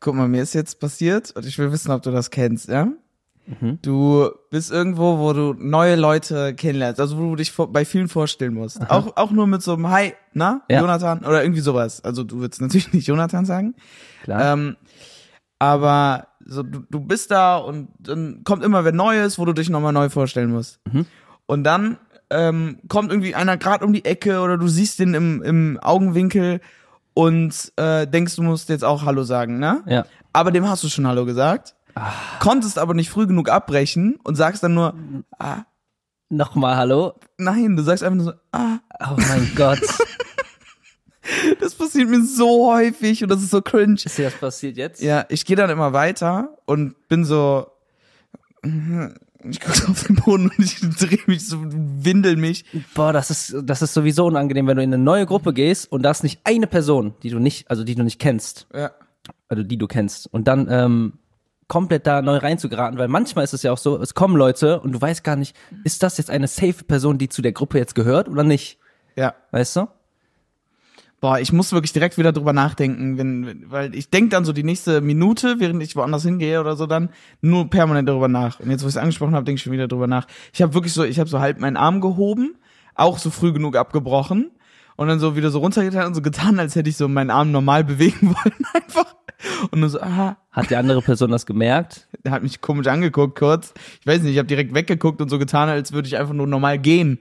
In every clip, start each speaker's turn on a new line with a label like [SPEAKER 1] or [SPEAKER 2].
[SPEAKER 1] guck mal, mir ist jetzt passiert und ich will wissen, ob du das kennst, ja? Mhm. Du bist irgendwo, wo du neue Leute kennenlernst, also wo du dich vor, bei vielen vorstellen musst. Aha. Auch, auch nur mit so einem Hi, na, ja. Jonathan oder irgendwie sowas. Also du würdest natürlich nicht Jonathan sagen. Klar. Ähm, aber so, du, du bist da und dann kommt immer wer Neues, wo du dich nochmal neu vorstellen musst. Mhm. Und dann ähm, kommt irgendwie einer gerade um die Ecke oder du siehst den im, im Augenwinkel und äh, denkst, du musst jetzt auch Hallo sagen, ne?
[SPEAKER 2] Ähm,
[SPEAKER 1] Ja. Aber dem hast du schon Hallo gesagt, ah. konntest aber nicht früh genug abbrechen und sagst dann nur, ah.
[SPEAKER 2] Nochmal Hallo?
[SPEAKER 1] Nein, du sagst einfach nur so, ah.
[SPEAKER 2] Oh mein Gott.
[SPEAKER 1] Das passiert mir so häufig und das ist so cringe.
[SPEAKER 2] Ist dir das passiert jetzt?
[SPEAKER 1] Ja, ich gehe dann immer weiter und bin so. Ich gucke auf den Boden und ich drehe mich so, windel mich.
[SPEAKER 2] Boah, das ist, das ist sowieso unangenehm, wenn du in eine neue Gruppe gehst und da ist nicht eine Person, die du nicht, also die du nicht kennst. Ja. Also die du kennst. Und dann, ähm, komplett da neu reinzugeraten, weil manchmal ist es ja auch so, es kommen Leute und du weißt gar nicht, ist das jetzt eine safe Person, die zu der Gruppe jetzt gehört oder nicht?
[SPEAKER 1] Ja.
[SPEAKER 2] Weißt du?
[SPEAKER 1] boah, ich muss wirklich direkt wieder drüber nachdenken, wenn, weil ich denk dann so die nächste Minute, während ich woanders hingehe oder so, dann nur permanent darüber nach. Und jetzt, wo ich es angesprochen habe, denke ich schon wieder drüber nach. Ich habe wirklich so, ich habe so halb meinen Arm gehoben, auch so früh genug abgebrochen und dann so wieder so runtergetan und so getan, als hätte ich so meinen Arm normal bewegen wollen einfach. Und nur so, ah, aha.
[SPEAKER 2] Hat die andere Person das gemerkt?
[SPEAKER 1] Der hat mich komisch angeguckt kurz. Ich weiß nicht, ich habe direkt weggeguckt und so getan, als würde ich einfach nur normal gehen.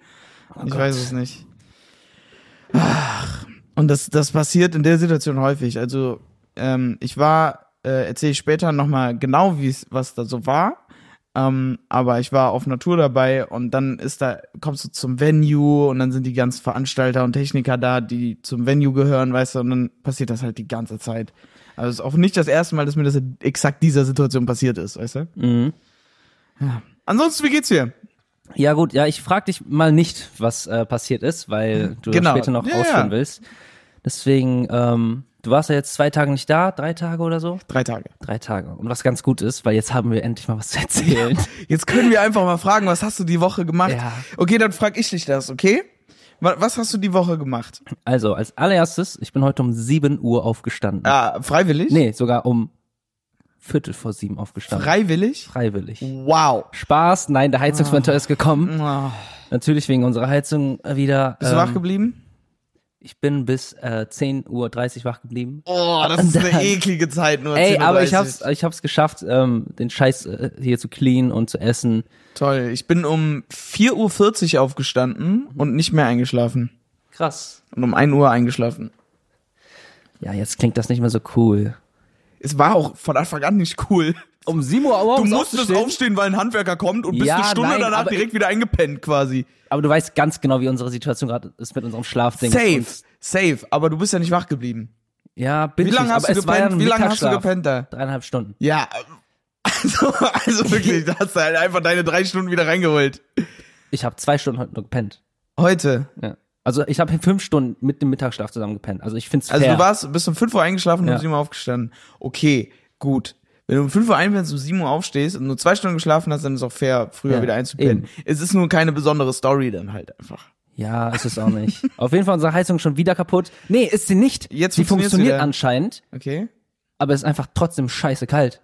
[SPEAKER 1] Oh ich Gott. weiß es nicht. Ach. Und das, das passiert in der Situation häufig. Also ähm, ich war, äh, erzähle ich später nochmal genau, wie es was da so war. Ähm, aber ich war auf Natur dabei und dann ist da, kommst du zum Venue und dann sind die ganzen Veranstalter und Techniker da, die zum Venue gehören, weißt du, und dann passiert das halt die ganze Zeit. Also es ist auch nicht das erste Mal, dass mir das in exakt dieser Situation passiert ist, weißt du? Mhm. Ja. Ansonsten, wie geht's dir?
[SPEAKER 2] Ja gut, ja, ich frage dich mal nicht, was äh, passiert ist, weil du genau. später noch ja, ausführen ja. willst. Deswegen, ähm, du warst ja jetzt zwei Tage nicht da, drei Tage oder so?
[SPEAKER 1] Drei Tage.
[SPEAKER 2] Drei Tage. Und was ganz gut ist, weil jetzt haben wir endlich mal was zu erzählen.
[SPEAKER 1] Jetzt können wir einfach mal fragen, was hast du die Woche gemacht? Ja. Okay, dann frage ich dich das, okay? Was hast du die Woche gemacht?
[SPEAKER 2] Also, als allererstes, ich bin heute um 7 Uhr aufgestanden.
[SPEAKER 1] Ah, freiwillig?
[SPEAKER 2] Nee, sogar um Viertel vor sieben aufgestanden.
[SPEAKER 1] Freiwillig?
[SPEAKER 2] Freiwillig.
[SPEAKER 1] Wow.
[SPEAKER 2] Spaß, nein, der Heizungswinter oh. ist gekommen.
[SPEAKER 1] Ah.
[SPEAKER 2] Oh. Natürlich wegen unserer Heizung wieder.
[SPEAKER 1] Bist ähm, du wach geblieben?
[SPEAKER 2] Ich bin bis äh, 10.30 Uhr wach geblieben.
[SPEAKER 1] Oh, das ist eine eklige Zeit nur.
[SPEAKER 2] Ey, aber ich hab's, ich hab's geschafft, ähm, den Scheiß äh, hier zu clean und zu essen.
[SPEAKER 1] Toll. Ich bin um 4.40 Uhr aufgestanden und nicht mehr eingeschlafen.
[SPEAKER 2] Krass.
[SPEAKER 1] Und um 1 Uhr eingeschlafen.
[SPEAKER 2] Ja, jetzt klingt das nicht mehr so cool
[SPEAKER 1] es war auch von Anfang an nicht cool.
[SPEAKER 2] Um 7 Uhr morgens.
[SPEAKER 1] Du musstest aufstehen. aufstehen, weil ein Handwerker kommt und bist ja, eine Stunde nein, danach direkt wieder eingepennt quasi.
[SPEAKER 2] Aber du weißt ganz genau, wie unsere Situation gerade ist mit unserem Schlafding.
[SPEAKER 1] Safe, safe, aber du bist ja nicht wach geblieben.
[SPEAKER 2] Ja, bin
[SPEAKER 1] Wie lange hast, lang
[SPEAKER 2] ja
[SPEAKER 1] hast du gepennt? Wie lange hast du gepennt da?
[SPEAKER 2] Dreieinhalb Stunden.
[SPEAKER 1] Ja. Also, also wirklich, da hast du halt einfach deine drei Stunden wieder reingeholt.
[SPEAKER 2] Ich habe zwei Stunden heute nur gepennt.
[SPEAKER 1] Heute?
[SPEAKER 2] Ja. Also ich habe fünf Stunden mit dem Mittagsschlaf zusammen gepennt. Also ich find's fair.
[SPEAKER 1] Also du warst bis um fünf Uhr eingeschlafen und ja. um sieben Uhr aufgestanden. Okay, gut. Wenn du um fünf Uhr einpennst und um sieben Uhr aufstehst und nur zwei Stunden geschlafen hast, dann ist auch fair, früher ja, wieder einzupennen. Eben. Es ist nur keine besondere Story dann halt einfach.
[SPEAKER 2] Ja, ist es auch nicht. Auf jeden Fall unsere Heizung schon wieder kaputt. Nee, ist sie nicht.
[SPEAKER 1] Jetzt
[SPEAKER 2] sie funktioniert anscheinend.
[SPEAKER 1] Okay.
[SPEAKER 2] Aber es ist einfach trotzdem scheiße kalt.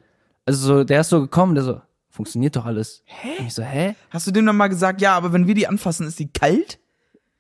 [SPEAKER 2] Also so, der ist so gekommen, der so, funktioniert doch alles.
[SPEAKER 1] Hä?
[SPEAKER 2] Und ich so, hä?
[SPEAKER 1] Hast du dem dann mal gesagt, ja, aber wenn wir die anfassen, ist die kalt?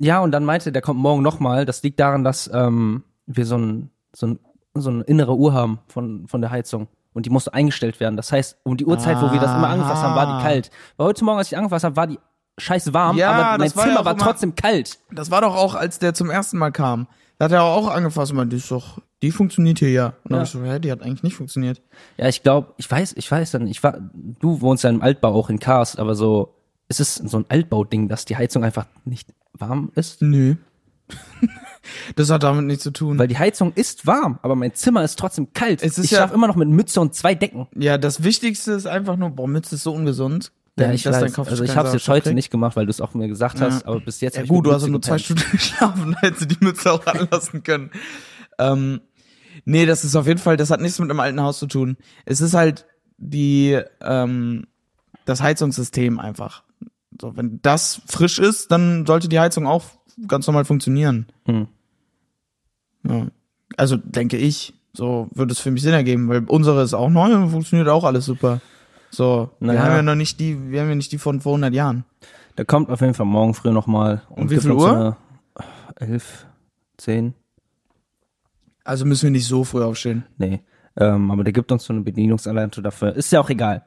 [SPEAKER 2] Ja, und dann meinte, der kommt morgen nochmal. Das liegt daran, dass ähm, wir so, ein, so, ein, so eine innere Uhr haben von, von der Heizung. Und die musste eingestellt werden. Das heißt, um die Uhrzeit, ah, wo wir das immer angefasst haben, war die kalt. Weil heute Morgen, als ich angefasst habe, war die scheiß warm,
[SPEAKER 1] ja,
[SPEAKER 2] aber mein
[SPEAKER 1] war
[SPEAKER 2] Zimmer
[SPEAKER 1] ja
[SPEAKER 2] war
[SPEAKER 1] immer,
[SPEAKER 2] trotzdem kalt.
[SPEAKER 1] Das war doch auch, als der zum ersten Mal kam. Da hat er auch angefasst und meinte, die ist doch, die funktioniert hier ja. Und dann ja. hab ich so, hä, die hat eigentlich nicht funktioniert.
[SPEAKER 2] Ja, ich glaube, ich weiß, ich weiß dann, ich war, du wohnst ja im Altbau auch in Karst, aber so, es ist so ein Altbau-Ding, dass die Heizung einfach nicht warm ist?
[SPEAKER 1] Nö. das hat damit nichts zu tun.
[SPEAKER 2] Weil die Heizung ist warm, aber mein Zimmer ist trotzdem kalt. Ist ich ja, schlafe immer noch mit Mütze und zwei Decken.
[SPEAKER 1] Ja, das Wichtigste ist einfach nur, boah, Mütze ist so ungesund.
[SPEAKER 2] Ja, ich weiß. also ich habe es jetzt heute kriegt. nicht gemacht, weil du es auch mir gesagt hast, ja. aber bis jetzt.
[SPEAKER 1] Ja gut, du hast nur zwei Stunden geschlafen, hättest du die Mütze auch anlassen können. ähm, nee, das ist auf jeden Fall, das hat nichts mit einem alten Haus zu tun. Es ist halt die, ähm, das Heizungssystem einfach. So, wenn das frisch ist, dann sollte die Heizung auch ganz normal funktionieren. Hm. Ja. Also denke ich. So würde es für mich Sinn ergeben, weil unsere ist auch neu und funktioniert auch alles super. So,
[SPEAKER 2] Naja.
[SPEAKER 1] wir haben ja noch nicht die, wir haben ja nicht die von vor 100 Jahren.
[SPEAKER 2] Der kommt auf jeden Fall morgen früh nochmal.
[SPEAKER 1] Und wie viel Uhr?
[SPEAKER 2] Elf, zehn,
[SPEAKER 1] Also müssen wir nicht so früh aufstehen.
[SPEAKER 2] nee. Ähm, aber der gibt uns so eine Bedienungsanleitung dafür. Ist ja auch egal.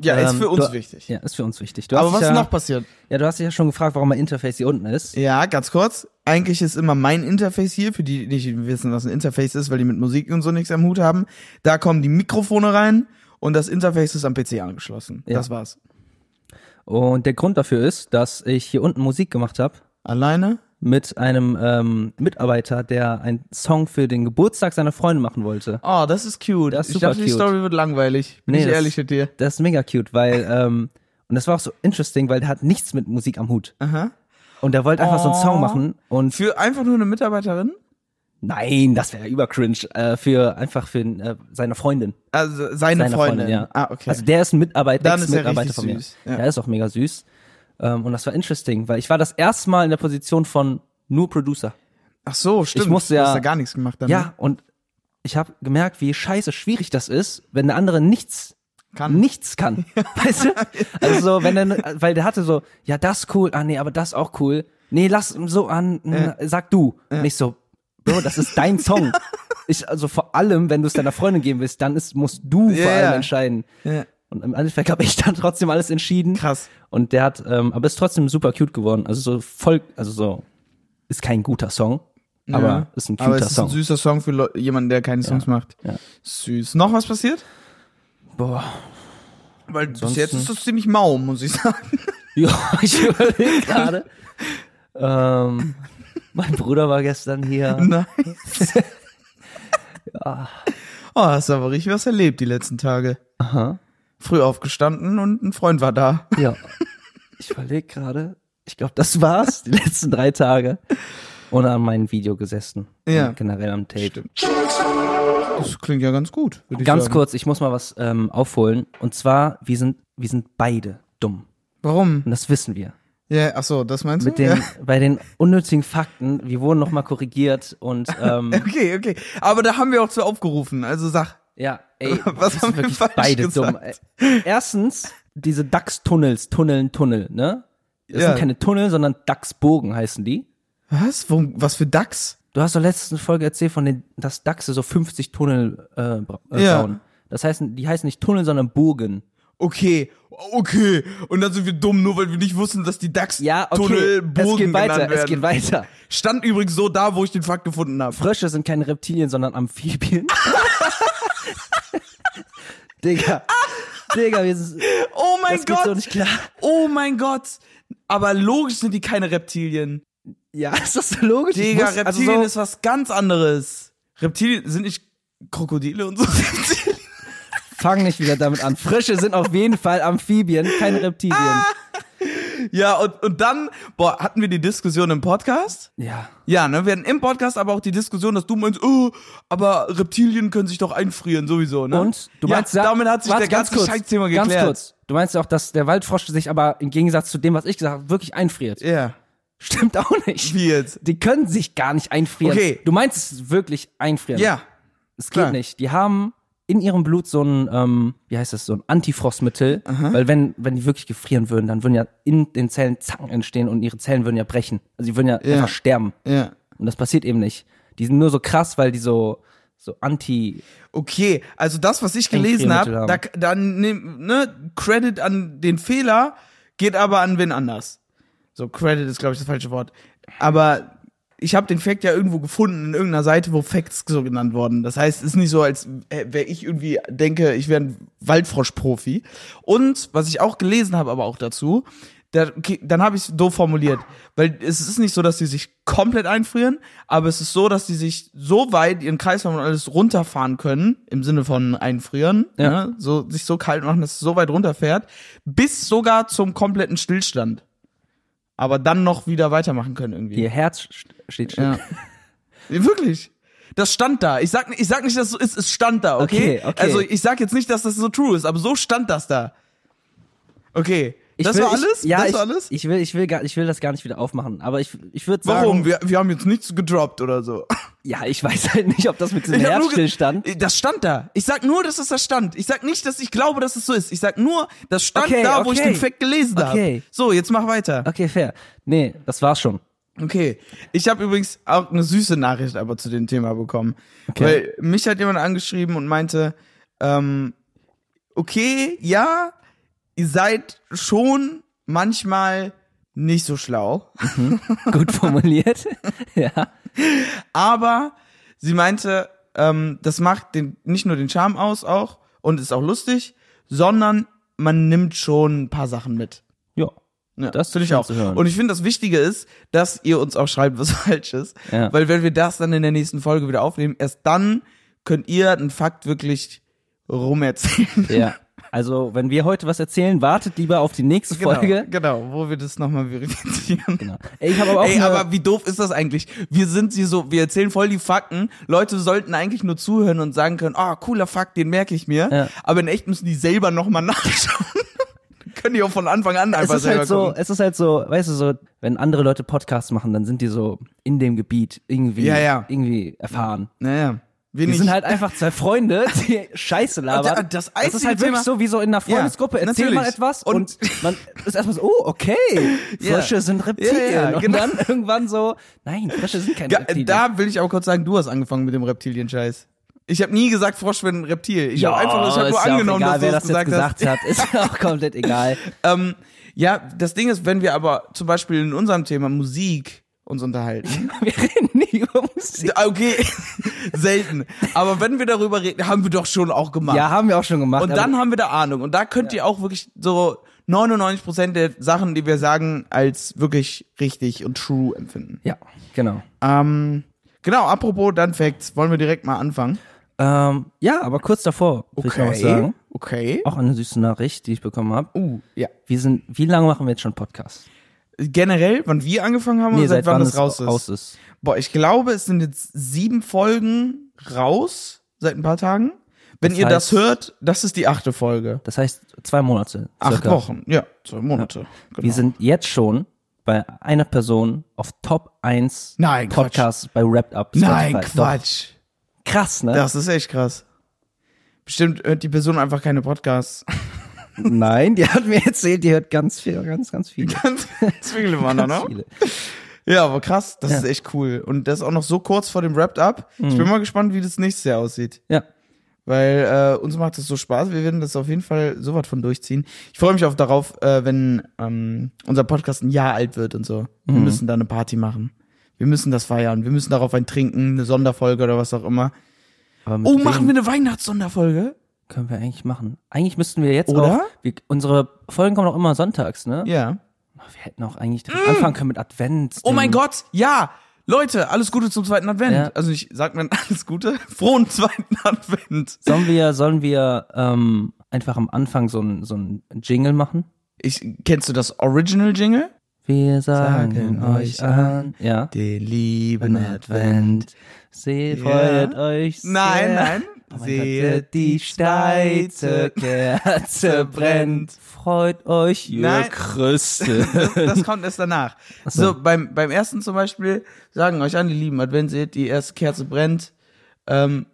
[SPEAKER 1] Ja, ist
[SPEAKER 2] Ähm,
[SPEAKER 1] für uns
[SPEAKER 2] du,
[SPEAKER 1] wichtig.
[SPEAKER 2] Ja, ist für uns wichtig. Du
[SPEAKER 1] Aber
[SPEAKER 2] hast
[SPEAKER 1] was
[SPEAKER 2] dich ja,
[SPEAKER 1] noch passiert?
[SPEAKER 2] Ja, du hast dich ja schon gefragt, warum mein Interface hier unten ist.
[SPEAKER 1] Ja, ganz kurz. Eigentlich ist immer mein Interface hier, für die, die nicht wissen, was ein Interface ist, weil die mit Musik und so nichts am Hut haben. Da kommen die Mikrofone rein und das Interface ist am PC angeschlossen.
[SPEAKER 2] Ja.
[SPEAKER 1] Das war's.
[SPEAKER 2] Und der Grund dafür ist, dass ich hier unten Musik gemacht habe
[SPEAKER 1] Alleine?
[SPEAKER 2] mit einem ähm, Mitarbeiter, der einen Song für den Geburtstag seiner Freundin machen wollte.
[SPEAKER 1] Oh, das ist cute.
[SPEAKER 2] Das ist
[SPEAKER 1] ich
[SPEAKER 2] super
[SPEAKER 1] dachte, die
[SPEAKER 2] cute.
[SPEAKER 1] Story wird langweilig. Bin
[SPEAKER 2] Nee,
[SPEAKER 1] ich
[SPEAKER 2] das-
[SPEAKER 1] ehrlich mit dir.
[SPEAKER 2] Das ist mega cute, weil, ähm, und das war auch so interesting, weil der hat nichts mit Musik am Hut.
[SPEAKER 1] Aha.
[SPEAKER 2] Und der wollte einfach so einen
[SPEAKER 1] Oh.
[SPEAKER 2] Song machen und
[SPEAKER 1] Für einfach nur eine Mitarbeiterin?
[SPEAKER 2] nein, das wäre ja übercringe, äh, für einfach für äh, seine Freundin.
[SPEAKER 1] Also seine,
[SPEAKER 2] Seine
[SPEAKER 1] Freundin.
[SPEAKER 2] Freundin, ja.
[SPEAKER 1] Ah, okay.
[SPEAKER 2] Also der ist ein Mitarbeiter,
[SPEAKER 1] Dann ist er
[SPEAKER 2] Ex-Mitarbeiter
[SPEAKER 1] richtig
[SPEAKER 2] von mir.
[SPEAKER 1] süß, ja.
[SPEAKER 2] Der ist auch mega süß. Ähm, und das war interesting, weil ich war das erste Mal in der Position von nur Producer.
[SPEAKER 1] Ach so, stimmt.
[SPEAKER 2] Ich musste
[SPEAKER 1] Du
[SPEAKER 2] ja-
[SPEAKER 1] hast da gar nichts gemacht ne? damit.
[SPEAKER 2] Ja, und ich habe gemerkt, wie scheiße schwierig das ist, wenn der andere nichts
[SPEAKER 1] Kann.
[SPEAKER 2] nichts kann. weißt du? Also so, wenn er weil der hatte so, ja, das cool, ah nee, aber das auch cool. Nee, lass so an, n- sag du. Nicht so, Bro, das ist dein Song. Ich, also vor allem, wenn du es deiner Freundin geben willst, dann ist, musst du
[SPEAKER 1] Ja,
[SPEAKER 2] vor allem
[SPEAKER 1] ja.
[SPEAKER 2] entscheiden.
[SPEAKER 1] Ja.
[SPEAKER 2] Und im Endeffekt habe ich dann trotzdem alles entschieden.
[SPEAKER 1] Krass.
[SPEAKER 2] Und der hat, ähm, aber ist trotzdem super cute geworden. Also so voll, also so, ist kein guter Song, aber ist ein cuter
[SPEAKER 1] Aber es ist
[SPEAKER 2] Song.
[SPEAKER 1] ein süßer Song für Leu- jemanden, der keine Songs macht.
[SPEAKER 2] ja.
[SPEAKER 1] Süß. Noch was passiert?
[SPEAKER 2] Boah.
[SPEAKER 1] Weil bis
[SPEAKER 2] Ansonsten-
[SPEAKER 1] jetzt ist das ziemlich mau, muss ich sagen.
[SPEAKER 2] Ja, ich überlege gerade. ähm, mein Bruder war gestern hier.
[SPEAKER 1] Nein. Oh, hast aber richtig was erlebt die letzten Tage.
[SPEAKER 2] Aha.
[SPEAKER 1] Früh aufgestanden und ein Freund war da.
[SPEAKER 2] Ja. Ich überlege gerade. Ich glaube, das war's, die letzten drei Tage. Und an meinem Video gesessen.
[SPEAKER 1] Ja.
[SPEAKER 2] Und generell am Tape.
[SPEAKER 1] Das klingt ja ganz gut. würd ich
[SPEAKER 2] Ganz
[SPEAKER 1] sagen.
[SPEAKER 2] kurz, ich muss mal was ähm, aufholen. Und zwar, wir sind, wir sind beide dumm.
[SPEAKER 1] Warum?
[SPEAKER 2] Und das wissen wir.
[SPEAKER 1] Ja, ach so, das meinst
[SPEAKER 2] Mit
[SPEAKER 1] du?
[SPEAKER 2] den,
[SPEAKER 1] ja.
[SPEAKER 2] bei den unnötigen Fakten, wir wurden nochmal korrigiert und ähm,
[SPEAKER 1] Okay, okay. Aber da haben wir auch zu aufgerufen. Also sag,
[SPEAKER 2] Ja, ey,
[SPEAKER 1] Was
[SPEAKER 2] wir
[SPEAKER 1] haben
[SPEAKER 2] sind
[SPEAKER 1] wir
[SPEAKER 2] wirklich
[SPEAKER 1] falsch
[SPEAKER 2] beide
[SPEAKER 1] gesagt?
[SPEAKER 2] dumm. ey. Erstens, diese DAX-Tunnels, Tunneln, Tunnel, ne? Das
[SPEAKER 1] Ja.
[SPEAKER 2] sind keine Tunnel, sondern DAX-Bogen heißen die.
[SPEAKER 1] was? Warum, was für Dachs?
[SPEAKER 2] Du hast doch letzte Folge erzählt von den, dass Dachse so 50 Tunnel äh, bra- äh,
[SPEAKER 1] Ja.
[SPEAKER 2] bauen. Das heißt, die heißen nicht Tunnel, sondern Bogen.
[SPEAKER 1] Okay, okay. Und dann sind wir dumm, nur weil wir nicht wussten, dass die DAX
[SPEAKER 2] Ja, okay.
[SPEAKER 1] Tunnel
[SPEAKER 2] es
[SPEAKER 1] Bogen
[SPEAKER 2] geht
[SPEAKER 1] genannt
[SPEAKER 2] weiter,
[SPEAKER 1] werden.
[SPEAKER 2] es geht weiter.
[SPEAKER 1] Stand übrigens so da, wo ich den Fakt gefunden habe.
[SPEAKER 2] Frösche sind keine Reptilien, sondern Amphibien. Digga. Digga, wir sind,
[SPEAKER 1] Oh mein
[SPEAKER 2] das geht
[SPEAKER 1] Gott.
[SPEAKER 2] so nicht klar.
[SPEAKER 1] Oh mein Gott. Aber logisch sind die keine Reptilien.
[SPEAKER 2] Ja, ist das so logisch? Ich
[SPEAKER 1] Digga,
[SPEAKER 2] muss- also
[SPEAKER 1] Reptilien
[SPEAKER 2] so-
[SPEAKER 1] ist was ganz anderes. Reptilien sind nicht Krokodile und so. Reptilien.
[SPEAKER 2] Fang nicht wieder damit an. Frische sind auf jeden Fall Amphibien, keine Reptilien.
[SPEAKER 1] ja, und, und dann, boah, hatten wir die Diskussion im Podcast?
[SPEAKER 2] Ja.
[SPEAKER 1] Ja, ne, wir hatten im Podcast aber auch die Diskussion, dass du meinst, oh, aber Reptilien können sich doch einfrieren, sowieso, ne?
[SPEAKER 2] Und du
[SPEAKER 1] ja,
[SPEAKER 2] meinst ja,
[SPEAKER 1] damit hat sich
[SPEAKER 2] warte,
[SPEAKER 1] der ganze Scheißthema
[SPEAKER 2] ganz
[SPEAKER 1] geklärt.
[SPEAKER 2] kurz. Du meinst ja auch, dass der Waldfrosch sich aber im Gegensatz zu dem, was ich gesagt habe, wirklich einfriert.
[SPEAKER 1] Ja.
[SPEAKER 2] Stimmt auch nicht.
[SPEAKER 1] Wie jetzt?
[SPEAKER 2] Die können sich gar nicht einfrieren.
[SPEAKER 1] Okay.
[SPEAKER 2] Du meinst es wirklich einfrieren.
[SPEAKER 1] Ja.
[SPEAKER 2] Es geht
[SPEAKER 1] klar.
[SPEAKER 2] nicht. Die haben in ihrem Blut so ein, ähm, wie heißt das, so ein Antifrostmittel, weil wenn, wenn die wirklich gefrieren würden, dann würden ja in den Zellen Zacken entstehen und ihre Zellen würden ja brechen. Also die würden ja,
[SPEAKER 1] Ja.
[SPEAKER 2] einfach sterben.
[SPEAKER 1] Ja.
[SPEAKER 2] Und das passiert eben nicht. Die sind nur so krass, weil die so, so anti.
[SPEAKER 1] Okay, also das, was ich gelesen
[SPEAKER 2] Einfriermittel
[SPEAKER 1] habe, da, dann nehm, ne, Credit an den Fehler geht aber an wen anders. So, Credit ist, glaube ich, das falsche Wort. Aber ich habe den Fact ja irgendwo gefunden, in irgendeiner Seite, wo Facts so genannt wurden. Das heißt, es ist nicht so, als wäre ich irgendwie, denke, ich wäre ein Waldfrosch-Profi. Und, was ich auch gelesen habe, aber auch dazu, da, okay, dann habe ich es doof formuliert. Weil es ist nicht so, dass die sich komplett einfrieren, aber es ist so, dass die sich so weit ihren Kreislauf und alles runterfahren können, im Sinne von einfrieren,
[SPEAKER 2] Ja.
[SPEAKER 1] ne? so, sich so kalt machen, dass es so weit runterfährt, bis sogar zum kompletten Stillstand. Aber dann noch wieder weitermachen können irgendwie.
[SPEAKER 2] Ihr Herz st- steht still.
[SPEAKER 1] Ja. Wirklich. Das stand da. Ich sag, ich sag nicht, dass es so ist, es stand da, okay?
[SPEAKER 2] Okay, okay.
[SPEAKER 1] Also ich sag jetzt nicht, dass das so true ist, aber so stand das da. Okay.
[SPEAKER 2] Ich
[SPEAKER 1] das
[SPEAKER 2] will,
[SPEAKER 1] war
[SPEAKER 2] ich-
[SPEAKER 1] alles?
[SPEAKER 2] Ja,
[SPEAKER 1] Das
[SPEAKER 2] ich,
[SPEAKER 1] war alles?
[SPEAKER 2] Ich will, ich will, gar, ich will das gar nicht wieder aufmachen. Aber ich, ich würde sagen.
[SPEAKER 1] Warum? Wir, wir haben jetzt nichts gedroppt oder so.
[SPEAKER 2] Ja, ich weiß halt nicht, ob das mit diesem
[SPEAKER 1] Ich hab nur ge-
[SPEAKER 2] Herzstillstand.
[SPEAKER 1] Das stand da. Ich sag nur, dass es das stand. Ich sag nicht, dass ich glaube, dass es so ist. Ich sag nur, das stand
[SPEAKER 2] Okay,
[SPEAKER 1] da, wo ich
[SPEAKER 2] okay.
[SPEAKER 1] den Fact gelesen
[SPEAKER 2] Okay.
[SPEAKER 1] habe. So, jetzt mach weiter.
[SPEAKER 2] Okay, fair. Nee, das war's schon.
[SPEAKER 1] Okay. Ich habe übrigens auch eine süße Nachricht aber zu dem Thema bekommen.
[SPEAKER 2] Okay.
[SPEAKER 1] Weil mich hat jemand angeschrieben und meinte, ähm, okay, ja, ihr seid schon manchmal nicht so schlau.
[SPEAKER 2] Gut formuliert. ja.
[SPEAKER 1] Aber sie meinte, ähm, das macht den, nicht nur den Charme aus auch und ist auch lustig, sondern man nimmt schon ein paar Sachen mit.
[SPEAKER 2] Ja.
[SPEAKER 1] Ja,
[SPEAKER 2] Das ist
[SPEAKER 1] finde ich
[SPEAKER 2] schön
[SPEAKER 1] auch.
[SPEAKER 2] zu hören.
[SPEAKER 1] Und ich finde, das Wichtige ist, dass ihr uns auch schreibt, was falsch ist.
[SPEAKER 2] Ja.
[SPEAKER 1] Weil wenn wir das dann in der nächsten Folge wieder aufnehmen, erst dann könnt ihr einen Fakt wirklich rumerzählen.
[SPEAKER 2] Ja. Also, wenn wir heute was erzählen, wartet lieber auf die nächste
[SPEAKER 1] Genau,
[SPEAKER 2] Folge.
[SPEAKER 1] genau, wo wir das nochmal verifizieren.
[SPEAKER 2] Genau. Ey, ich habe aber auch
[SPEAKER 1] Ey,
[SPEAKER 2] eine,
[SPEAKER 1] aber wie doof ist das eigentlich? Wir sind sie so, wir erzählen voll die Fakten. Leute sollten eigentlich nur zuhören und sagen können, ah, cooler Fakt, den merke ich mir.
[SPEAKER 2] Ja.
[SPEAKER 1] Aber in echt müssen die selber nochmal nachschauen. können die auch von Anfang an
[SPEAKER 2] es
[SPEAKER 1] einfach
[SPEAKER 2] ist
[SPEAKER 1] selber
[SPEAKER 2] halt so,
[SPEAKER 1] gucken.
[SPEAKER 2] es ist halt so, weißt du, so, wenn andere Leute Podcasts machen, dann sind die so in dem Gebiet irgendwie,
[SPEAKER 1] Ja, ja.
[SPEAKER 2] irgendwie erfahren.
[SPEAKER 1] Naja, wir
[SPEAKER 2] äh, Wir
[SPEAKER 1] nicht.
[SPEAKER 2] sind halt einfach zwei Freunde, die Scheiße labern.
[SPEAKER 1] Und das
[SPEAKER 2] das ist
[SPEAKER 1] einzige
[SPEAKER 2] halt wirklich
[SPEAKER 1] Thema-
[SPEAKER 2] so wie so in einer
[SPEAKER 1] Ja,
[SPEAKER 2] Freundesgruppe. Erzähl mal
[SPEAKER 1] natürlich.
[SPEAKER 2] etwas und,
[SPEAKER 1] Und-
[SPEAKER 2] man ist erstmal so, oh, okay,
[SPEAKER 1] Ja.
[SPEAKER 2] Frösche sind Reptilien.
[SPEAKER 1] Ja, ja,
[SPEAKER 2] Und
[SPEAKER 1] genau.
[SPEAKER 2] dann irgendwann so, nein, Frösche sind keine
[SPEAKER 1] Ga- äh,
[SPEAKER 2] Reptilien.
[SPEAKER 1] da will ich aber kurz sagen, du hast angefangen mit dem Reptilien-Scheiß. Ich habe nie gesagt, Frosch wäre ein Reptil. Ich habe einfach nur- ich hab
[SPEAKER 2] ist
[SPEAKER 1] nur
[SPEAKER 2] ja auch
[SPEAKER 1] angenommen,
[SPEAKER 2] egal,
[SPEAKER 1] dass du
[SPEAKER 2] wer
[SPEAKER 1] das
[SPEAKER 2] das jetzt
[SPEAKER 1] gesagt hast.
[SPEAKER 2] gesagt hat. Ist ja auch komplett egal.
[SPEAKER 1] Ähm, ja, das Ding ist, wenn wir aber zum Beispiel in unserem Thema Musik uns unterhalten.
[SPEAKER 2] Wir reden nie über Musik.
[SPEAKER 1] Okay, selten. Aber wenn wir darüber reden, haben wir doch schon auch gemacht.
[SPEAKER 2] Ja, haben wir auch schon gemacht.
[SPEAKER 1] und
[SPEAKER 2] aber-
[SPEAKER 1] dann haben wir da Ahnung. Und da könnt ihr auch wirklich so 99% der Sachen, die wir sagen, als wirklich richtig und true empfinden.
[SPEAKER 2] Ja, genau.
[SPEAKER 1] Ähm, genau, apropos dann Facts, wollen wir direkt mal anfangen.
[SPEAKER 2] Ähm, ja, aber kurz davor will ich noch was sagen.
[SPEAKER 1] Okay.
[SPEAKER 2] Auch eine süße Nachricht, die ich bekommen habe.
[SPEAKER 1] Uh, ja.
[SPEAKER 2] Wir sind, wie lange machen wir jetzt schon Podcast?
[SPEAKER 1] Generell, wann wir angefangen haben oder seit, wann, das raus ist.
[SPEAKER 2] Raus ist.
[SPEAKER 1] Boah, ich glaube, es sind jetzt sieben Folgen raus seit ein paar Tagen. Wenn
[SPEAKER 2] Das
[SPEAKER 1] ihr
[SPEAKER 2] heißt-
[SPEAKER 1] das hört, das ist die achte Folge.
[SPEAKER 2] Das heißt, zwei Monate.
[SPEAKER 1] Acht
[SPEAKER 2] circa.
[SPEAKER 1] Wochen, ja, zwei Monate. Genau.
[SPEAKER 2] Wir sind jetzt schon bei einer Person auf Top 1
[SPEAKER 1] Nein, Quatsch.
[SPEAKER 2] Podcasts bei Wrapped Up. Spotify.
[SPEAKER 1] Nein,
[SPEAKER 2] Doch.
[SPEAKER 1] Quatsch.
[SPEAKER 2] Krass, ne?
[SPEAKER 1] Das ist echt krass. Bestimmt hört die Person einfach keine Podcasts.
[SPEAKER 2] Nein, die hat mir erzählt, die hört ganz viel, ganz, ganz viele.
[SPEAKER 1] Zwingelmann,
[SPEAKER 2] Ganz
[SPEAKER 1] ne?
[SPEAKER 2] viele.
[SPEAKER 1] Ja, aber krass, das
[SPEAKER 2] Ja. Mhm.
[SPEAKER 1] ist echt cool. Und das auch noch so kurz vor dem Wrapped-Up. Ich bin mal gespannt, wie das nächstes Jahr aussieht.
[SPEAKER 2] Ja.
[SPEAKER 1] weil äh, uns macht das so Spaß. Wir werden das auf jeden Fall so was von durchziehen. Ich freue mich auch darauf, äh, wenn ähm, unser Podcast ein Jahr alt wird und so. Wir
[SPEAKER 2] Mhm.
[SPEAKER 1] müssen da eine Party machen. Wir müssen das feiern. Wir müssen darauf ein trinken, eine Sonderfolge oder was auch immer.
[SPEAKER 2] Aber mit
[SPEAKER 1] Oh,
[SPEAKER 2] wem
[SPEAKER 1] machen wir eine Weihnachtssonderfolge?
[SPEAKER 2] Können wir eigentlich machen. Eigentlich müssten wir jetzt
[SPEAKER 1] Oder?
[SPEAKER 2] auch. Wir, unsere Folgen kommen auch immer sonntags, ne?
[SPEAKER 1] Ja.
[SPEAKER 2] Wir hätten auch eigentlich direkt anfangen können mit Advent.
[SPEAKER 1] Mm.
[SPEAKER 2] Ähm,
[SPEAKER 1] Oh mein
[SPEAKER 2] dem-
[SPEAKER 1] Gott, ja. Leute, alles Gute zum zweiten Advent.
[SPEAKER 2] Mhm. Ja.
[SPEAKER 1] Also ich sag mir alles Gute. Frohen zweiten Advent.
[SPEAKER 2] Sollen wir, sollen wir ähm, einfach am Anfang so einen so einen Jingle machen?
[SPEAKER 1] Ich, kennst du das Original Jingle?
[SPEAKER 2] Wir sagen,
[SPEAKER 1] Sagen euch
[SPEAKER 2] euch an. Ja.
[SPEAKER 1] Den lieben
[SPEAKER 2] Seht,
[SPEAKER 1] Ja.
[SPEAKER 2] freut euch sehr.
[SPEAKER 1] Nein, nein.
[SPEAKER 2] Oh mein Gott, die steite Kerze brennt. Freut euch, ihr
[SPEAKER 1] Nein.
[SPEAKER 2] Christe.
[SPEAKER 1] das kommt erst danach. So, beim, beim ersten zum Beispiel sagen euch an, die lieben Advent, seht, die erste Kerze brennt. Ähm,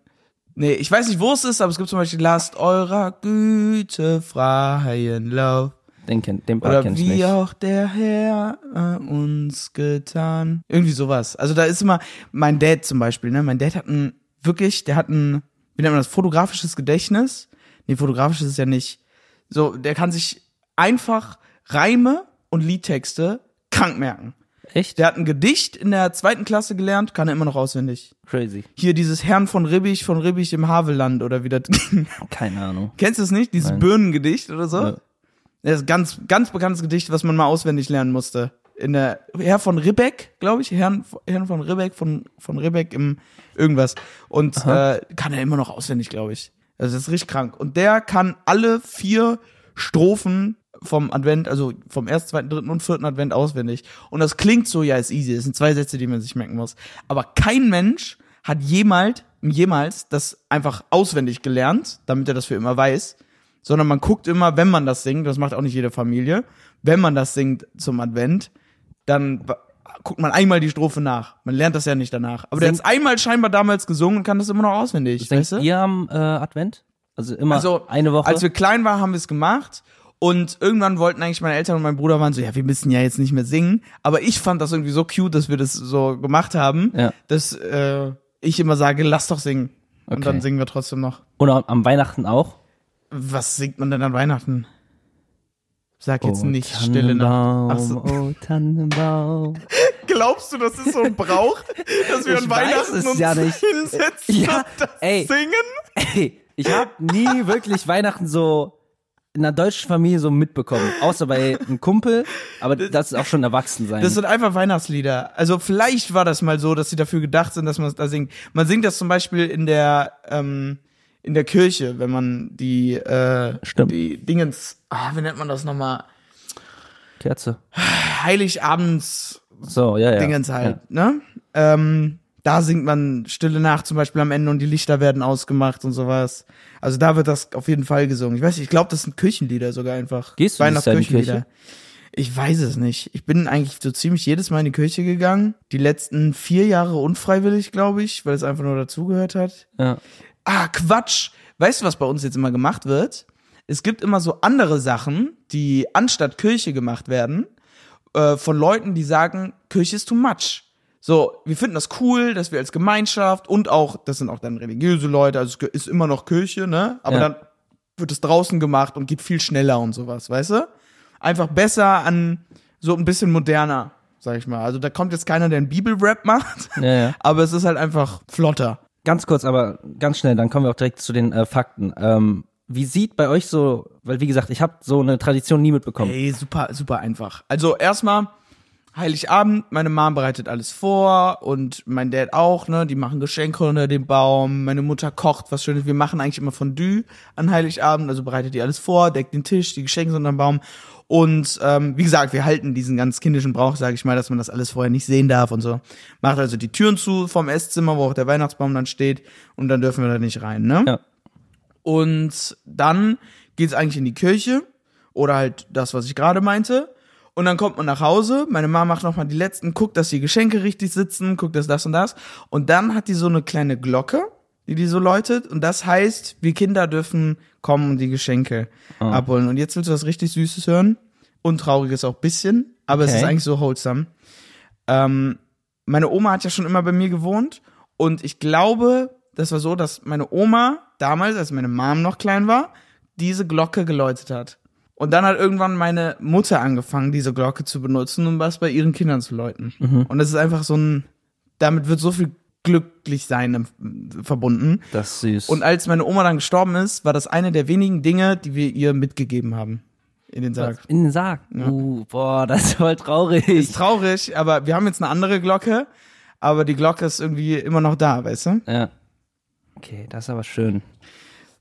[SPEAKER 1] nee, ich weiß nicht, wo es ist, aber es gibt zum Beispiel Lasst eurer Güte freien Lauf.
[SPEAKER 2] Den kennt, den Part
[SPEAKER 1] Oder
[SPEAKER 2] kenn ich
[SPEAKER 1] wie
[SPEAKER 2] nicht.
[SPEAKER 1] auch der Herr äh, uns getan. Irgendwie sowas. Also da ist immer, mein Dad zum Beispiel, ne? Mein Dad hat ein, wirklich, der hat ein, wie nennt man das, fotografisches Gedächtnis. Nee, fotografisches ist ja nicht. So, der kann sich einfach Reime und Liedtexte krank merken.
[SPEAKER 2] Echt?
[SPEAKER 1] Der hat ein Gedicht in der zweiten Klasse gelernt, kann er immer noch auswendig.
[SPEAKER 2] Crazy.
[SPEAKER 1] Hier dieses Herrn von Ribbich von Ribbich im Havelland oder wie das ging.
[SPEAKER 2] Keine Ahnung.
[SPEAKER 1] Kennst du es nicht? Dieses
[SPEAKER 2] Nein.
[SPEAKER 1] Birnengedicht oder so?
[SPEAKER 2] Nö.
[SPEAKER 1] Das ist ein ganz, ganz bekanntes Gedicht, was man mal auswendig lernen musste. In der Herr von Ribbeck, glaube ich, Herrn, Herrn von Ribbeck, von, von Ribbeck im irgendwas. Und äh, kann er immer noch auswendig, glaube ich. Also das ist richtig krank. Und der kann alle vier Strophen vom Advent, also vom ersten, zweiten, dritten und vierten Advent auswendig. Und das klingt so, ja, ist easy. Das sind zwei Sätze, die man sich merken muss. Aber kein Mensch hat jemals, jemals das einfach auswendig gelernt, damit er das für immer weiß sondern man guckt immer, wenn man das singt, das macht auch nicht jede Familie, wenn man das singt zum Advent, dann guckt man einmal die Strophe nach. Man lernt das ja nicht danach. Aber der hat
[SPEAKER 2] Singt-
[SPEAKER 1] es einmal scheinbar damals gesungen und kann das immer noch auswendig.
[SPEAKER 2] Denkt
[SPEAKER 1] Weißt du?
[SPEAKER 2] ihr am äh, Advent? Also immer
[SPEAKER 1] Also,
[SPEAKER 2] eine Woche.
[SPEAKER 1] Als wir klein waren, haben wir es gemacht. Und irgendwann wollten eigentlich meine Eltern und mein Bruder waren so, ja, wir müssen ja jetzt nicht mehr singen. Aber ich fand das irgendwie so cute, dass wir das so gemacht haben,
[SPEAKER 2] Ja.
[SPEAKER 1] dass äh, ich immer sage, lass doch singen.
[SPEAKER 2] Okay.
[SPEAKER 1] Und dann singen wir trotzdem noch.
[SPEAKER 2] Oder am Weihnachten auch.
[SPEAKER 1] Was singt man denn an Weihnachten? Sag jetzt
[SPEAKER 2] Oh,
[SPEAKER 1] nicht stille Nacht. Ach so.
[SPEAKER 2] Tannenbaum, Oh, Tannenbaum.
[SPEAKER 1] Glaubst du, das ist so ein Brauch, dass wir
[SPEAKER 2] Ich
[SPEAKER 1] an
[SPEAKER 2] weiß
[SPEAKER 1] Weihnachten
[SPEAKER 2] es
[SPEAKER 1] uns
[SPEAKER 2] ja nicht.
[SPEAKER 1] hinsetzen
[SPEAKER 2] Ja,
[SPEAKER 1] und das
[SPEAKER 2] ey.
[SPEAKER 1] singen?
[SPEAKER 2] Ey, ich habe nie wirklich Weihnachten so in einer deutschen Familie so mitbekommen. Außer bei einem Kumpel. Aber das ist auch schon Erwachsensein.
[SPEAKER 1] Das sind einfach Weihnachtslieder. Also vielleicht war das mal so, dass sie dafür gedacht sind, dass man es da singt. Man singt das zum Beispiel in der ähm, in der Kirche, wenn man die äh,
[SPEAKER 2] Stimmt.
[SPEAKER 1] die Dingens, ah, wie nennt man das nochmal?
[SPEAKER 2] Kerze.
[SPEAKER 1] Heiligabends
[SPEAKER 2] So, ja, ja.
[SPEAKER 1] Dingens halt, ne? Ähm, da singt man Stille Nacht zum Beispiel am Ende und die Lichter werden ausgemacht und sowas. Also da wird das auf jeden Fall gesungen. Ich weiß nicht, ich glaube, das sind Kirchenlieder sogar einfach.
[SPEAKER 2] Gehst du dieses Jahr in die Kirche?
[SPEAKER 1] Ich weiß es nicht. Ich bin eigentlich so ziemlich jedes Mal in die Kirche gegangen. Die letzten vier Jahre unfreiwillig, glaube ich, weil es einfach nur dazugehört hat.
[SPEAKER 2] Ja. ja.
[SPEAKER 1] Ah, Quatsch! Weißt du, was bei uns jetzt immer gemacht wird? Es gibt immer so andere Sachen, die anstatt Kirche gemacht werden, äh, von Leuten, die sagen, Kirche ist too much. So, wir finden das cool, dass wir als Gemeinschaft und auch, das sind auch dann religiöse Leute, also es ist immer noch Kirche, ne? Aber
[SPEAKER 2] Ja.
[SPEAKER 1] dann wird es draußen gemacht und geht viel schneller und sowas, weißt du? Einfach besser an so ein bisschen moderner, sag ich mal. Also da kommt jetzt keiner, der einen Bibelrap macht,
[SPEAKER 2] Ja, ja.
[SPEAKER 1] aber es ist halt einfach flotter.
[SPEAKER 2] Ganz kurz, aber ganz schnell, dann kommen wir auch direkt zu den äh, Fakten. Ähm, wie sieht bei euch so, weil wie gesagt, ich habe so eine Tradition nie mitbekommen.
[SPEAKER 1] Ey, super, super einfach. Also erstmal Heiligabend, meine Mom bereitet alles vor und mein Dad auch, ne? Die machen Geschenke unter dem Baum, meine Mutter kocht was Schönes. Wir machen eigentlich immer Fondue an Heiligabend, also bereitet die alles vor, deckt den Tisch, die Geschenke sind unter dem Baum. Und ähm, wie gesagt, wir halten diesen ganz kindischen Brauch, sage ich mal, dass man das alles vorher nicht sehen darf und so. Macht also die Türen zu vom Esszimmer, wo auch der Weihnachtsbaum dann steht, und dann dürfen wir da nicht rein, ne?
[SPEAKER 2] Ja.
[SPEAKER 1] Und dann geht's eigentlich in die Kirche oder halt das, was ich gerade meinte. Und dann kommt man nach Hause, meine Mama macht nochmal die letzten, guckt, dass die Geschenke richtig sitzen, guckt, dass das und das. Und dann hat die so eine kleine Glocke, die die so läutet. Und das heißt, wir Kinder dürfen kommen und die Geschenke abholen. Und jetzt willst du was richtig Süßes hören und Trauriges auch bisschen, aber es
[SPEAKER 2] Okay.
[SPEAKER 1] ist eigentlich so wholesome. Ähm, meine Oma hat ja schon immer bei mir gewohnt und ich glaube, das war so, dass meine Oma damals, als meine Mom noch klein war, diese Glocke geläutet hat. Und dann hat irgendwann meine Mutter angefangen, diese Glocke zu benutzen, um was bei ihren Kindern zu läuten. Und das ist einfach so ein, damit wird so viel glücklich sein ähm, verbunden.
[SPEAKER 2] Das ist süß.
[SPEAKER 1] Und als meine Oma dann gestorben ist, war das eine der wenigen Dinge, die wir ihr mitgegeben haben in den Sarg.
[SPEAKER 2] in den Sarg. Uh, boah, das ist voll traurig.
[SPEAKER 1] Ist traurig, aber wir haben jetzt eine andere Glocke, aber die Glocke ist irgendwie immer noch da, weißt du?
[SPEAKER 2] Ja. Okay, das ist aber schön.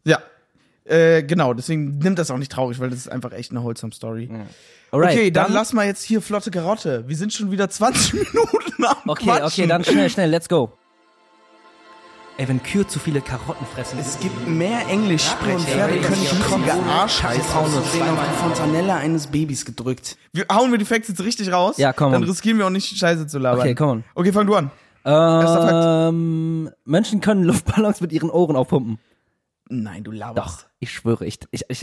[SPEAKER 1] Ja. Äh, genau, deswegen nimmt das auch nicht traurig, weil das ist einfach echt eine wholesome Story.
[SPEAKER 2] Alright,
[SPEAKER 1] okay, dann, lass mal jetzt hier flotte Karotte. Wir sind schon wieder 20 Minuten am
[SPEAKER 2] Okay,
[SPEAKER 1] Quatschen.
[SPEAKER 2] okay, dann schnell, schnell, let's go. Ey, wenn Kühe zu viele Karotten fressen,
[SPEAKER 1] Es gibt mehr Englischsprecher, die können schmutzige Arschheiß aussehen auf die Fontanelle eines Babys gedrückt. Wir hauen wir die Facts jetzt richtig raus.
[SPEAKER 2] Ja, komm.
[SPEAKER 1] Dann riskieren wir auch nicht, Scheiße zu labern.
[SPEAKER 2] Okay, come on.
[SPEAKER 1] Okay, fang du an.
[SPEAKER 2] ähm, Menschen können Luftballons mit ihren Ohren aufpumpen.
[SPEAKER 1] Nein, du laberst.
[SPEAKER 2] Ich schwöre, ich, ich, ich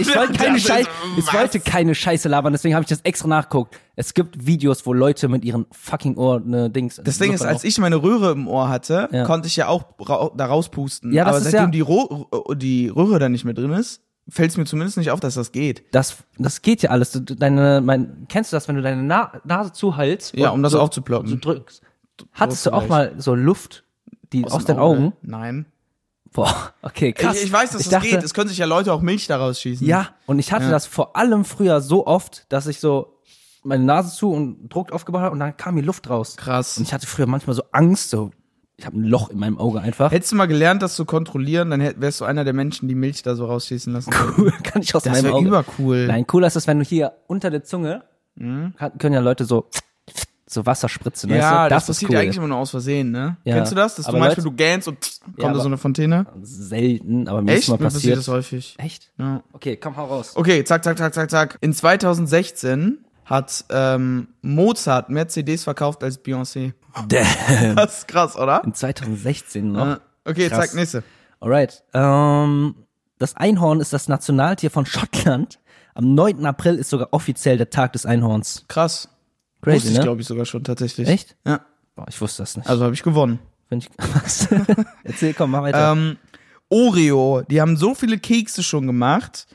[SPEAKER 2] ich wollte keine,
[SPEAKER 1] Das ist-
[SPEAKER 2] Scheiße, ich wollte keine Scheiße labern, deswegen habe ich das extra nachgeguckt. Es gibt Videos, wo Leute mit ihren fucking Ohren ne, Dings.
[SPEAKER 1] Das Ding ist, als ich meine Röhre im Ohr hatte,
[SPEAKER 2] Ja.
[SPEAKER 1] konnte ich ja auch ra da rauspusten.
[SPEAKER 2] Ja, das
[SPEAKER 1] Aber
[SPEAKER 2] ist
[SPEAKER 1] seitdem
[SPEAKER 2] ja-
[SPEAKER 1] die, Ro äh, die Röhre da nicht mehr drin ist, fällt es mir zumindest nicht auf, dass das geht.
[SPEAKER 2] Das, das geht ja alles. Du, du- deine, mein, kennst du das, wenn du deine Na Nase zuhältst?
[SPEAKER 1] Ja,
[SPEAKER 2] und
[SPEAKER 1] um das
[SPEAKER 2] so,
[SPEAKER 1] aufzuploppen.
[SPEAKER 2] so drückst. Hattest du auch
[SPEAKER 1] vielleicht.
[SPEAKER 2] mal so Luft, die aus, den Augen?
[SPEAKER 1] Nein.
[SPEAKER 2] Boah, okay, krass.
[SPEAKER 1] Ich, ich weiß, dass das
[SPEAKER 2] dachte-
[SPEAKER 1] geht. Es können sich ja Leute auch Milch daraus schießen.
[SPEAKER 2] Ja, und ich hatte das vor allem früher so oft, dass ich so meine Nase zu und Druck aufgebaut habe und dann kam mir Luft raus.
[SPEAKER 1] Krass.
[SPEAKER 2] Und ich hatte früher manchmal so Angst, so ich habe ein Loch in meinem Auge einfach.
[SPEAKER 1] Hättest du mal gelernt, das zu kontrollieren, dann hätt- wärst du einer der Menschen, die Milch da so rausschießen lassen.
[SPEAKER 2] Cool, kann ich aus
[SPEAKER 1] Das
[SPEAKER 2] meinem
[SPEAKER 1] wäre
[SPEAKER 2] Auge.
[SPEAKER 1] übercool.
[SPEAKER 2] Nein, cooler ist das, wenn du hier unter der Zunge kann, können ja Leute so so Wasserspritze.
[SPEAKER 1] Mhm. Ja,
[SPEAKER 2] weißt du?
[SPEAKER 1] das,
[SPEAKER 2] ist
[SPEAKER 1] passiert
[SPEAKER 2] cool.
[SPEAKER 1] eigentlich immer nur aus Versehen, ne?
[SPEAKER 2] Ja.
[SPEAKER 1] Kennst du das? Dass du
[SPEAKER 2] Aber
[SPEAKER 1] manchmal
[SPEAKER 2] Leute-
[SPEAKER 1] du gähnst und tsch, kommt
[SPEAKER 2] Ja,
[SPEAKER 1] da so
[SPEAKER 2] aber-
[SPEAKER 1] eine Fontäne?
[SPEAKER 2] Selten, aber mir ist
[SPEAKER 1] Echt? Mir
[SPEAKER 2] mal
[SPEAKER 1] passiert
[SPEAKER 2] passiert.
[SPEAKER 1] das häufig.
[SPEAKER 2] Echt?
[SPEAKER 1] Ja.
[SPEAKER 2] Okay, komm, hau raus.
[SPEAKER 1] Okay, zack, zack, zack, zack, zack. In 2016 hat ähm, Mozart mehr CDs verkauft als Beyoncé.
[SPEAKER 2] Damn.
[SPEAKER 1] Das ist krass, oder?
[SPEAKER 2] 2016 noch.
[SPEAKER 1] Äh, Okay,
[SPEAKER 2] Krass.
[SPEAKER 1] zack, nächste.
[SPEAKER 2] Alright. Ähm, das Einhorn ist das Nationaltier von Schottland. Am 9. April ist sogar offiziell der Tag des Einhorns.
[SPEAKER 1] Krass. Wusste
[SPEAKER 2] Crazy,
[SPEAKER 1] ich,
[SPEAKER 2] ne?
[SPEAKER 1] glaube ich, sogar schon tatsächlich.
[SPEAKER 2] Echt?
[SPEAKER 1] Ja.
[SPEAKER 2] Boah, ich wusste das nicht.
[SPEAKER 1] Also habe ich gewonnen.
[SPEAKER 2] Wenn ich, was? Erzähl, komm, mach weiter.
[SPEAKER 1] Ähm, Oreo, die haben so viele Kekse schon gemacht,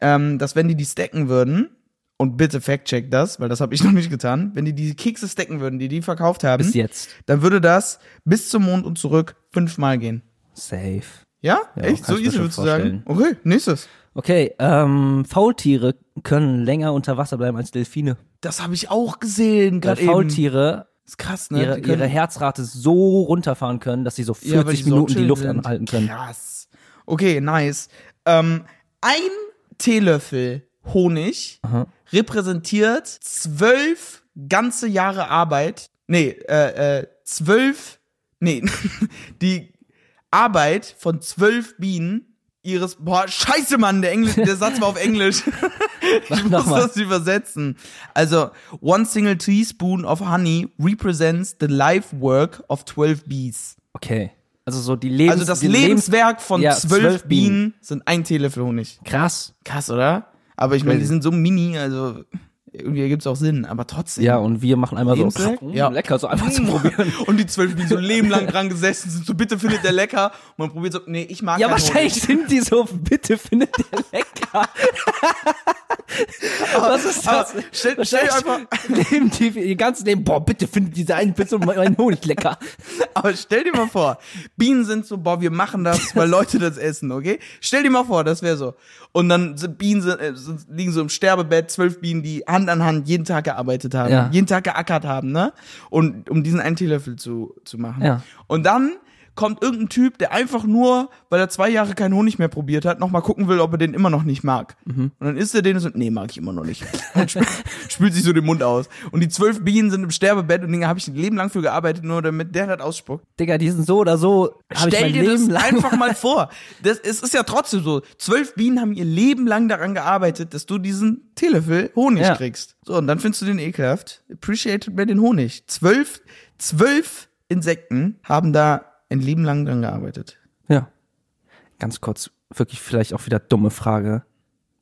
[SPEAKER 1] ähm, dass wenn die die stacken würden, und bitte fact-check das, weil das habe ich noch nicht getan, wenn die die Kekse stacken würden, die die verkauft haben,
[SPEAKER 2] Bis jetzt.
[SPEAKER 1] dann würde das bis zum Mond und zurück fünfmal gehen.
[SPEAKER 2] Safe.
[SPEAKER 1] Ja?
[SPEAKER 2] Ja,
[SPEAKER 1] Echt?
[SPEAKER 2] kann
[SPEAKER 1] So
[SPEAKER 2] ich mir
[SPEAKER 1] easy
[SPEAKER 2] schon
[SPEAKER 1] würdest du sagen? Okay, nächstes.
[SPEAKER 2] Okay, ähm, Faultiere können länger unter Wasser bleiben als Delfine.
[SPEAKER 1] Das habe ich auch gesehen,
[SPEAKER 2] Weil
[SPEAKER 1] gerade eben.
[SPEAKER 2] Faultiere
[SPEAKER 1] Ist krass, ne?
[SPEAKER 2] ihre,
[SPEAKER 1] Die können-
[SPEAKER 2] ihre Herzrate so runterfahren können, dass sie so
[SPEAKER 1] Ja, weil
[SPEAKER 2] 40
[SPEAKER 1] die so
[SPEAKER 2] Minuten die
[SPEAKER 1] chill
[SPEAKER 2] Luft
[SPEAKER 1] sind.
[SPEAKER 2] anhalten können.
[SPEAKER 1] Krass. Okay, nice. Ähm, ein Teelöffel Honig
[SPEAKER 2] Aha.
[SPEAKER 1] repräsentiert zwölf ganze Jahre Arbeit. Nee, äh, äh, zwölf, nee, die Arbeit von zwölf Bienen ihres, boah, scheiße, Mann, der, Englisch, der Satz war auf Englisch. Ich muss
[SPEAKER 2] Nochmal.
[SPEAKER 1] das übersetzen. Also, one single teaspoon of honey represents the life work of 12 bees.
[SPEAKER 2] Okay. Also so die Lebens
[SPEAKER 1] Also das
[SPEAKER 2] die
[SPEAKER 1] Lebenswerk von
[SPEAKER 2] Ja,
[SPEAKER 1] zwölf
[SPEAKER 2] zwölf
[SPEAKER 1] Bienen,
[SPEAKER 2] Bienen.
[SPEAKER 1] sind ein Teelöffel Honig.
[SPEAKER 2] Krass.
[SPEAKER 1] Krass, oder? Aber ich meine, die
[SPEAKER 2] Crazy.
[SPEAKER 1] sind so mini, also irgendwie ergibt es auch Sinn, aber trotzdem.
[SPEAKER 2] Ja, und wir machen einmal so
[SPEAKER 1] Lebenswerk?
[SPEAKER 2] mm,
[SPEAKER 1] Ja. Hm.
[SPEAKER 2] lecker, so einfach zu probieren.
[SPEAKER 1] Und die zwölf Bienen so ein Leben lang dran gesessen sind, so bitte findet der lecker. Und man probiert so, nee, ich mag
[SPEAKER 2] Ja,
[SPEAKER 1] keinen
[SPEAKER 2] wahrscheinlich sind die so, bitte findet der lecker. Was ist das?
[SPEAKER 1] aber stell- stell dir
[SPEAKER 2] Wahrscheinlich Leben die ihr ganzes Leben, boah, bitte findet diese einen Pizza und meinen Honig lecker.
[SPEAKER 1] Honig. Aber stell dir mal vor, Bienen sind so, boah, wir machen das, weil Leute das essen, okay? Stell dir mal vor, das wäre so. Und dann sind Bienen sind, äh, sind, liegen so im Sterbebett, zwölf Bienen, die Hand an Hand jeden Tag gearbeitet haben,
[SPEAKER 2] Ja.
[SPEAKER 1] jeden Tag geackert haben, ne? Und um diesen einen Teelöffel zu, zu machen.
[SPEAKER 2] Ja.
[SPEAKER 1] Und dann kommt irgendein Typ, der einfach nur, weil er zwei Jahre keinen Honig mehr probiert hat, nochmal gucken will, ob er den immer noch nicht mag. Und dann isst er den und so, nee, mag ich immer noch nicht. Und spült, spült sich so den Mund aus. Und die zwölf Bienen sind im Sterbebett und den habe ich ein Leben lang für gearbeitet, nur damit der das ausspuckt.
[SPEAKER 2] Digga, die sind so oder so. Hab ich
[SPEAKER 1] Stell
[SPEAKER 2] mein
[SPEAKER 1] dir
[SPEAKER 2] Leben
[SPEAKER 1] das
[SPEAKER 2] lang
[SPEAKER 1] einfach mal vor. Das, es ist ja trotzdem so. Zwölf Bienen haben ihr Leben lang daran gearbeitet, dass du diesen Teelöffel Honig
[SPEAKER 2] Ja.
[SPEAKER 1] kriegst. So, und dann findest du den ekelhaft. Appreciated mehr den Honig. Zwölf, zwölf Insekten haben da ein Leben lang daran gearbeitet.
[SPEAKER 2] Ja. Ganz kurz, wirklich vielleicht auch wieder dumme Frage.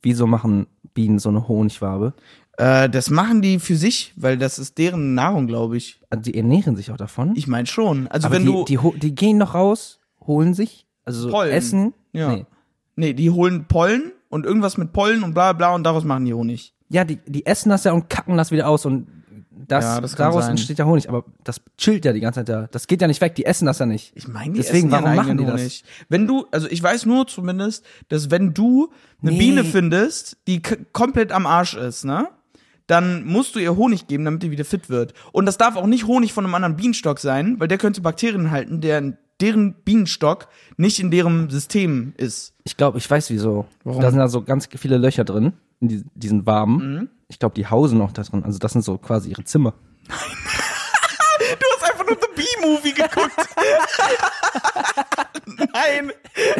[SPEAKER 2] Wieso machen Bienen so eine Honigwabe?
[SPEAKER 1] Äh, das machen die für sich, weil das ist deren Nahrung, glaube ich.
[SPEAKER 2] Also die ernähren sich auch davon.
[SPEAKER 1] Ich meine schon. Also
[SPEAKER 2] aber
[SPEAKER 1] wenn
[SPEAKER 2] die,
[SPEAKER 1] du.
[SPEAKER 2] die, ho- die gehen noch raus, holen sich, also so
[SPEAKER 1] Pollen.
[SPEAKER 2] essen.
[SPEAKER 1] ja.
[SPEAKER 2] Nee.
[SPEAKER 1] Nee, die holen Pollen und irgendwas mit Pollen und bla bla und daraus machen die Honig.
[SPEAKER 2] Ja, die, die essen das ja und kacken das wieder aus und das,
[SPEAKER 1] Ja, das kann
[SPEAKER 2] daraus
[SPEAKER 1] sein.
[SPEAKER 2] entsteht ja Honig, aber das chillt ja die ganze Zeit da. Das geht ja nicht weg, die essen das ja nicht.
[SPEAKER 1] Ich meine, die
[SPEAKER 2] Deswegen,
[SPEAKER 1] essen ihren
[SPEAKER 2] warum machen
[SPEAKER 1] eigenen
[SPEAKER 2] die das?
[SPEAKER 1] Honig. Wenn du, also ich weiß nur zumindest, dass wenn du eine
[SPEAKER 2] Nee.
[SPEAKER 1] Biene findest, die k- komplett am Arsch ist, ne? Dann musst du ihr Honig geben, damit die wieder fit wird. Und das darf auch nicht Honig von einem anderen Bienenstock sein, weil der könnte Bakterien halten, deren, deren Bienenstock nicht in deren System ist.
[SPEAKER 2] Ich glaube, ich weiß wieso.
[SPEAKER 1] Warum?
[SPEAKER 2] Da sind da so ganz viele Löcher drin, in die, diesen Waben.
[SPEAKER 1] Mhm.
[SPEAKER 2] Ich glaube, die hausen auch da drin. Also das sind so quasi ihre Zimmer.
[SPEAKER 1] Du hast einfach nur The B-Movie geguckt. Nein,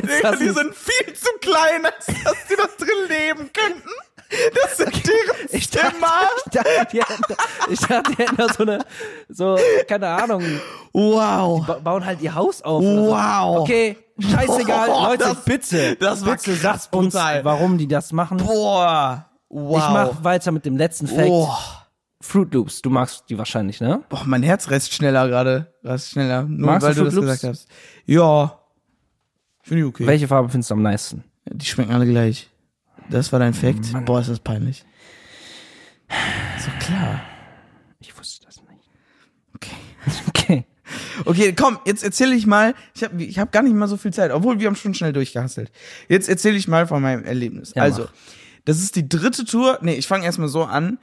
[SPEAKER 1] Digga,
[SPEAKER 2] das
[SPEAKER 1] die
[SPEAKER 2] nicht-
[SPEAKER 1] sind viel zu klein, als dass die das drin leben könnten. Das sind deren
[SPEAKER 2] Ich dachte-
[SPEAKER 1] Zimmer.
[SPEAKER 2] Ich dachte, die hätten, da- ich dachte, die hätten da so eine, so, keine Ahnung,
[SPEAKER 1] Wow.
[SPEAKER 2] ba bauen halt ihr Haus auf. oder so.
[SPEAKER 1] Wow.
[SPEAKER 2] Okay, scheißegal,
[SPEAKER 1] Boah,
[SPEAKER 2] Leute,
[SPEAKER 1] das-
[SPEAKER 2] bitte,
[SPEAKER 1] das war
[SPEAKER 2] bitte
[SPEAKER 1] krass
[SPEAKER 2] sagt uns,
[SPEAKER 1] brutal.
[SPEAKER 2] warum die das machen.
[SPEAKER 1] Boah. Wow.
[SPEAKER 2] Ich mach weiter mit dem letzten Fact.
[SPEAKER 1] oh.
[SPEAKER 2] Fruit Loops, du magst die wahrscheinlich, ne?
[SPEAKER 1] Boah, mein Herz rast schneller gerade. Rast schneller. Nur
[SPEAKER 2] Magst
[SPEAKER 1] weil
[SPEAKER 2] du
[SPEAKER 1] du das
[SPEAKER 2] Fruit Loops?
[SPEAKER 1] gesagt hast. Ja. Finde ich okay.
[SPEAKER 2] Welche Farbe findest du am meisten?
[SPEAKER 1] Die schmecken alle gleich. Das war dein Fact. Boah, ist das peinlich. So klar.
[SPEAKER 2] Ich wusste das nicht.
[SPEAKER 1] Okay.
[SPEAKER 2] Okay.
[SPEAKER 1] Okay, komm, jetzt erzähle ich mal. Ich habe ich hab gar nicht mal so viel Zeit, obwohl wir haben schon schnell durchgehasselt. Jetzt erzähle ich mal von meinem Erlebnis.
[SPEAKER 2] Ja,
[SPEAKER 1] also,
[SPEAKER 2] mach.
[SPEAKER 1] das ist die dritte Tour. Nee, ich fange erstmal so an.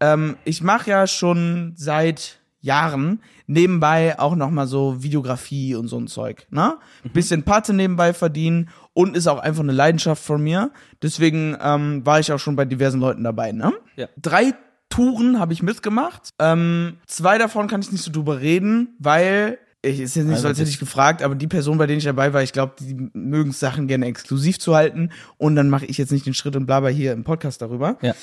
[SPEAKER 1] Ähm, ich mache ja schon seit Jahren nebenbei auch nochmal so Videografie und so ein Zeug. Ne?
[SPEAKER 2] Mhm.
[SPEAKER 1] Bisschen Patte nebenbei verdienen und ist auch einfach eine Leidenschaft von mir. Deswegen ähm, war ich auch schon bei diversen Leuten dabei. Ne?
[SPEAKER 2] Ja.
[SPEAKER 1] Drei Touren habe ich mitgemacht. Ähm, zwei davon kann ich nicht so drüber reden, weil ich ist jetzt nicht so, als hätte ich gefragt, aber die Person, bei denen ich dabei war, ich glaube, die mögen es Sachen gerne exklusiv zu halten und dann mache ich jetzt nicht den Schritt und blaber hier im Podcast darüber.
[SPEAKER 2] Ja.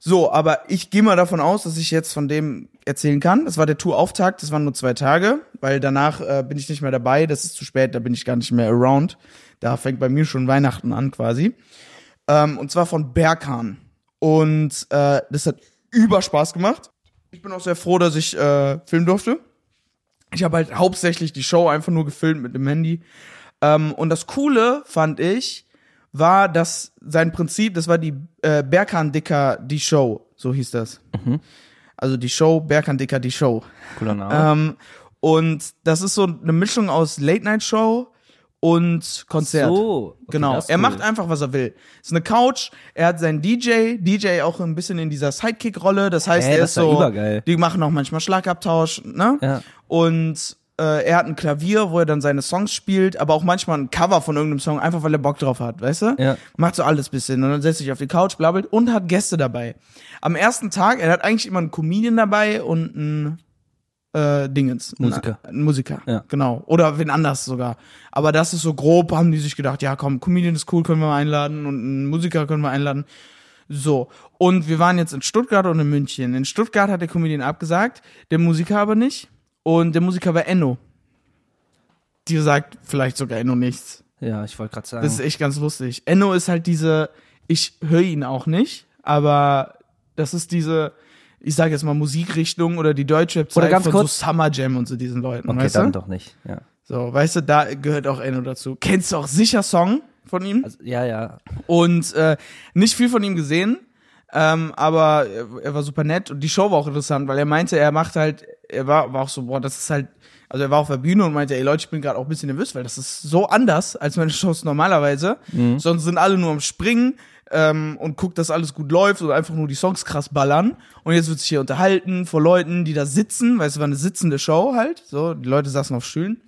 [SPEAKER 1] So, aber ich gehe mal davon aus, dass ich jetzt von dem erzählen kann. Das war der Tourauftakt, das waren nur zwei Tage, weil danach äh, bin ich nicht mehr dabei, das ist zu spät, da bin ich gar nicht mehr around. Da fängt bei mir schon Weihnachten an quasi. Ähm, und zwar von Berghahn. Und äh, das hat über Spaß gemacht. Ich bin auch sehr froh, dass ich äh, filmen durfte. Ich habe halt hauptsächlich die Show einfach nur gefilmt mit dem Handy. Ähm, und das Coole fand ich, war das sein Prinzip, das war die äh, Berkan Dicker die Show, so hieß das.
[SPEAKER 2] Mhm.
[SPEAKER 1] Also die Show, Berkan Dicker die Show.
[SPEAKER 2] Cooler Name.
[SPEAKER 1] Ähm, und das ist so eine Mischung aus Late-Night-Show und Konzert.
[SPEAKER 2] so, okay,
[SPEAKER 1] Genau.
[SPEAKER 2] das ist
[SPEAKER 1] Er
[SPEAKER 2] cool.
[SPEAKER 1] macht einfach, was er will. Ist eine Couch, er hat seinen DJ, DJ auch ein bisschen in dieser Sidekick-Rolle. Das heißt,
[SPEAKER 2] Hä,
[SPEAKER 1] er
[SPEAKER 2] das
[SPEAKER 1] ist
[SPEAKER 2] ist ja
[SPEAKER 1] so.
[SPEAKER 2] übergeil.
[SPEAKER 1] Die machen auch manchmal Schlagabtausch, ne?
[SPEAKER 2] Ja.
[SPEAKER 1] Und äh, er hat ein Klavier, wo er dann seine Songs spielt, aber auch manchmal ein Cover von irgendeinem Song, einfach weil er Bock drauf hat, weißt du?
[SPEAKER 2] Ja.
[SPEAKER 1] Macht so alles bisschen. Und dann setzt sich auf die Couch, blabbelt und hat Gäste dabei. Am ersten Tag, er hat eigentlich immer einen Comedian dabei und einen äh, Dingens.
[SPEAKER 2] Musiker.
[SPEAKER 1] Ein Musiker,
[SPEAKER 2] Ja.
[SPEAKER 1] genau. Oder wen anders sogar. Aber das ist so grob, haben die sich gedacht, ja komm, Comedian ist cool, können wir mal einladen und einen Musiker können wir einladen. So, und wir waren jetzt in Stuttgart und in München. In Stuttgart hat der Comedian abgesagt, der Musiker aber nicht. Und der Musiker war Enno. Die sagt vielleicht sogar Enno nichts.
[SPEAKER 2] Ja, ich wollte gerade sagen.
[SPEAKER 1] Das ist echt ganz lustig. Enno ist halt diese, ich höre ihn auch nicht, aber das ist diese, ich sage jetzt mal Musikrichtung oder die Deutschrap-Zeit
[SPEAKER 2] Oder ganz
[SPEAKER 1] von
[SPEAKER 2] kurz-
[SPEAKER 1] so Summer Jam und so diesen Leuten,
[SPEAKER 2] okay,
[SPEAKER 1] weißt
[SPEAKER 2] dann
[SPEAKER 1] du?
[SPEAKER 2] doch nicht. Ja.
[SPEAKER 1] So, weißt du, da gehört auch Enno dazu. Kennst du auch sicher Song von ihm?
[SPEAKER 2] Also, ja, ja.
[SPEAKER 1] Und äh, nicht viel von ihm gesehen, ähm, aber er, er war super nett und die Show war auch interessant, weil er meinte, er macht halt, er war, war auch so, boah, das ist halt, also er war auf der Bühne und meinte, ey Leute, ich bin gerade auch ein bisschen nervös, weil das ist so anders als meine Shows normalerweise. Sonst sind alle nur am Springen ähm, und guckt, dass alles gut läuft und einfach nur die Songs krass ballern. Und jetzt wird sich hier unterhalten vor Leuten, die da sitzen, weil es war eine sitzende Show halt, so, die Leute saßen auf Stühlen.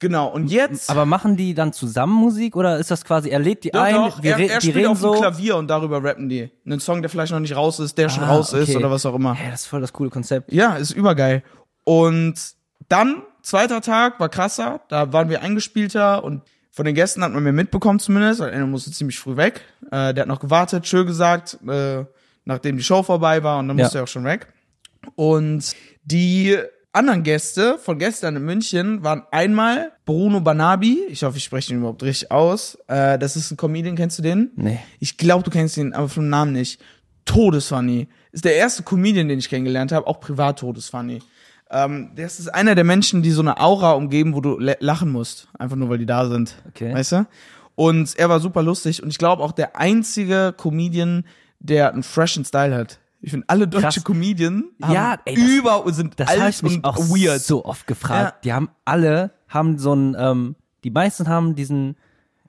[SPEAKER 1] Genau, und jetzt.
[SPEAKER 2] Aber machen die dann zusammen Musik oder ist das quasi, er lädt die
[SPEAKER 1] Doch,
[SPEAKER 2] ein,
[SPEAKER 1] doch.
[SPEAKER 2] wir
[SPEAKER 1] Er,
[SPEAKER 2] re-
[SPEAKER 1] er
[SPEAKER 2] die
[SPEAKER 1] spielt
[SPEAKER 2] reden
[SPEAKER 1] auf dem
[SPEAKER 2] so.
[SPEAKER 1] Klavier und darüber rappen die. Einen Song, der vielleicht noch nicht raus ist, der schon
[SPEAKER 2] Ah,
[SPEAKER 1] raus ist
[SPEAKER 2] okay.
[SPEAKER 1] oder was auch immer.
[SPEAKER 2] Hä, das ist voll das coole Konzept.
[SPEAKER 1] Ja, ist übergeil. Und dann, zweiter Tag, war krasser. Da waren wir eingespielter und von den Gästen hat man mehr mitbekommen zumindest, weil er musste ziemlich früh weg. Äh, der hat noch gewartet, schön gesagt, äh, nachdem die Show vorbei war und dann
[SPEAKER 2] Ja.
[SPEAKER 1] musste er auch schon weg. Und die anderen Gäste von gestern in München waren einmal Bruno Banabi, ich hoffe, ich spreche ihn überhaupt richtig aus. Äh, das ist ein Comedian, kennst du den?
[SPEAKER 2] Nee.
[SPEAKER 1] Ich glaube, du kennst ihn, aber vom Namen nicht. Todesfunny. Ist der erste Comedian, den ich kennengelernt habe, auch privat Todesfunny. Ähm, das ist einer der Menschen, die so eine Aura umgeben, wo du le- lachen musst. Einfach nur, weil die da sind.
[SPEAKER 2] Okay.
[SPEAKER 1] Weißt du? Und er war super lustig und ich glaube auch der einzige Comedian, der einen freshen Style hat. Ich finde, alle deutsche
[SPEAKER 2] Krass.
[SPEAKER 1] Comedian haben
[SPEAKER 2] Ja, ey, das-
[SPEAKER 1] über und sind
[SPEAKER 2] Das
[SPEAKER 1] alt
[SPEAKER 2] habe ich mich
[SPEAKER 1] und
[SPEAKER 2] auch
[SPEAKER 1] weird.
[SPEAKER 2] so oft gefragt. Die haben alle, haben so einen, ähm, die meisten haben diesen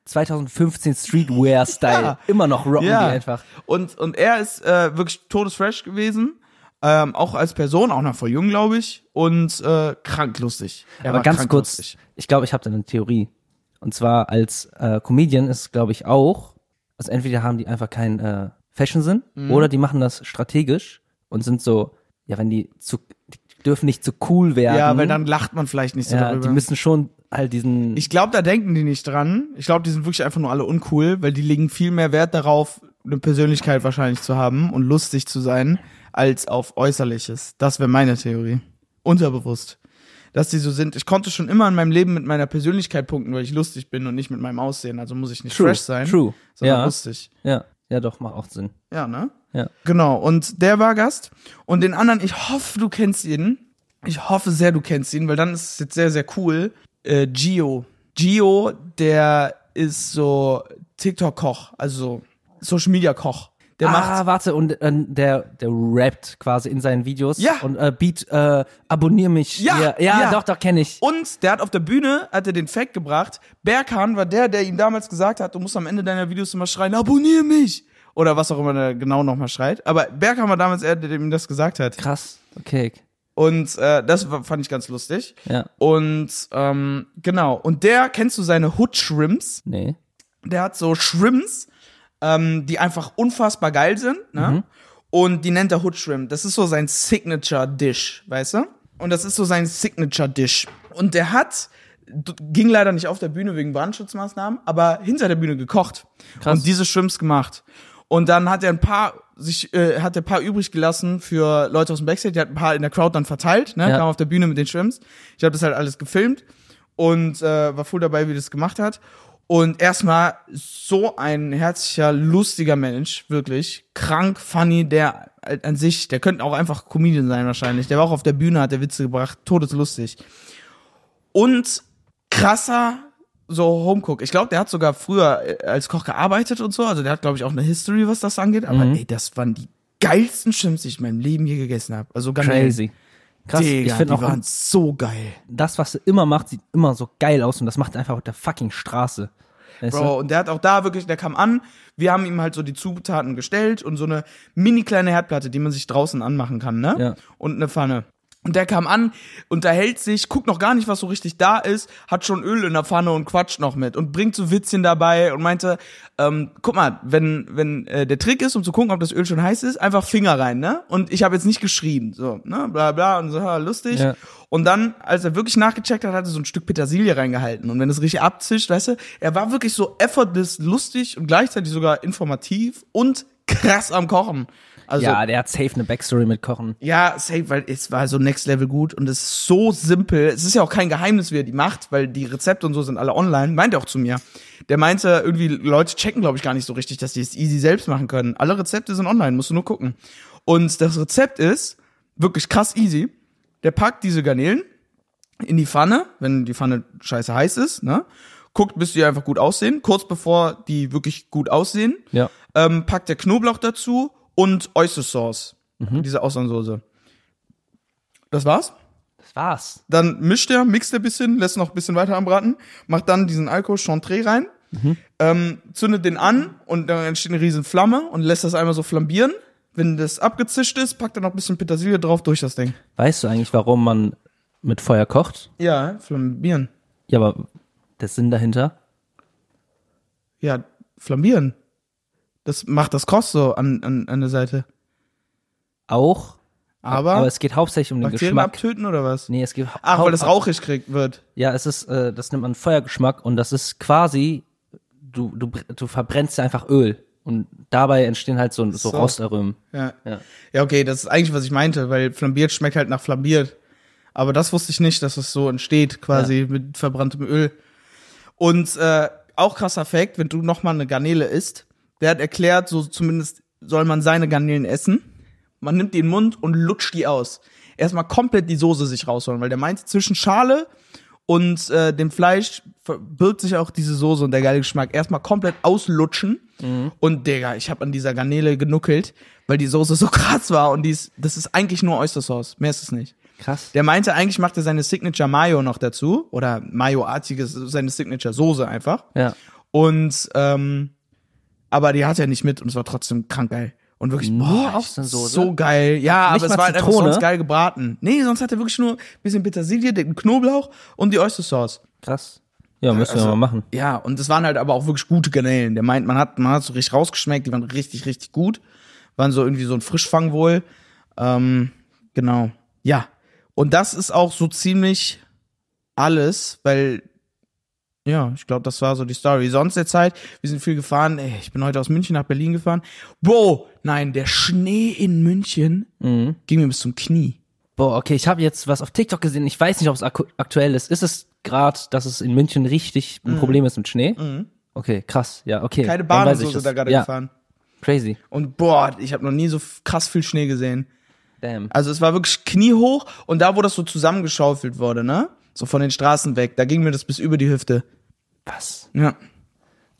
[SPEAKER 2] 2015 Streetwear-Style.
[SPEAKER 1] Ja.
[SPEAKER 2] Immer noch rocken die einfach.
[SPEAKER 1] Und, und er ist äh, wirklich todesfresh gewesen. Ähm, auch als Person, auch noch voll jung, glaube ich. Und äh, krank lustig. Er
[SPEAKER 2] Aber
[SPEAKER 1] war
[SPEAKER 2] ganz
[SPEAKER 1] krank
[SPEAKER 2] kurz,
[SPEAKER 1] lustig.
[SPEAKER 2] ich glaube, ich habe da eine Theorie. Und zwar als äh, Comedian ist, glaube ich, auch, also entweder haben die einfach keinen äh, Fashion-Sinn
[SPEAKER 1] Mhm.
[SPEAKER 2] oder die machen das strategisch und sind so, ja, wenn die zu, die dürfen nicht zu cool werden.
[SPEAKER 1] Ja, weil dann lacht man vielleicht nicht so
[SPEAKER 2] ja, die
[SPEAKER 1] darüber.
[SPEAKER 2] müssen schon halt diesen,
[SPEAKER 1] ich glaube, da denken die nicht dran. Ich glaube, die sind wirklich einfach nur alle uncool, weil die legen viel mehr Wert darauf, eine Persönlichkeit wahrscheinlich zu haben und lustig zu sein, als auf Äußerliches. Das wäre meine Theorie. Unterbewusst. Dass die so sind. Ich konnte schon immer in meinem Leben mit meiner Persönlichkeit punkten, weil ich lustig bin und nicht mit meinem Aussehen. Also muss ich nicht
[SPEAKER 2] True,
[SPEAKER 1] fresh sein,
[SPEAKER 2] true.
[SPEAKER 1] sondern
[SPEAKER 2] Ja.
[SPEAKER 1] lustig.
[SPEAKER 2] ja, ja doch, macht auch Sinn.
[SPEAKER 1] Ja, ne?
[SPEAKER 2] Ja.
[SPEAKER 1] Genau, und der war Gast. Und den anderen, ich hoffe, du kennst ihn. Ich hoffe sehr, du kennst ihn, weil dann ist es jetzt sehr, sehr cool. Äh, Gio. Gio, der ist so TikTok-Koch, also Social Media-Koch. Der
[SPEAKER 2] ah,
[SPEAKER 1] macht.
[SPEAKER 2] warte, und äh, der, der rappt quasi in seinen Videos.
[SPEAKER 1] Ja.
[SPEAKER 2] Und äh, Beat, äh, abonnier mich.
[SPEAKER 1] Ja,
[SPEAKER 2] ja, ja,
[SPEAKER 1] ja.
[SPEAKER 2] doch, doch, kenne ich.
[SPEAKER 1] Und der hat auf der Bühne, hat er den Fact gebracht, Berkan war der, der ihm damals gesagt hat, du musst am Ende deiner Videos immer schreien, abonnier mich! Oder was auch immer der genau nochmal schreit. Aber Berkan war damals er, der ihm das gesagt hat.
[SPEAKER 2] Krass, okay,
[SPEAKER 1] Und äh, das war- fand ich ganz lustig.
[SPEAKER 2] ja,
[SPEAKER 1] Und ähm, genau, und der, kennst du seine Hood Shrimps?
[SPEAKER 2] nee. Mhm.
[SPEAKER 1] Der hat so Shrimps, ähm, die einfach unfassbar geil sind, ne? Und die nennt er Hood Shrimp. Das ist so sein Signature Dish, weißt du? Und das ist so sein Signature Dish. Und der hat, ging leider nicht auf der Bühne wegen Brandschutzmaßnahmen, aber hinter der Bühne gekocht.
[SPEAKER 2] Krass.
[SPEAKER 1] Und diese Shrimps gemacht. Und dann hat er ein paar sich äh, hat er ein paar übrig gelassen für Leute aus dem Backstage, die hat ein paar in der Crowd dann verteilt, ne,
[SPEAKER 2] Ja.
[SPEAKER 1] kam auf der Bühne mit den Shrimps. Ich habe das halt alles gefilmt und äh, war voll dabei, wie das gemacht hat. Und erstmal so ein herzlicher, lustiger Mensch, wirklich krank funny, der halt an sich, der könnte auch einfach Comedian sein wahrscheinlich. Der war auch auf der Bühne, hat der Witze gebracht, todeslustig. Und krasser so Homecook. Ich glaube, der hat sogar früher äh, als Koch gearbeitet und so. Also der hat, glaube ich, auch eine History, was das angeht. Aber
[SPEAKER 2] Mhm.
[SPEAKER 1] ey, das waren die geilsten Shrimps, die ich in meinem Leben je gegessen habe. Also ganz
[SPEAKER 2] Crazy. Krass,
[SPEAKER 1] Digga,
[SPEAKER 2] ich finde
[SPEAKER 1] die
[SPEAKER 2] auch
[SPEAKER 1] waren so geil.
[SPEAKER 2] das, was er immer macht, sieht immer so geil aus und das macht einfach auf der fucking Straße. Weißt du?
[SPEAKER 1] Bro, und der hat auch da wirklich, der kam an, wir haben ihm halt so die Zutaten gestellt und so eine mini kleine Herdplatte, die man sich draußen anmachen kann, ne?
[SPEAKER 2] Ja.
[SPEAKER 1] Und eine Pfanne. Und der kam an, unterhält sich, guckt noch gar nicht, was so richtig da ist, hat schon Öl in der Pfanne und quatscht noch mit und bringt so Witzchen dabei und meinte, ähm, guck mal, wenn, wenn äh, der Trick ist, um zu gucken, ob das Öl schon heiß ist, einfach Finger rein, ne? Und ich habe jetzt nicht geschrien, so, ne? Bla bla und so, ha, lustig.
[SPEAKER 2] Ja.
[SPEAKER 1] Und dann, als er wirklich nachgecheckt hat, hat er so ein Stück Petersilie reingehalten. Und wenn es richtig abzischt, weißt du, er war wirklich so effortless, lustig und gleichzeitig sogar informativ und krass am Kochen. Also, ja,
[SPEAKER 2] ja, der hat safe eine Backstory mit Kochen.
[SPEAKER 1] safe, weil es war so next level gut und es ist so simpel. Es ist ja auch kein Geheimnis, wie er die macht, weil die Rezepte und so sind alle online. Meint er auch zu mir. Der meinte, irgendwie Leute checken, glaube ich, gar nicht so richtig, dass die es easy selbst machen können. Alle Rezepte sind online, musst du nur gucken. Und das Rezept ist wirklich krass easy. Der packt diese Garnelen in die Pfanne, wenn die Pfanne scheiße heiß ist, ne? Guckt, bis die einfach gut aussehen. Kurz bevor die wirklich gut aussehen,
[SPEAKER 2] Ja.
[SPEAKER 1] ähm, packt der Knoblauch dazu und Oyster Sauce,
[SPEAKER 2] Mhm.
[SPEAKER 1] diese Austernsoße. Das war's.
[SPEAKER 2] Das war's.
[SPEAKER 1] Dann mischt er, mixt er ein bisschen, lässt noch ein bisschen weiter anbraten, macht dann diesen Alkohol Chantre rein,
[SPEAKER 2] Mhm.
[SPEAKER 1] ähm, zündet den an und dann entsteht eine riesen Flamme und lässt das einmal so flambieren. Wenn das abgezischt ist, packt er noch ein bisschen Petersilie drauf durch das Ding.
[SPEAKER 2] Weißt du eigentlich, warum man mit Feuer kocht?
[SPEAKER 1] Ja, flambieren.
[SPEAKER 2] Ja, aber der Sinn dahinter?
[SPEAKER 1] Ja, flambieren. Das macht das Kost so an, an, an der Seite.
[SPEAKER 2] Auch,
[SPEAKER 1] Aber,
[SPEAKER 2] aber es geht hauptsächlich um den
[SPEAKER 1] Bakterien
[SPEAKER 2] Geschmack.
[SPEAKER 1] abtöten oder was?
[SPEAKER 2] Nee, es geht hau-
[SPEAKER 1] Ach, weil das
[SPEAKER 2] hau-
[SPEAKER 1] rauchig kriegt wird.
[SPEAKER 2] Ja, es ist, äh, das nimmt man Feuergeschmack und das ist quasi, du, du, br- du verbrennst ja einfach Öl. Und dabei entstehen halt so, so,
[SPEAKER 1] So.
[SPEAKER 2] Rostarömen.
[SPEAKER 1] Ja.
[SPEAKER 2] Ja.
[SPEAKER 1] ja, okay, das ist eigentlich, was ich meinte, weil flambiert schmeckt halt nach flambiert. Aber das wusste ich nicht, dass es so entsteht, quasi mit verbranntem Öl. Und äh, auch krasser Fact, wenn du nochmal eine Garnele isst, der hat erklärt, so zumindest soll man seine Garnelen essen. Man nimmt die in den Mund und lutscht die aus. Erstmal komplett die Soße sich rausholen, weil der meinte, zwischen Schale und äh, dem Fleisch verbirgt sich auch diese Soße und der geile Geschmack. Erstmal komplett auslutschen.
[SPEAKER 2] Mhm.
[SPEAKER 1] Und Digga, ich habe an dieser Garnele genuckelt, weil die Soße so krass war und die ist, das ist eigentlich nur Oystersauce. Mehr ist es nicht.
[SPEAKER 2] Krass.
[SPEAKER 1] Der meinte, eigentlich macht er seine Signature Mayo noch dazu oder Mayo-artiges, seine Signature Soße einfach.
[SPEAKER 2] Ja.
[SPEAKER 1] Und ähm, aber die hat er nicht mit und es war trotzdem krank geil. Und wirklich
[SPEAKER 2] Nur
[SPEAKER 1] boah,
[SPEAKER 2] Austernsoße?
[SPEAKER 1] so geil. Ja,
[SPEAKER 2] Nicht
[SPEAKER 1] aber es
[SPEAKER 2] mal
[SPEAKER 1] war halt einfach
[SPEAKER 2] Zitrone?
[SPEAKER 1] sonst geil gebraten. Nee, sonst hat er wirklich nur ein bisschen Petersilie, den Knoblauch und die Oystersauce.
[SPEAKER 2] Krass. Ja, müssen wir
[SPEAKER 1] Also-
[SPEAKER 2] mal machen.
[SPEAKER 1] Ja, und es waren halt aber auch wirklich gute Garnelen. Der meint, man hat, man hat so richtig rausgeschmeckt, die waren richtig, richtig gut. Waren so irgendwie so ein Frischfang wohl. Ähm, genau. Ja. Und das ist auch so ziemlich alles, weil, ja, ich glaube, das war so die Story. Sonst der Zeit, wir sind viel gefahren. Ey, ich bin heute aus München nach Berlin gefahren. Bro, nein, der Schnee in München
[SPEAKER 2] Mhm.
[SPEAKER 1] ging mir bis zum Knie.
[SPEAKER 2] Boah, okay, ich habe jetzt was auf TikTok gesehen. Ich weiß nicht, ob es aku- aktuell ist. Ist es gerade, dass es in München richtig ein Problem ist mit Schnee? Okay, krass. Ja, okay.
[SPEAKER 1] Mhm. Keine
[SPEAKER 2] Dann
[SPEAKER 1] Bahn und
[SPEAKER 2] weiß ich
[SPEAKER 1] so
[SPEAKER 2] das.
[SPEAKER 1] sind da gerade
[SPEAKER 2] ja,
[SPEAKER 1] gefahren.
[SPEAKER 2] Crazy.
[SPEAKER 1] Und boah, ich habe noch nie so f- krass viel Schnee gesehen.
[SPEAKER 2] Damn.
[SPEAKER 1] Also es war wirklich kniehoch und da, wo das so zusammengeschaufelt wurde, ne? So von den Straßen weg, da ging mir das bis über die Hüfte.
[SPEAKER 2] Was?
[SPEAKER 1] Ja.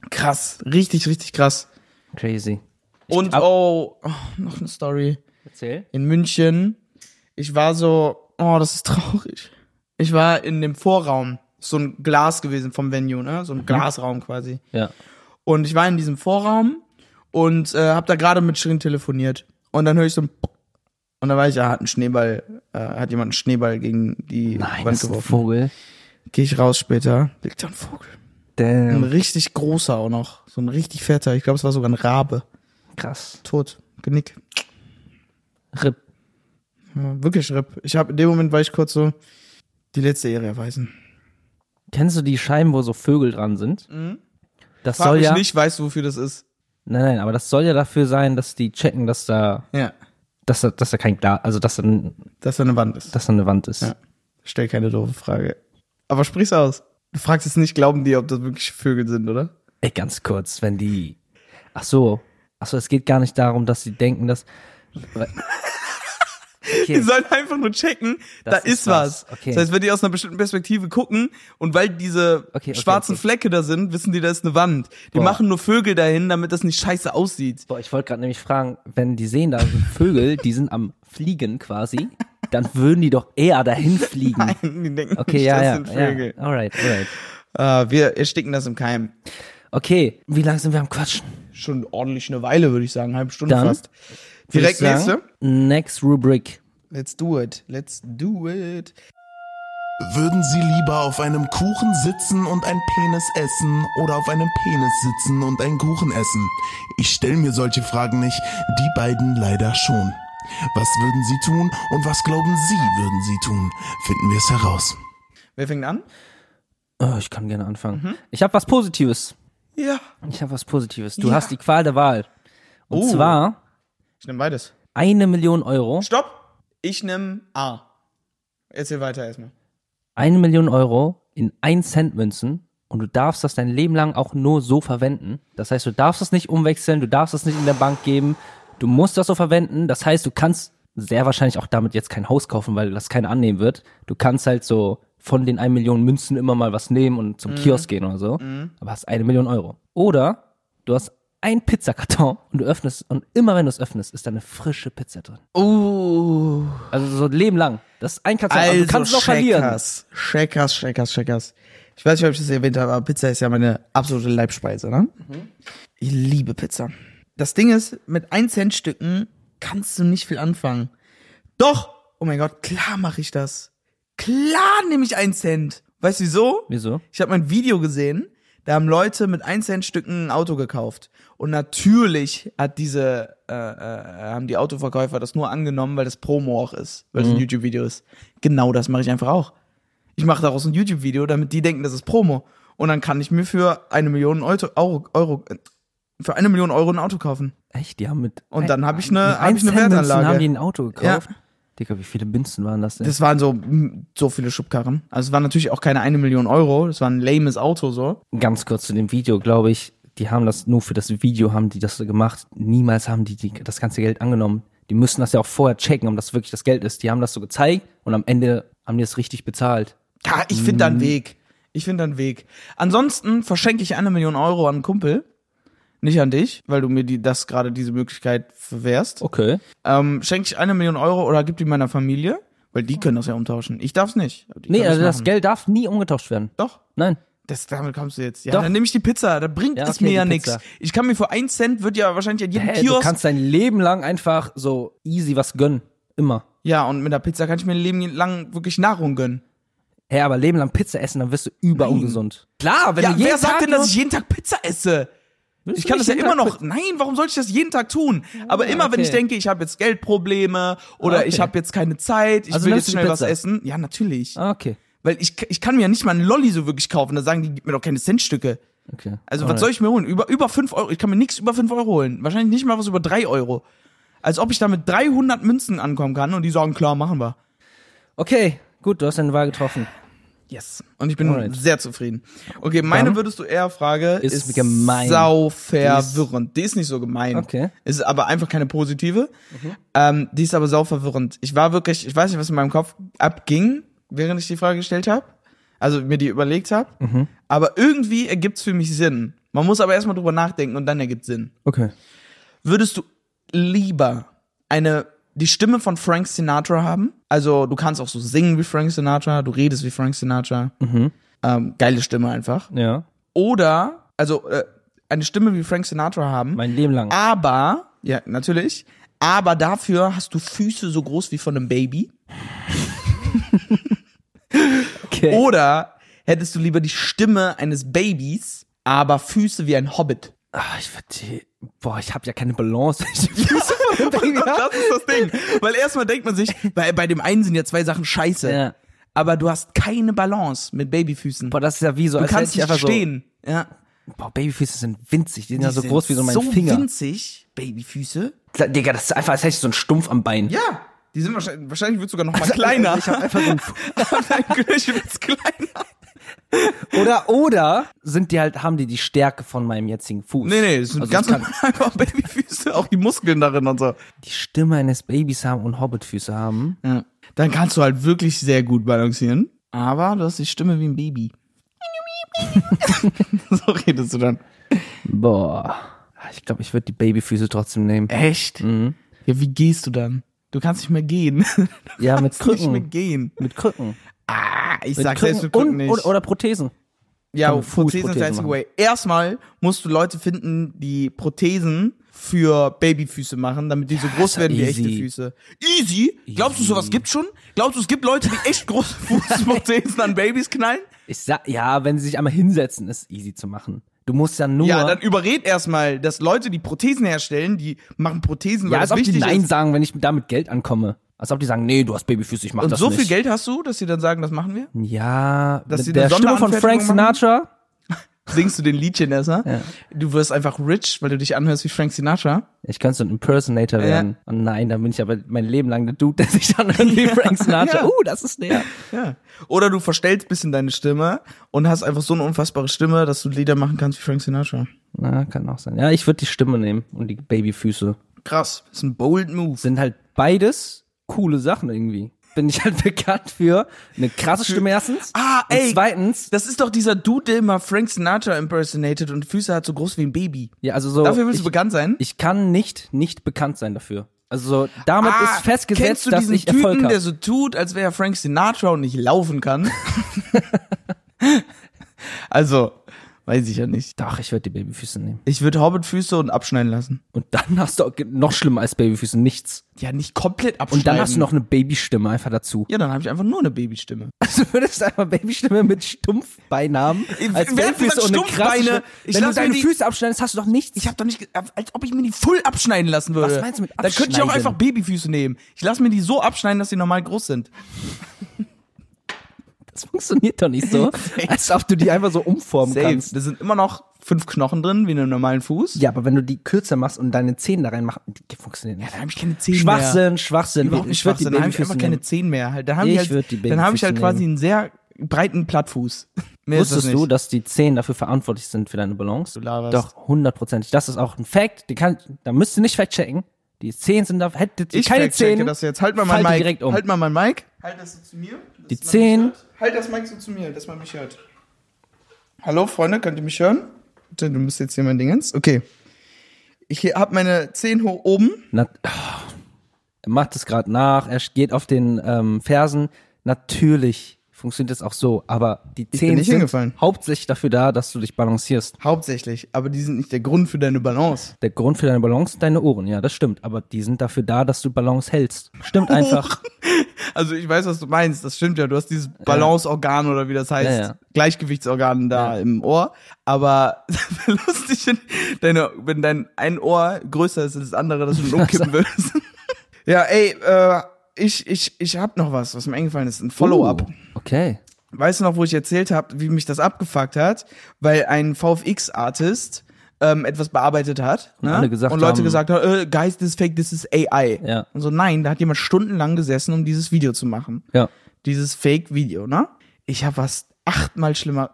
[SPEAKER 1] Krass, richtig, richtig krass.
[SPEAKER 2] Crazy.
[SPEAKER 1] Und
[SPEAKER 2] ab-
[SPEAKER 1] oh, oh, noch eine Story.
[SPEAKER 2] Erzähl.
[SPEAKER 1] In München, ich war so, oh, das ist traurig. Ich war in dem Vorraum, so ein Glas gewesen vom Venue, ne? So ein Glasraum quasi.
[SPEAKER 2] Ja.
[SPEAKER 1] Und ich war in diesem Vorraum und äh, habe da gerade mit Shirin telefoniert. Und dann höre ich so ein Pop. und dann war ich, ja, hat ein Schneeball, äh, hat jemand einen Schneeball gegen die
[SPEAKER 2] Nein,
[SPEAKER 1] Wand
[SPEAKER 2] das ist ein
[SPEAKER 1] geworfen.
[SPEAKER 2] Vogel.
[SPEAKER 1] Gehe ich raus später, liegt da ein Vogel. Ein
[SPEAKER 2] Damn.
[SPEAKER 1] richtig großer auch noch, so ein richtig fetter. Ich glaube, es war sogar ein Rabe.
[SPEAKER 2] Krass.
[SPEAKER 1] Tot, Genick.
[SPEAKER 2] RIP.
[SPEAKER 1] Ja, wirklich RIP. Ich habe in dem Moment war ich kurz so die letzte Ehre erweisen.
[SPEAKER 2] Kennst du die Scheiben, wo so Vögel dran sind? Mhm. Das
[SPEAKER 1] Frag
[SPEAKER 2] soll
[SPEAKER 1] mich
[SPEAKER 2] ja.
[SPEAKER 1] nicht, weißt du, wofür das ist.
[SPEAKER 2] Nein, nein, aber das soll ja dafür sein, dass die checken, dass da,
[SPEAKER 1] Ja,
[SPEAKER 2] dass da, dass da kein Glas, also dass da, ein-
[SPEAKER 1] dass da eine Wand ist.
[SPEAKER 2] dass da eine Wand ist.
[SPEAKER 1] Ja. Stell keine doofe Frage. Aber sprich's aus. Du fragst jetzt nicht, glauben die, ob das wirklich Vögel sind, oder?
[SPEAKER 2] Ey, ganz kurz, wenn die. Ach so, ach so, es geht gar nicht darum, dass sie denken, dass.
[SPEAKER 1] Die sollen einfach nur checken,
[SPEAKER 2] Das
[SPEAKER 1] da ist, was.
[SPEAKER 2] Okay.
[SPEAKER 1] Das heißt, wenn die aus einer bestimmten Perspektive gucken und weil diese
[SPEAKER 2] Okay, okay,
[SPEAKER 1] schwarzen
[SPEAKER 2] okay.
[SPEAKER 1] Flecke da sind, wissen die, da ist eine Wand. Die
[SPEAKER 2] Boah.
[SPEAKER 1] machen nur Vögel dahin, damit das nicht scheiße aussieht.
[SPEAKER 2] Boah, ich wollte gerade nämlich fragen, wenn die sehen, da sind Vögel, die sind am Fliegen quasi, dann würden die doch eher dahin fliegen.
[SPEAKER 1] Die denken,
[SPEAKER 2] Okay,
[SPEAKER 1] nicht,
[SPEAKER 2] ja,
[SPEAKER 1] das
[SPEAKER 2] ja,
[SPEAKER 1] sind Vögel.
[SPEAKER 2] ja. Alright, alright.
[SPEAKER 1] Äh, wir ersticken das im Keim.
[SPEAKER 2] Okay, wie lange sind wir am Quatschen?
[SPEAKER 1] Schon ordentlich eine Weile, würde ich sagen, halbe Stunde
[SPEAKER 2] Dann
[SPEAKER 1] fast.
[SPEAKER 2] Würd
[SPEAKER 1] Direkt
[SPEAKER 2] ich sagen,
[SPEAKER 1] nächste.
[SPEAKER 2] Next Rubrik.
[SPEAKER 1] Let's do it. Let's do it.
[SPEAKER 3] Würden Sie lieber auf einem Kuchen sitzen und ein Penis essen oder auf einem Penis sitzen und einen Kuchen essen? Ich stelle mir solche Fragen nicht, die beiden leider schon. Was würden Sie tun und was glauben Sie, würden Sie tun? Finden wir es heraus.
[SPEAKER 1] Wer fängt an?
[SPEAKER 2] Oh, ich kann gerne anfangen.
[SPEAKER 1] Mhm.
[SPEAKER 2] Ich habe was Positives.
[SPEAKER 1] Ja.
[SPEAKER 2] Ich habe was Positives. Du
[SPEAKER 1] Ja.
[SPEAKER 2] hast die Qual der Wahl. Und
[SPEAKER 1] Oh.
[SPEAKER 2] zwar
[SPEAKER 1] Ich nehme beides.
[SPEAKER 2] eine Million Euro.
[SPEAKER 1] Stopp. Ich nehme A. Erzähl weiter erstmal.
[SPEAKER 2] eine Million Euro in 1 Cent Münzen und du darfst das dein Leben lang auch nur so verwenden. Das heißt, du darfst es nicht umwechseln, du darfst es nicht in der Bank geben, du musst das so verwenden. Das heißt, du kannst sehr wahrscheinlich auch damit jetzt kein Haus kaufen, weil das keiner annehmen wird. Du kannst halt so von den 1 Million Münzen immer mal was nehmen und
[SPEAKER 1] Mhm.
[SPEAKER 2] zum Kiosk gehen oder so. Aber hast eine Million Euro. Oder du hast ein Pizzakarton und du öffnest und immer wenn du es öffnest, ist da eine frische Pizza drin.
[SPEAKER 1] Oh.
[SPEAKER 2] Also so ein Leben lang. Das ist ein Karton, also,
[SPEAKER 1] Also,
[SPEAKER 2] du kannst es auch verlieren.
[SPEAKER 1] Checkers, Checkers, Checkers, Checkers. Ich weiß nicht, ob ich das erwähnt habe, aber Pizza ist ja meine absolute Leibspeise, ne?
[SPEAKER 2] Mhm.
[SPEAKER 1] Ich liebe Pizza. Das Ding ist, mit 1 Cent Stücken kannst du nicht viel anfangen. Doch! Oh mein Gott, klar mache ich das. Klar nehme ich 1 Cent. Weißt du wieso?
[SPEAKER 2] Wieso?
[SPEAKER 1] Ich habe mal ein Video gesehen, da haben Leute mit 1 Cent Stücken ein Auto gekauft. Und natürlich hat diese, äh, äh, haben die Autoverkäufer das nur angenommen, weil das Promo auch ist, weil es ein YouTube-Video ist. Genau das mache ich einfach auch. Ich mache daraus ein YouTube-Video, damit die denken, das ist Promo. Und dann kann ich mir für eine Million Euro, Euro, Euro äh, für eine Million Euro ein Auto kaufen.
[SPEAKER 2] Echt? Die haben mit.
[SPEAKER 1] Und dann hab ich ne-
[SPEAKER 2] mit
[SPEAKER 1] hab ich ne
[SPEAKER 2] 1 Cent Münzen
[SPEAKER 1] Wertanlage.
[SPEAKER 2] haben die ein Auto gekauft. Digga, wie viele Münzen waren das denn?
[SPEAKER 1] Das waren so, mm, so viele Schubkarren. Also es waren natürlich auch keine eine Million Euro. Das war ein lames Auto so.
[SPEAKER 2] Ganz kurz zu dem Video, glaube ich. Die haben das nur für das Video haben die das so gemacht. Niemals haben die, die das ganze Geld angenommen. Die müssen das ja auch vorher checken, ob das wirklich das Geld ist. Die haben das so gezeigt und am Ende haben die es richtig bezahlt.
[SPEAKER 1] Ja, ich finde da
[SPEAKER 2] Mhm.
[SPEAKER 1] einen Weg. Ich finde da einen Weg. Ansonsten verschenke ich eine Million Euro an einen Kumpel. Nicht an dich, weil du mir die, das gerade diese Möglichkeit verwehrst.
[SPEAKER 2] Okay.
[SPEAKER 1] Ähm, schenke ich eine Million Euro oder gib die meiner Familie, weil die können das ja umtauschen. Ich darf's nicht. aber die
[SPEAKER 2] Nee,
[SPEAKER 1] können
[SPEAKER 2] also das
[SPEAKER 1] machen.
[SPEAKER 2] Geld darf nie umgetauscht werden.
[SPEAKER 1] Doch.
[SPEAKER 2] Nein.
[SPEAKER 1] Das, damit kommst du jetzt. Ja,
[SPEAKER 2] Doch.
[SPEAKER 1] dann nehme ich die Pizza. Da bringt
[SPEAKER 2] Ja,
[SPEAKER 1] es
[SPEAKER 2] okay,
[SPEAKER 1] mir
[SPEAKER 2] die
[SPEAKER 1] ja
[SPEAKER 2] Pizza.
[SPEAKER 1] nichts. Ich kann mir für einen Cent wird ja wahrscheinlich an jedem
[SPEAKER 2] Hä, du
[SPEAKER 1] Kiosk.
[SPEAKER 2] kannst dein Leben lang einfach so easy was gönnen. Immer.
[SPEAKER 1] ja, und mit der Pizza kann ich mir ein Leben lang wirklich Nahrung gönnen.
[SPEAKER 2] Hä, aber Leben lang Pizza essen, dann wirst du überungesund. Klar, wenn
[SPEAKER 1] Ja,
[SPEAKER 2] du jeden
[SPEAKER 1] wer sagt
[SPEAKER 2] Tag
[SPEAKER 1] denn, dass
[SPEAKER 2] nur-
[SPEAKER 1] ich jeden Tag Pizza esse?
[SPEAKER 2] Willst
[SPEAKER 1] Ich
[SPEAKER 2] du
[SPEAKER 1] kann das
[SPEAKER 2] nicht
[SPEAKER 1] ja
[SPEAKER 2] jeden
[SPEAKER 1] immer
[SPEAKER 2] Tag Ah,
[SPEAKER 1] noch. Nein, warum sollte ich das jeden Tag tun? Aber immer, wenn
[SPEAKER 2] okay.
[SPEAKER 1] ich denke, ich habe jetzt Geldprobleme oder
[SPEAKER 2] Ah, okay.
[SPEAKER 1] ich habe jetzt keine Zeit, ich
[SPEAKER 2] Also
[SPEAKER 1] will
[SPEAKER 2] nimmst
[SPEAKER 1] jetzt
[SPEAKER 2] du
[SPEAKER 1] schnell was
[SPEAKER 2] Pizza?
[SPEAKER 1] essen. Ja, natürlich.
[SPEAKER 2] Ah, okay.
[SPEAKER 1] Weil ich, ich kann mir ja nicht mal einen Lolli so wirklich kaufen. Da sagen die, gib mir doch keine Centstücke.
[SPEAKER 2] okay.
[SPEAKER 1] Also, was soll ich mir holen? Über, über 5 Euro. Ich kann mir nichts über 5 Euro holen. Wahrscheinlich nicht mal was über 3 Euro. Als ob ich da mit 300 Münzen ankommen kann und die sagen, klar, machen wir.
[SPEAKER 2] Okay, gut, du hast deine Wahl getroffen.
[SPEAKER 1] Yes. Und ich bin
[SPEAKER 2] Alright.
[SPEAKER 1] sehr zufrieden. Okay, meine
[SPEAKER 2] Dann
[SPEAKER 1] würdest du eher Frage
[SPEAKER 2] ist gemein.
[SPEAKER 1] sau verwirrend. Die ist nicht so gemein.
[SPEAKER 2] Okay. Mhm.
[SPEAKER 1] Ist aber einfach keine positive. Ähm, die ist aber sau verwirrend. Ich war wirklich, ich weiß nicht, was in meinem Kopf abging, während ich die Frage gestellt habe. Also mir die überlegt habe.
[SPEAKER 2] Mhm.
[SPEAKER 1] Aber irgendwie ergibt's für mich Sinn. Man muss aber erstmal drüber nachdenken und dann ergibt Sinn.
[SPEAKER 2] Okay.
[SPEAKER 1] Würdest du lieber eine die Stimme von Frank Sinatra haben? Also du kannst auch so singen wie Frank Sinatra, du redest wie Frank Sinatra. Ähm, geile Stimme einfach.
[SPEAKER 2] Ja,
[SPEAKER 1] Oder also äh, eine Stimme wie Frank Sinatra haben,
[SPEAKER 2] mein Leben lang.
[SPEAKER 1] Ah, aber ja natürlich. Aber dafür hast du Füße so groß wie von einem Baby.
[SPEAKER 2] Okay.
[SPEAKER 1] oh. Oder hättest du lieber die Stimme eines Babys, aber Füße wie ein Hobbit?
[SPEAKER 2] Ach, Ah, ich würde boah, ich habe ja keine Balance. Ja.
[SPEAKER 1] und, und das ist das Ding. Weil erstmal denkt man sich, bei, bei dem einen sind ja zwei Sachen scheiße.
[SPEAKER 2] Ja.
[SPEAKER 1] Aber du hast keine Balance mit Babyfüßen.
[SPEAKER 2] Boah, das ist ja wie so,
[SPEAKER 1] du
[SPEAKER 2] als
[SPEAKER 1] kannst
[SPEAKER 2] hätte ich
[SPEAKER 1] nicht
[SPEAKER 2] einfach
[SPEAKER 1] stehen. Ja.
[SPEAKER 2] so. Boah, Babyfüße sind winzig, die sind ja
[SPEAKER 1] Die
[SPEAKER 2] so
[SPEAKER 1] sind
[SPEAKER 2] groß wie so mein
[SPEAKER 1] so
[SPEAKER 2] Finger.
[SPEAKER 1] winzig, Babyfüße.
[SPEAKER 2] Digga, das ist einfach, als hätte ich so einen Stumpf am Bein.
[SPEAKER 1] Ja. Die sind wahrscheinlich, wahrscheinlich wird sogar noch mal kleiner.
[SPEAKER 2] Ich hab einfach so einen
[SPEAKER 1] Knöchel wird's kleiner.
[SPEAKER 2] Oder, oder sind die halt, haben die die Stärke von meinem jetzigen Fuß?
[SPEAKER 1] Nee, nee, das sind
[SPEAKER 2] Also
[SPEAKER 1] ganz
[SPEAKER 2] es kann-
[SPEAKER 1] normal einfach Babyfüße, auch die Muskeln darin und so.
[SPEAKER 2] Die Stimme eines Babys haben und Hobbitfüße haben.
[SPEAKER 1] Ja. Dann kannst du halt wirklich sehr gut balancieren. Aber du hast die Stimme wie ein Baby. so redest du dann.
[SPEAKER 2] Boah. Ah, Ich glaube, ich würde die Babyfüße trotzdem nehmen.
[SPEAKER 1] Äh, Echt?
[SPEAKER 2] Mhm.
[SPEAKER 1] Ja, wie gehst du dann? Du kannst nicht mehr gehen. Du
[SPEAKER 2] Ja, mit
[SPEAKER 1] kannst nicht mehr
[SPEAKER 2] Krücken.
[SPEAKER 1] gehen.
[SPEAKER 2] Mit Krücken.
[SPEAKER 1] Ah, ich
[SPEAKER 2] Mit
[SPEAKER 1] sag
[SPEAKER 2] Krücken
[SPEAKER 1] selbst mit Krücken
[SPEAKER 2] und,
[SPEAKER 1] nicht.
[SPEAKER 2] Oder, oder Prothesen.
[SPEAKER 1] ja, Prothesen
[SPEAKER 2] kann
[SPEAKER 1] ist der
[SPEAKER 2] Fußprothesen
[SPEAKER 1] einzige
[SPEAKER 2] machen.
[SPEAKER 1] Way. Erstmal musst du Leute finden, die Prothesen für Babyfüße machen, damit die so groß werden wie
[SPEAKER 2] easy.
[SPEAKER 1] echte Füße. Easy? Glaubst du, sowas gibt's schon? Glaubst du, es gibt Leute, die echt große Fußprothesen an Babys knallen?
[SPEAKER 2] Ich sag, ja, wenn sie sich einmal hinsetzen, ist easy zu machen. Du musst ja nur.
[SPEAKER 1] Ja, dann überred erstmal, dass Leute, die Prothesen herstellen, die machen Prothesen, weil
[SPEAKER 2] ja als
[SPEAKER 1] das
[SPEAKER 2] ob die
[SPEAKER 1] wichtig
[SPEAKER 2] Nein
[SPEAKER 1] ist.
[SPEAKER 2] sagen, wenn ich damit Geld ankomme. Als ob die sagen, nee, du hast Babyfüße, ich mach
[SPEAKER 1] Und
[SPEAKER 2] das
[SPEAKER 1] so
[SPEAKER 2] nicht.
[SPEAKER 1] viel Geld hast du, dass sie dann sagen, das machen wir?
[SPEAKER 2] Ja,
[SPEAKER 1] Dass sie
[SPEAKER 2] mit der
[SPEAKER 1] eine
[SPEAKER 2] Stimme von Frank
[SPEAKER 1] Sonderanfertigung machen?
[SPEAKER 2] Sinatra.
[SPEAKER 1] Singst du den Liedchen erst, ne?
[SPEAKER 2] Ja.
[SPEAKER 1] Du wirst einfach rich, weil du dich anhörst wie Frank Sinatra.
[SPEAKER 2] Ich könnte so ein Impersonator
[SPEAKER 1] Ja.
[SPEAKER 2] werden. Oh nein, dann bin ich aber mein Leben lang der Dude, der sich dann irgendwie Frank Sinatra.
[SPEAKER 1] Ja.
[SPEAKER 2] Uh, das ist der.
[SPEAKER 1] Ja. Oder du verstellst ein bisschen deine Stimme und hast einfach so eine unfassbare Stimme, dass du Lieder machen kannst wie Frank Sinatra.
[SPEAKER 2] Na, kann auch sein. Ja, ich würde die Stimme nehmen und die Babyfüße.
[SPEAKER 1] Krass. Ist ein bold move.
[SPEAKER 2] Sind halt beides coole Sachen irgendwie. Bin ich halt bekannt für eine krasse Stimme erstens.
[SPEAKER 1] Ah,
[SPEAKER 2] Und
[SPEAKER 1] ey.
[SPEAKER 2] zweitens,
[SPEAKER 1] Das ist doch dieser Dude, der immer Frank Sinatra impersonated und Füße hat so groß wie ein Baby.
[SPEAKER 2] ja, also so.
[SPEAKER 1] Dafür willst
[SPEAKER 2] ich,
[SPEAKER 1] du bekannt sein?
[SPEAKER 2] ich kann nicht, nicht bekannt sein dafür. Also so, damit
[SPEAKER 1] Ah,
[SPEAKER 2] ist festgesetzt,
[SPEAKER 1] kennst du
[SPEAKER 2] dass
[SPEAKER 1] diesen
[SPEAKER 2] ich
[SPEAKER 1] Typen,
[SPEAKER 2] Erfolg
[SPEAKER 1] der
[SPEAKER 2] habe.
[SPEAKER 1] so tut, als wäre er Frank Sinatra und nicht laufen kann? also, weiß ich ja nicht.
[SPEAKER 2] Doch, ich würde die Babyfüße nehmen.
[SPEAKER 1] Ich würde Hobbitfüße und abschneiden lassen.
[SPEAKER 2] Und dann hast du auch ge- noch schlimmer als Babyfüße nichts.
[SPEAKER 1] Ja, nicht komplett abschneiden.
[SPEAKER 2] Und dann hast du noch eine Babystimme einfach dazu.
[SPEAKER 1] Ja, dann habe ich einfach nur eine Babystimme.
[SPEAKER 2] Also würdest du einfach Babystimme mit Stumpfbeinamen
[SPEAKER 1] Ich-
[SPEAKER 2] als
[SPEAKER 1] wer hat
[SPEAKER 2] Babyfüße
[SPEAKER 1] gesagt
[SPEAKER 2] und eine krasse
[SPEAKER 1] Stumpfbeine?
[SPEAKER 2] Stimme-
[SPEAKER 1] Ich
[SPEAKER 2] Wenn du
[SPEAKER 1] lass mir
[SPEAKER 2] deine
[SPEAKER 1] die-
[SPEAKER 2] Füße abschneidest, hast du doch nichts.
[SPEAKER 1] Ich habe doch nicht, ge- als ob ich mir die voll abschneiden lassen würde.
[SPEAKER 2] Was meinst du mit
[SPEAKER 1] Dann könnte ich auch
[SPEAKER 2] abschneiden?
[SPEAKER 1] einfach Babyfüße nehmen. Ich lasse mir die so abschneiden, dass sie normal groß sind.
[SPEAKER 2] das funktioniert doch nicht so, als ob du die einfach so umformen
[SPEAKER 1] Safe.
[SPEAKER 2] kannst.
[SPEAKER 1] Da sind immer noch fünf Knochen drin, wie in einem normalen Fuß.
[SPEAKER 2] Ja, aber wenn du die kürzer machst und deine Zehen da reinmachst, die funktioniert nicht.
[SPEAKER 1] Dann habe ich keine Zehen mehr.
[SPEAKER 2] Schwachsinn, Schwachsinn.
[SPEAKER 1] Überhaupt nicht
[SPEAKER 2] ich würd die
[SPEAKER 1] Schwachsinn. Dann habe ich
[SPEAKER 2] Babyfüße
[SPEAKER 1] einfach keine
[SPEAKER 2] nehmen.
[SPEAKER 1] Zehen mehr. Halt, Dann habe
[SPEAKER 2] Ich
[SPEAKER 1] ich,
[SPEAKER 2] würd
[SPEAKER 1] halt,
[SPEAKER 2] die
[SPEAKER 1] dann hab ich halt
[SPEAKER 2] Babyfüße
[SPEAKER 1] quasi einen sehr breiten Plattfuß. Mehr ist das
[SPEAKER 2] Wusstest
[SPEAKER 1] nicht.
[SPEAKER 2] du, dass die Zehen dafür verantwortlich sind für deine Balance?
[SPEAKER 1] Du laberst.
[SPEAKER 2] Doch, hundertprozentig. Das ist auch ein Fact. Die kann, da müsst ihr nicht fact-checken. Die Zehen sind da, hättet ihr
[SPEAKER 1] ich
[SPEAKER 2] keine
[SPEAKER 1] fact-checke
[SPEAKER 2] Zehen.
[SPEAKER 1] das jetzt. Halt mal mein
[SPEAKER 2] faltet
[SPEAKER 1] Mic.
[SPEAKER 2] direkt um.
[SPEAKER 1] Halt mal mein Mic. Halt das so zu mir. dass
[SPEAKER 2] Die
[SPEAKER 1] man mich
[SPEAKER 2] Zehen.
[SPEAKER 1] hört. Halt das Mic so zu mir, dass man mich hört. Hallo, Freunde, könnt ihr mich hören? Bitte, Du bist jetzt hier mein Dingens. Okay. Ich habe meine Zehen hoch oben.
[SPEAKER 2] Na, ah. er macht es gerade nach, er geht auf den ähm, Fersen. Natürlich funktioniert es auch so, aber die Zehen
[SPEAKER 1] nicht hingefallen.
[SPEAKER 2] sind hauptsächlich dafür da, dass du dich balancierst.
[SPEAKER 1] Hauptsächlich. Aber die sind nicht der Grund für deine Balance.
[SPEAKER 2] Der Grund für deine Balance sind deine Ohren, ja, das stimmt. Aber die sind dafür da, dass du Balance hältst. Stimmt einfach.
[SPEAKER 1] Also ich weiß, was du meinst. Das stimmt ja. Du hast dieses Balanceorgan oder wie das heißt,
[SPEAKER 2] Ja, ja.
[SPEAKER 1] Gleichgewichtsorgan da im Ohr. Aber lustig, wenn deine, wenn dein ein Ohr größer ist als das andere, dass du
[SPEAKER 2] Also
[SPEAKER 1] schon umkippen würdest. ja, ey, äh, ich ich ich hab noch was, was mir eingefallen ist. Ein Follow-up.
[SPEAKER 2] Uh, okay.
[SPEAKER 1] Weißt du noch, wo ich erzählt habe, wie mich das abgefuckt hat, weil ein VFX-Artist ähm, etwas bearbeitet hat ne?
[SPEAKER 2] Und alle gesagt
[SPEAKER 1] und Leute
[SPEAKER 2] haben-
[SPEAKER 1] gesagt haben, äh, guys, this is fake, this is AI.
[SPEAKER 2] Ja.
[SPEAKER 1] Und so, nein, da hat jemand stundenlang gesessen, um dieses Video zu machen
[SPEAKER 2] Ja.
[SPEAKER 1] dieses Fake-Video, ne? Ich habe was achtmal schlimmer,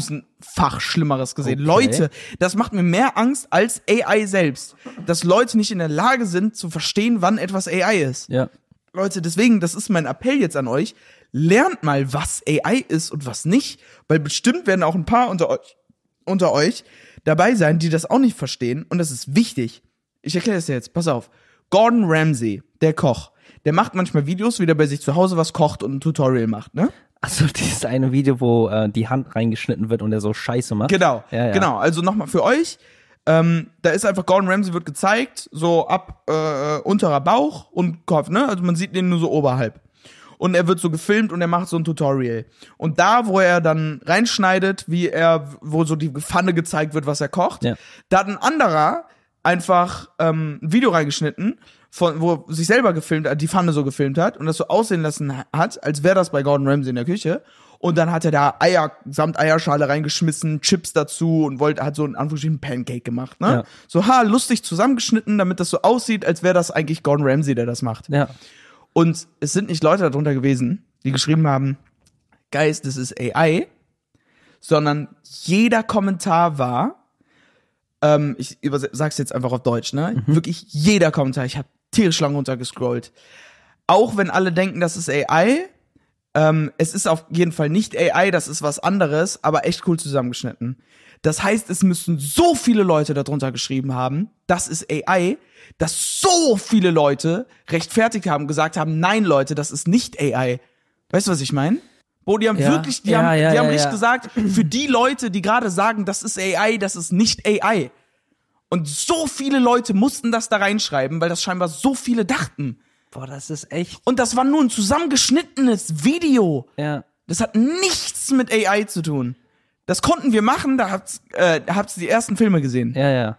[SPEAKER 1] tausendfach Schlimmeres gesehen.
[SPEAKER 2] Okay.
[SPEAKER 1] Leute, das macht mir mehr Angst als AI selbst. Dass Leute nicht in der Lage sind zu verstehen, wann etwas AI ist.
[SPEAKER 2] Ja.
[SPEAKER 1] Leute, deswegen, das ist mein Appell jetzt an euch. Lernt mal, was AI ist und was nicht, weil bestimmt werden auch ein paar unter euch, unter euch dabei sein, die das auch nicht verstehen und das ist wichtig. Ich erkläre es dir jetzt, pass auf. Gordon Ramsay, der Koch, der macht manchmal Videos, wie der bei sich zu Hause was kocht und ein Tutorial macht, ne?
[SPEAKER 2] Also dieses eine Video, wo äh, die Hand reingeschnitten wird und er so Scheiße macht.
[SPEAKER 1] Genau,
[SPEAKER 2] Ja, ja.
[SPEAKER 1] genau. Also nochmal für euch, ähm, da ist einfach Gordon Ramsay wird gezeigt, so ab äh, unterer Bauch und Kopf, ne? Also man sieht den nur so oberhalb. und er wird so gefilmt und er macht so ein Tutorial. Und da, wo er dann reinschneidet, wie er, wo so die Pfanne gezeigt wird, was er kocht,
[SPEAKER 2] Ja.
[SPEAKER 1] da hat ein anderer einfach ähm, ein Video reingeschnitten, von, wo er sich selber gefilmt hat, die Pfanne so gefilmt hat und das so aussehen lassen hat, als wäre das bei Gordon Ramsay in der Küche. Und dann hat er da Eier samt Eierschale reingeschmissen, Chips dazu und wollte, hat so in Anführungsstrichen Pancake gemacht, ne?
[SPEAKER 2] Ja.
[SPEAKER 1] So, ha, lustig zusammengeschnitten, damit das so aussieht, als wäre das eigentlich Gordon Ramsay, der das macht.
[SPEAKER 2] Ja.
[SPEAKER 1] Und es sind nicht Leute darunter gewesen, die geschrieben haben, Geist, das ist AI, sondern jeder Kommentar war, ähm, ich übers- sag's jetzt einfach auf Deutsch, ne? Wirklich jeder Kommentar. Ich habe tierisch lang runtergescrollt. Auch wenn alle denken, das ist AI, ähm, es ist auf jeden Fall nicht AI, das ist was anderes, aber echt cool zusammengeschnitten. Das heißt, es müssen so viele Leute darunter geschrieben haben, das ist AI, dass so viele Leute rechtfertigt haben, gesagt haben, nein Leute, das ist nicht AI. Weißt du, was ich meine? Bo, die haben
[SPEAKER 2] Ja.
[SPEAKER 1] wirklich, die
[SPEAKER 2] Ja,
[SPEAKER 1] haben,
[SPEAKER 2] ja,
[SPEAKER 1] die haben
[SPEAKER 2] ja,
[SPEAKER 1] nicht
[SPEAKER 2] ja.
[SPEAKER 1] gesagt, für die Leute, die gerade sagen, das ist AI, das ist nicht AI. Und so viele Leute mussten das da reinschreiben, weil das scheinbar so viele dachten.
[SPEAKER 2] Boah, das ist echt.
[SPEAKER 1] Und das war nur ein zusammengeschnittenes Video.
[SPEAKER 2] Ja.
[SPEAKER 1] Das hat nichts mit AI zu tun. Das konnten wir machen, da habt's, äh, habt's die ersten Filme gesehen,
[SPEAKER 2] Ja, ja.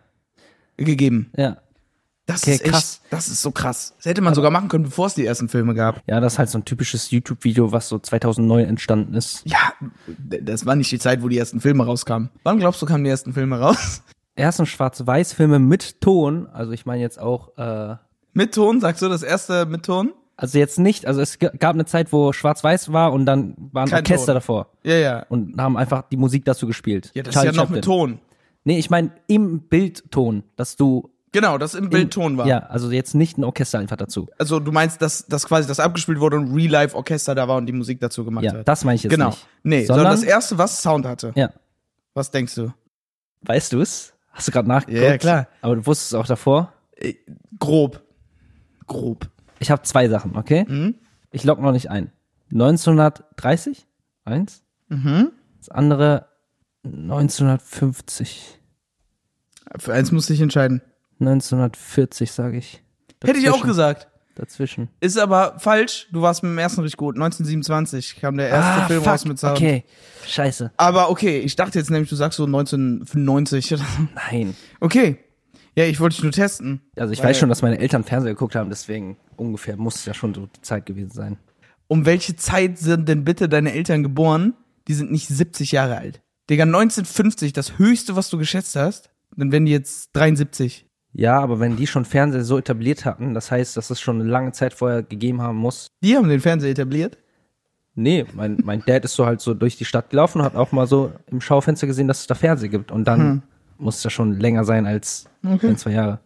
[SPEAKER 1] gegeben.
[SPEAKER 2] Ja.
[SPEAKER 1] Das
[SPEAKER 2] Okay,
[SPEAKER 1] ist echt,
[SPEAKER 2] krass.
[SPEAKER 1] das ist so krass. Das hätte man sogar machen können, bevor es die ersten Filme gab.
[SPEAKER 2] Ja, das ist halt so ein typisches YouTube-Video, was so 2009 entstanden ist.
[SPEAKER 1] Ja, d- das war nicht die Zeit, wo die ersten Filme rauskamen. Wann glaubst du, kamen die ersten Filme raus?
[SPEAKER 2] Erstens Schwarz-Weiß-Filme mit Ton. Also ich meine jetzt auch, äh,
[SPEAKER 1] Mit Ton, sagst du, das erste mit Ton?
[SPEAKER 2] also jetzt nicht, also es g- gab eine Zeit, wo Schwarz-Weiß war und dann waren
[SPEAKER 1] Kein
[SPEAKER 2] Orchester
[SPEAKER 1] Ton.
[SPEAKER 2] davor
[SPEAKER 1] Ja, ja.
[SPEAKER 2] und haben einfach die Musik dazu gespielt.
[SPEAKER 1] Ja, das
[SPEAKER 2] Charlie
[SPEAKER 1] ist ja noch
[SPEAKER 2] Chaplin.
[SPEAKER 1] mit Ton.
[SPEAKER 2] Nee, ich meine im Bildton, dass du
[SPEAKER 1] Genau, das im Bild Ton war.
[SPEAKER 2] Ja, also jetzt nicht ein Orchester einfach dazu.
[SPEAKER 1] Also du meinst, dass, dass quasi das abgespielt wurde und Real-Life-Orchester da war und die Musik dazu gemacht
[SPEAKER 2] Ja,
[SPEAKER 1] hat.
[SPEAKER 2] das meine ich jetzt
[SPEAKER 1] genau.
[SPEAKER 2] nicht.
[SPEAKER 1] Nee, sondern,
[SPEAKER 2] Sondern-
[SPEAKER 1] das erste, was Sound hatte.
[SPEAKER 2] Ja.
[SPEAKER 1] Was denkst du?
[SPEAKER 2] Weißt du es? Hast du gerade nachgeguckt?
[SPEAKER 1] Ja, klar.
[SPEAKER 2] Aber du wusstest es auch davor.
[SPEAKER 1] Grob. Grob. Hm?
[SPEAKER 2] Ich habe zwei Sachen, okay? Ich log noch nicht ein. 1930? Eins.
[SPEAKER 1] Mhm.
[SPEAKER 2] Das andere 1950.
[SPEAKER 1] Für eins musste ich entscheiden.
[SPEAKER 2] 1940, sage ich.
[SPEAKER 1] Hätte ich auch
[SPEAKER 2] Dazwischen.
[SPEAKER 1] gesagt.
[SPEAKER 2] Dazwischen.
[SPEAKER 1] Ist aber falsch. Du warst mit dem ersten richtig gut. 1927 kam der erste Film raus mit Sound.
[SPEAKER 2] Ah, okay. Scheiße.
[SPEAKER 1] Aber okay, ich dachte jetzt nämlich, du sagst so 1995. oder so.
[SPEAKER 2] Nein.
[SPEAKER 1] okay. Ja, ich wollte dich nur testen.
[SPEAKER 2] Also ich
[SPEAKER 1] Weil-
[SPEAKER 2] weiß schon, dass meine Eltern Fernseher geguckt haben, deswegen ungefähr muss es ja schon so die Zeit gewesen sein.
[SPEAKER 1] Um welche Zeit sind denn bitte deine Eltern geboren? Die sind nicht 70 Jahre alt. Digga, 1950, das höchste, was du geschätzt hast, dann werden die jetzt 73.
[SPEAKER 2] Ja, aber wenn die schon Fernseher so etabliert hatten, das heißt, dass es schon eine lange Zeit vorher gegeben haben muss.
[SPEAKER 1] Die haben den Fernseher etabliert.
[SPEAKER 2] Nee, mein, mein Dad ist so halt so durch die Stadt gelaufen und hat auch mal so im Schaufenster gesehen, dass es da Fernseher gibt. Und dann
[SPEAKER 1] Hm.
[SPEAKER 2] muss es ja schon länger sein als ein, zwei Jahre.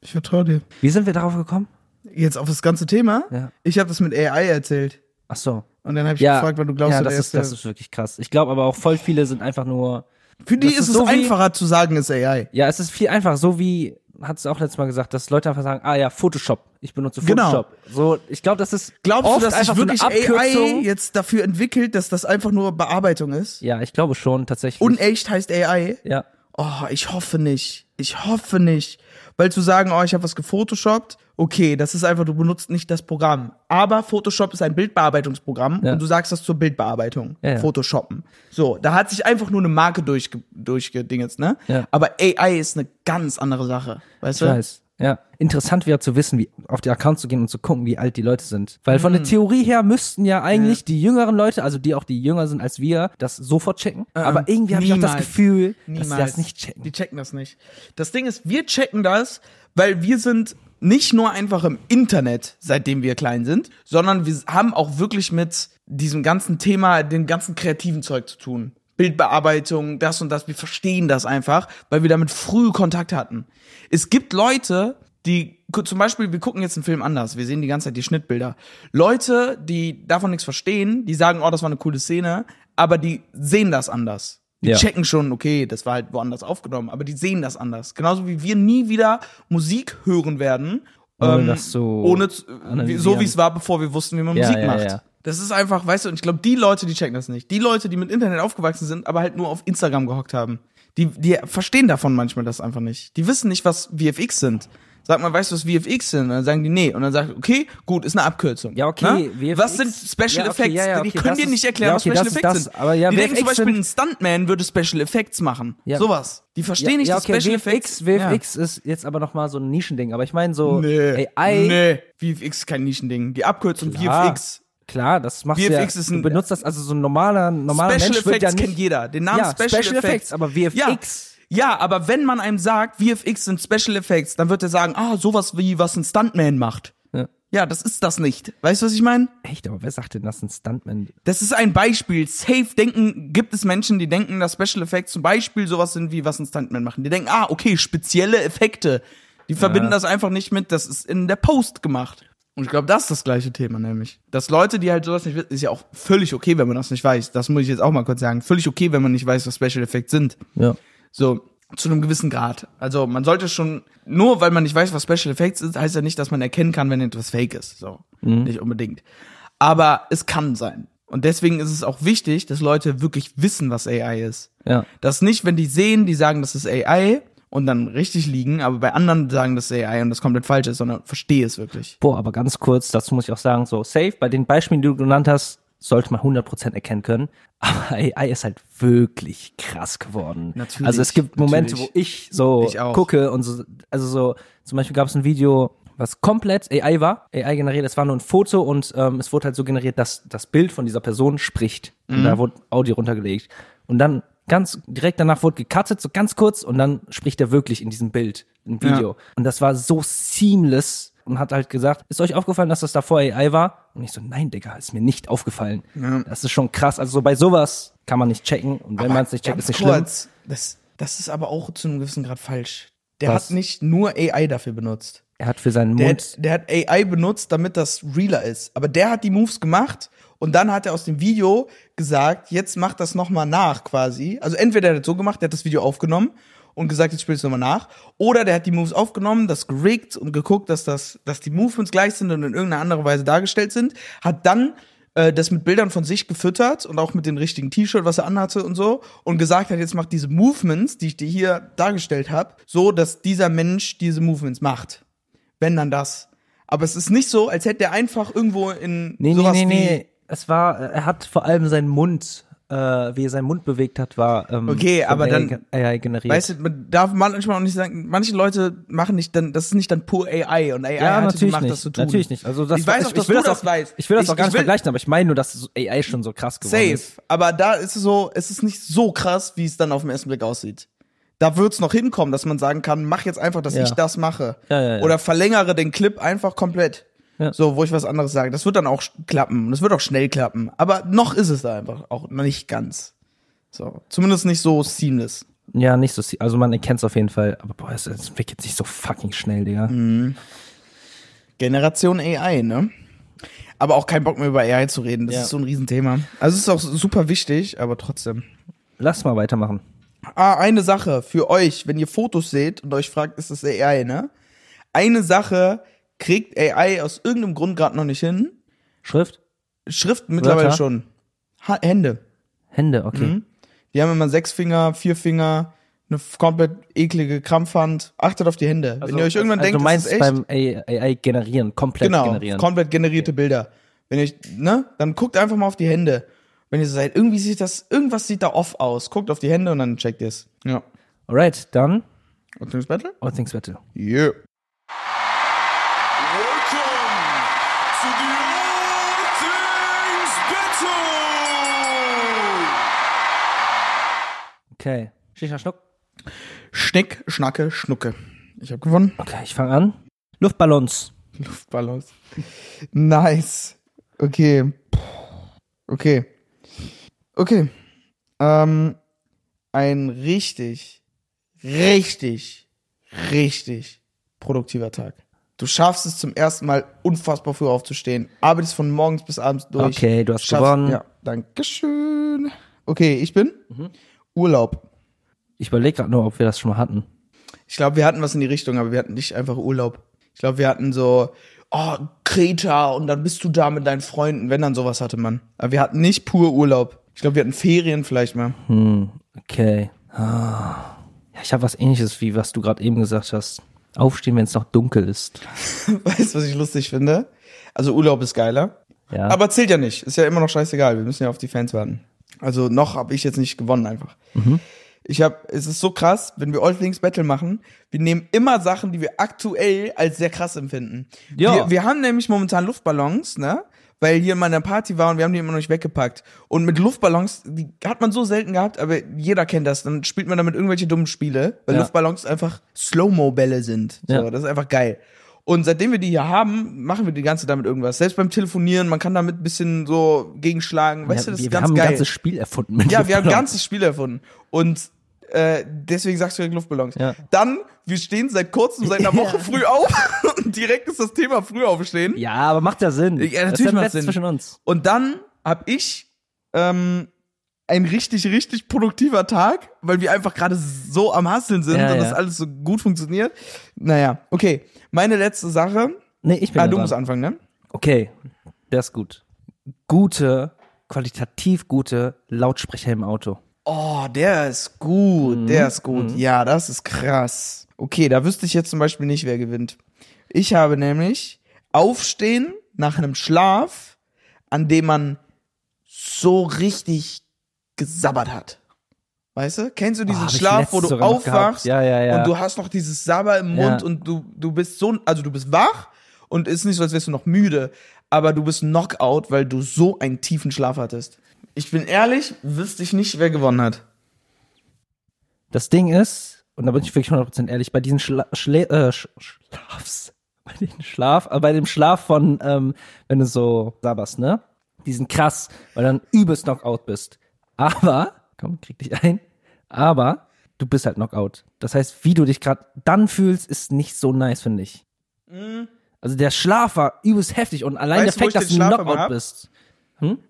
[SPEAKER 1] Ich vertraue dir.
[SPEAKER 2] Wie sind wir darauf gekommen?
[SPEAKER 1] Jetzt auf das ganze Thema.
[SPEAKER 2] Ja.
[SPEAKER 1] Ich habe das mit AI erzählt.
[SPEAKER 2] Ach so.
[SPEAKER 1] Und dann habe ich
[SPEAKER 2] Ja,
[SPEAKER 1] gefragt, wann du glaubst,
[SPEAKER 2] ja
[SPEAKER 1] der
[SPEAKER 2] das, ist,
[SPEAKER 1] erste-
[SPEAKER 2] das ist wirklich krass. Ich glaube aber auch voll viele sind einfach nur,
[SPEAKER 1] Für die
[SPEAKER 2] das
[SPEAKER 1] ist,
[SPEAKER 2] ist
[SPEAKER 1] es
[SPEAKER 2] so wie-
[SPEAKER 1] einfacher zu sagen, ist AI.
[SPEAKER 2] ja, es ist viel einfacher, so wie, hat es auch letztes Mal gesagt, dass Leute einfach sagen, ah ja, Photoshop, ich benutze
[SPEAKER 1] Genau.
[SPEAKER 2] Photoshop. So, ich glaube, das ist
[SPEAKER 1] Glaubst
[SPEAKER 2] oft
[SPEAKER 1] du, dass
[SPEAKER 2] einfach
[SPEAKER 1] sich wirklich
[SPEAKER 2] so eine Abkürzung.
[SPEAKER 1] AI jetzt dafür entwickelt, dass das einfach nur Bearbeitung ist?
[SPEAKER 2] ja, ich glaube schon, tatsächlich.
[SPEAKER 1] Unecht heißt AI?
[SPEAKER 2] ja.
[SPEAKER 1] Oh, ich hoffe nicht. Ich hoffe nicht. Weil zu sagen, oh, ich habe was gefotoshoppt, okay, das ist einfach, du benutzt nicht das Programm. Aber Photoshop ist ein Bildbearbeitungsprogramm
[SPEAKER 2] Ja.
[SPEAKER 1] und du sagst das zur Bildbearbeitung.
[SPEAKER 2] Ja, ja.
[SPEAKER 1] Photoshoppen. So, da hat sich einfach nur eine Marke durchge durchgedinget, ne?
[SPEAKER 2] Ja.
[SPEAKER 1] Aber AI ist eine ganz andere Sache. Weißt
[SPEAKER 2] Ich
[SPEAKER 1] du?
[SPEAKER 2] weiß. Ja. Interessant wäre zu wissen, wie auf die Accounts zu gehen und zu gucken, wie alt die Leute sind. Weil von
[SPEAKER 1] Mhm.
[SPEAKER 2] der Theorie her müssten ja eigentlich die jüngeren Leute, also die auch die jünger sind als wir, das sofort checken. Aber irgendwie habe ich auch das
[SPEAKER 1] Ähm, niemals.
[SPEAKER 2] Gefühl, dass sie
[SPEAKER 1] Niemals.
[SPEAKER 2] das nicht checken.
[SPEAKER 1] Die checken das nicht. Das Ding ist, wir checken das, weil wir sind nicht nur einfach im Internet, seitdem wir klein sind, sondern wir haben auch wirklich mit diesem ganzen Thema, dem ganzen kreativen Zeug zu tun. Bildbearbeitung, das und das, wir verstehen das einfach, weil wir damit früh Kontakt hatten. Es gibt Leute, die gu- zum Beispiel, wir gucken jetzt einen Film anders, wir sehen die ganze Zeit die Schnittbilder. Leute, die davon nichts verstehen, die sagen, oh, das war eine coole Szene, aber die sehen das anders. Die
[SPEAKER 2] Ja.
[SPEAKER 1] checken schon, okay, das war halt woanders aufgenommen, aber die sehen das anders. Genauso wie wir nie wieder Musik hören werden, ähm,
[SPEAKER 2] Ohne das zu
[SPEAKER 1] ohne zu, wie, so
[SPEAKER 2] analysieren.
[SPEAKER 1] wie es war, bevor wir wussten, wie man
[SPEAKER 2] Ja,
[SPEAKER 1] Musik
[SPEAKER 2] ja,
[SPEAKER 1] macht.
[SPEAKER 2] ja.
[SPEAKER 1] Das ist einfach, weißt du, und ich glaube, die Leute, die checken das nicht. Die Leute, die mit Internet aufgewachsen sind, aber halt nur auf Instagram gehockt haben, die, die verstehen davon manchmal das einfach nicht. Die wissen nicht, was VFX sind. Sagt man, weißt du, was VFX sind? Und dann sagen die, nee. Und dann sagt, okay, gut, ist eine Abkürzung.
[SPEAKER 2] Ja, okay,
[SPEAKER 1] Na?
[SPEAKER 2] VFX
[SPEAKER 1] Was sind Special
[SPEAKER 2] Ja, okay,
[SPEAKER 1] Effects?
[SPEAKER 2] ja, ja, okay,
[SPEAKER 1] die können
[SPEAKER 2] das
[SPEAKER 1] dir
[SPEAKER 2] ist-
[SPEAKER 1] nicht erklären,
[SPEAKER 2] ja, okay,
[SPEAKER 1] was Special
[SPEAKER 2] das ist
[SPEAKER 1] Effects
[SPEAKER 2] das,
[SPEAKER 1] sind.
[SPEAKER 2] aber ja,
[SPEAKER 1] die denken zum
[SPEAKER 2] VFX
[SPEAKER 1] Beispiel, ein
[SPEAKER 2] sind-
[SPEAKER 1] Stuntman würde Special Effects machen.
[SPEAKER 2] Ja.
[SPEAKER 1] Sowas. Die verstehen nicht, dass Special
[SPEAKER 2] VFX,
[SPEAKER 1] Effects.
[SPEAKER 2] VFX ist jetzt aber nochmal so ein Nischending. Aber ich meine so
[SPEAKER 1] Nee.
[SPEAKER 2] AI,
[SPEAKER 1] Nee. VFX ist kein Nischending. Die Abkürzung
[SPEAKER 2] Klar.
[SPEAKER 1] VFX.
[SPEAKER 2] klar, das machst
[SPEAKER 1] VFX
[SPEAKER 2] du ja,
[SPEAKER 1] ist
[SPEAKER 2] du
[SPEAKER 1] ein- äh,
[SPEAKER 2] benutzt das, also so ein normaler, normaler
[SPEAKER 1] Special
[SPEAKER 2] Mensch wird ja
[SPEAKER 1] Effects
[SPEAKER 2] nicht,
[SPEAKER 1] kennt jeder. Den Namen
[SPEAKER 2] ja,
[SPEAKER 1] Special, Effects.
[SPEAKER 2] aber VFX,
[SPEAKER 1] Ja, aber wenn man einem sagt, VFX sind Special Effects, dann wird er sagen, ah, sowas wie, was ein Stuntman macht.
[SPEAKER 2] Ja.
[SPEAKER 1] Ja, das ist das nicht. Weißt du, was ich meine?
[SPEAKER 2] echt, aber wer sagt denn, das ein Stuntman?
[SPEAKER 1] Das ist ein Beispiel. Safe denken, gibt es Menschen, die denken, dass Special Effects zum Beispiel sowas sind wie, was ein Stuntman machen. Die denken, ah, okay, spezielle Effekte. Die verbinden das einfach nicht mit, das ist in der Post gemacht. Und ich glaube, das ist das gleiche Thema, nämlich. Dass Leute, die halt sowas nicht wissen, ist ja auch völlig okay, wenn man das nicht weiß. Das muss ich jetzt auch mal kurz sagen. Völlig okay, wenn man nicht weiß, was Special Effects sind.
[SPEAKER 2] Ja.
[SPEAKER 1] So, zu einem gewissen Grad. Also man sollte schon, nur weil man nicht weiß, was Special Effects ist, heißt ja nicht, dass man erkennen kann, wenn etwas fake ist. So,
[SPEAKER 2] Mhm.
[SPEAKER 1] nicht unbedingt. Aber es kann sein. Und deswegen ist es auch wichtig, dass Leute wirklich wissen, was AI ist.
[SPEAKER 2] Ja.
[SPEAKER 1] Dass nicht, wenn die sehen, die sagen, das ist AI und dann richtig liegen, aber bei anderen sagen, das ist AI und das komplett falsch ist, sondern verstehe es wirklich.
[SPEAKER 2] Boah, aber ganz kurz, dazu muss ich auch sagen, so safe, bei den Beispielen, die du genannt hast, sollte man 100% erkennen können. Aber AI ist halt wirklich krass geworden.
[SPEAKER 1] Natürlich,
[SPEAKER 2] Also es gibt Momente,
[SPEAKER 1] natürlich.
[SPEAKER 2] wo ich so
[SPEAKER 1] Ich auch.
[SPEAKER 2] gucke und so, also so, zum Beispiel gab es ein Video, was komplett AI war, AI generiert, es war nur ein Foto und ähm, es wurde halt so generiert, dass das Bild von dieser Person spricht.
[SPEAKER 1] Mhm.
[SPEAKER 2] Und da wurde Audio runtergelegt. Und dann ganz direkt danach wurde gecuttet, so ganz kurz, und dann spricht er wirklich in diesem Bild, im Video. Und das war so seamless und hat halt gesagt, ist euch aufgefallen, dass das davor AI war? Und ich so, nein, Digga, ist mir nicht aufgefallen. Das ist schon krass. Also so bei sowas kann man nicht checken. Und wenn man es nicht checkt,
[SPEAKER 1] Ganz
[SPEAKER 2] ist nicht schlimm.
[SPEAKER 1] kurz, Das, das ist aber auch zu einem gewissen Grad falsch. Der
[SPEAKER 2] Was?
[SPEAKER 1] hat nicht nur AI dafür benutzt.
[SPEAKER 2] Er hat für seinen
[SPEAKER 1] Der,
[SPEAKER 2] Mund.
[SPEAKER 1] hat, der hat AI benutzt, damit das realer ist. Aber der hat die Moves gemacht und dann hat er aus dem Video gesagt, jetzt mach das nochmal nach quasi. Also entweder er hat so gemacht, der hat das Video aufgenommen und gesagt, jetzt spielst du nochmal nach. Oder der hat die Moves aufgenommen, das geriggt und geguckt, dass, das, dass die Movements gleich sind und in irgendeiner anderen Weise dargestellt sind. Hat dann äh, das mit Bildern von sich gefüttert und auch mit dem richtigen T-Shirt, was er anhatte und so und gesagt hat, jetzt macht diese Movements, die ich dir hier dargestellt habe, so, dass dieser Mensch diese Movements macht. Wenn dann das. Aber es ist nicht so, als hätte er einfach irgendwo in
[SPEAKER 2] Nee,
[SPEAKER 1] sowas
[SPEAKER 2] nee, nee,
[SPEAKER 1] wie.
[SPEAKER 2] nee. Es war, er hat vor allem seinen Mund, äh, wie er seinen Mund bewegt hat, war ähm,
[SPEAKER 1] Okay,
[SPEAKER 2] von
[SPEAKER 1] aber
[SPEAKER 2] AI,
[SPEAKER 1] dann-
[SPEAKER 2] ge- AI generiert.
[SPEAKER 1] Weißt du, man darf manchmal auch nicht sagen, manche Leute machen nicht dann, das ist nicht dann pur AI und AI
[SPEAKER 2] ja,
[SPEAKER 1] hat
[SPEAKER 2] natürlich
[SPEAKER 1] gemacht,
[SPEAKER 2] nicht.
[SPEAKER 1] das zu tun.
[SPEAKER 2] Natürlich nicht. Also das,
[SPEAKER 1] ich weiß auch,
[SPEAKER 2] ich,
[SPEAKER 1] dass
[SPEAKER 2] ich will
[SPEAKER 1] du
[SPEAKER 2] das
[SPEAKER 1] das,
[SPEAKER 2] auch,
[SPEAKER 1] weißt.
[SPEAKER 2] Ich will das auch gar nicht
[SPEAKER 1] will-
[SPEAKER 2] vergleichen, aber ich meine nur, dass so AI schon so krass geworden
[SPEAKER 1] Safe.
[SPEAKER 2] ist.
[SPEAKER 1] Aber da ist es so, es ist nicht so krass, wie es dann auf den ersten Blick aussieht. Da wird's noch hinkommen, dass man sagen kann, mach jetzt einfach, dass
[SPEAKER 2] Ja.
[SPEAKER 1] ich das mache.
[SPEAKER 2] Ja, ja, ja.
[SPEAKER 1] Oder verlängere den Clip einfach komplett.
[SPEAKER 2] Ja.
[SPEAKER 1] So, wo ich was anderes sage. Das wird dann auch sch- klappen. Das wird auch schnell klappen. Aber noch ist es da einfach auch noch nicht ganz. So. Zumindest nicht so seamless.
[SPEAKER 2] Ja, nicht so. se- Also man erkennt es auf jeden Fall. Aber boah, es, es entwickelt sich so fucking schnell, Digga.
[SPEAKER 1] Mhm. Generation AI, ne? Aber auch kein Bock mehr über AI zu reden. Das
[SPEAKER 2] Ja.
[SPEAKER 1] ist so ein Riesenthema. Also es ist auch super wichtig, aber trotzdem.
[SPEAKER 2] Lass mal weitermachen.
[SPEAKER 1] Ah, eine Sache für euch, wenn ihr Fotos seht und euch fragt, ist das AI, ne? Eine Sache kriegt AI aus irgendeinem Grund gerade noch nicht hin.
[SPEAKER 2] Schrift?
[SPEAKER 1] Schrift mittlerweile
[SPEAKER 2] Wörter?
[SPEAKER 1] schon. Ha Hände.
[SPEAKER 2] Hände, okay.
[SPEAKER 1] Mhm. Die haben immer sechs Finger, vier Finger, eine f- komplett eklige Krampfhand. Achtet auf die Hände. wenn ihr euch irgendwann
[SPEAKER 2] also
[SPEAKER 1] denkt,
[SPEAKER 2] du meinst
[SPEAKER 1] das ist echt,
[SPEAKER 2] beim AI, AI generieren, komplett
[SPEAKER 1] genau,
[SPEAKER 2] generieren.
[SPEAKER 1] komplett generierte Bilder. Wenn ich, ne, dann guckt einfach mal auf die Hände. Wenn ihr so seid, irgendwie sieht das, irgendwas sieht da off aus. Guckt auf die Hände und dann checkt ihr's. Ja.
[SPEAKER 2] Alright, dann
[SPEAKER 1] Und das Battle?
[SPEAKER 2] All Things Battle.
[SPEAKER 1] Yeah.
[SPEAKER 3] Welcome to the All Things Battle!
[SPEAKER 2] Okay. Shisha Schnuck.
[SPEAKER 1] Schnick, Schnacke, Schnucke. Ich habe gewonnen.
[SPEAKER 2] Okay, ich fange an. Luftballons.
[SPEAKER 1] Luftballons. Nice. Okay. Okay. Okay. Ähm, ein richtig, richtig, richtig produktiver Tag. Du schaffst es zum ersten Mal unfassbar früh aufzustehen, arbeitest von morgens bis abends durch.
[SPEAKER 2] Okay, du hast
[SPEAKER 1] Schaffst-
[SPEAKER 2] gewonnen. Mhm.
[SPEAKER 1] Ja, Dankeschön. Okay, ich bin Urlaub.
[SPEAKER 2] Ich überlege gerade nur, ob wir das schon mal hatten.
[SPEAKER 1] Ich glaube, wir hatten was in die Richtung, aber wir hatten nicht einfach Urlaub. Ich glaube, wir hatten so, oh, Kreta und dann bist du da mit deinen Freunden, wenn dann sowas hatte man. Aber wir hatten nicht pur Urlaub. Ich glaube, wir hatten Ferien vielleicht mal.
[SPEAKER 2] Okay. Ah. Ja, ich habe was ähnliches, wie was du gerade eben gesagt hast. Aufstehen, wenn es noch dunkel ist.
[SPEAKER 1] Weißt du, was ich lustig finde? Also Urlaub ist geiler.
[SPEAKER 2] Ja.
[SPEAKER 1] Aber zählt ja nicht. Ist ja immer noch scheißegal. Wir müssen ja auf die Fans warten. Also noch habe ich jetzt nicht gewonnen einfach.
[SPEAKER 2] Mhm.
[SPEAKER 1] Ich habe, es ist so krass, wenn wir All Things Battle machen, wir nehmen immer Sachen, die wir aktuell als sehr krass empfinden.
[SPEAKER 2] Ja.
[SPEAKER 1] Wir, wir haben nämlich momentan Luftballons, ne? Weil hier mal eine Party war und wir haben die immer noch nicht weggepackt. Und mit Luftballons, die hat man so selten gehabt, aber jeder kennt das. Dann spielt man damit irgendwelche dummen Spiele, weil
[SPEAKER 2] Ja.
[SPEAKER 1] Luftballons einfach Slow-Mo-Bälle sind. So,
[SPEAKER 2] Ja.
[SPEAKER 1] Das ist einfach geil. Und seitdem wir die hier haben, machen wir die ganze damit irgendwas. Selbst beim Telefonieren, man kann damit ein bisschen so gegenschlagen. Weißt du,
[SPEAKER 2] ja,
[SPEAKER 1] das
[SPEAKER 2] wir,
[SPEAKER 1] ist ganz
[SPEAKER 2] haben
[SPEAKER 1] geil.
[SPEAKER 2] ein ganzes Spiel erfunden. Mit
[SPEAKER 1] Ja, wir haben ein
[SPEAKER 2] Luftballons.
[SPEAKER 1] ganzes Spiel erfunden. Und äh, deswegen sagst du direkt Luftballons.
[SPEAKER 2] Ja.
[SPEAKER 1] Dann, wir stehen seit kurzem, seit einer Woche früh auf und direkt ist das Thema früh aufstehen.
[SPEAKER 2] Ja, aber macht ja Sinn.
[SPEAKER 1] Ja, natürlich
[SPEAKER 2] das ist der
[SPEAKER 1] macht
[SPEAKER 2] Letzte
[SPEAKER 1] Sinn.
[SPEAKER 2] zwischen uns.
[SPEAKER 1] Und dann hab ich ähm, ein richtig, richtig produktiver Tag, weil wir einfach gerade so am Hasseln sind
[SPEAKER 2] Ja,
[SPEAKER 1] und
[SPEAKER 2] ja.
[SPEAKER 1] das alles so gut funktioniert. Naja, okay. Meine letzte Sache.
[SPEAKER 2] Nee, ich bin
[SPEAKER 1] Ah,
[SPEAKER 2] ja
[SPEAKER 1] du
[SPEAKER 2] dran.
[SPEAKER 1] musst anfangen, ne?
[SPEAKER 2] Okay, das ist gut. Gute, qualitativ gute Lautsprecher im Auto.
[SPEAKER 1] Oh, der ist gut,
[SPEAKER 2] Mhm,
[SPEAKER 1] der ist gut. Ja, das ist krass. Okay, da wüsste ich jetzt zum Beispiel nicht, wer gewinnt. Ich habe nämlich Aufstehen nach einem Schlaf, an dem man so richtig gesabbert hat. Weißt du? Kennst du diesen
[SPEAKER 2] hab ich
[SPEAKER 1] Schlaf, wo
[SPEAKER 2] letztens
[SPEAKER 1] du
[SPEAKER 2] sogar noch gehabt.
[SPEAKER 1] aufwachst
[SPEAKER 2] Ja, ja, ja.
[SPEAKER 1] und du hast noch dieses Sabber im
[SPEAKER 2] Ja.
[SPEAKER 1] Mund und du, du bist so, also du bist wach und ist nicht so, als wärst du noch müde, aber du bist Knockout, weil du so einen tiefen Schlaf hattest. Ich bin ehrlich, wüsste ich nicht, wer gewonnen hat.
[SPEAKER 2] Das Ding ist, und da bin ich wirklich 100% ehrlich, bei diesen Schla Schlä äh, Sch Schlafs, bei den Schlaf, äh, bei dem Schlaf von, ähm, wenn du so sabberst, ne? Die sind krass, weil du dann übelst Knockout bist. Aber, komm, krieg dich ein, aber du bist halt Knockout. Das heißt, wie du dich gerade dann fühlst, ist nicht so nice, finde ich. Also der Schlaf war übelst heftig und allein
[SPEAKER 1] Mhm. Weißt du, wo
[SPEAKER 2] der Fakt,
[SPEAKER 1] ich
[SPEAKER 2] dass
[SPEAKER 1] den
[SPEAKER 2] du
[SPEAKER 1] Schlaf
[SPEAKER 2] Knockout
[SPEAKER 1] immer hab?
[SPEAKER 2] bist.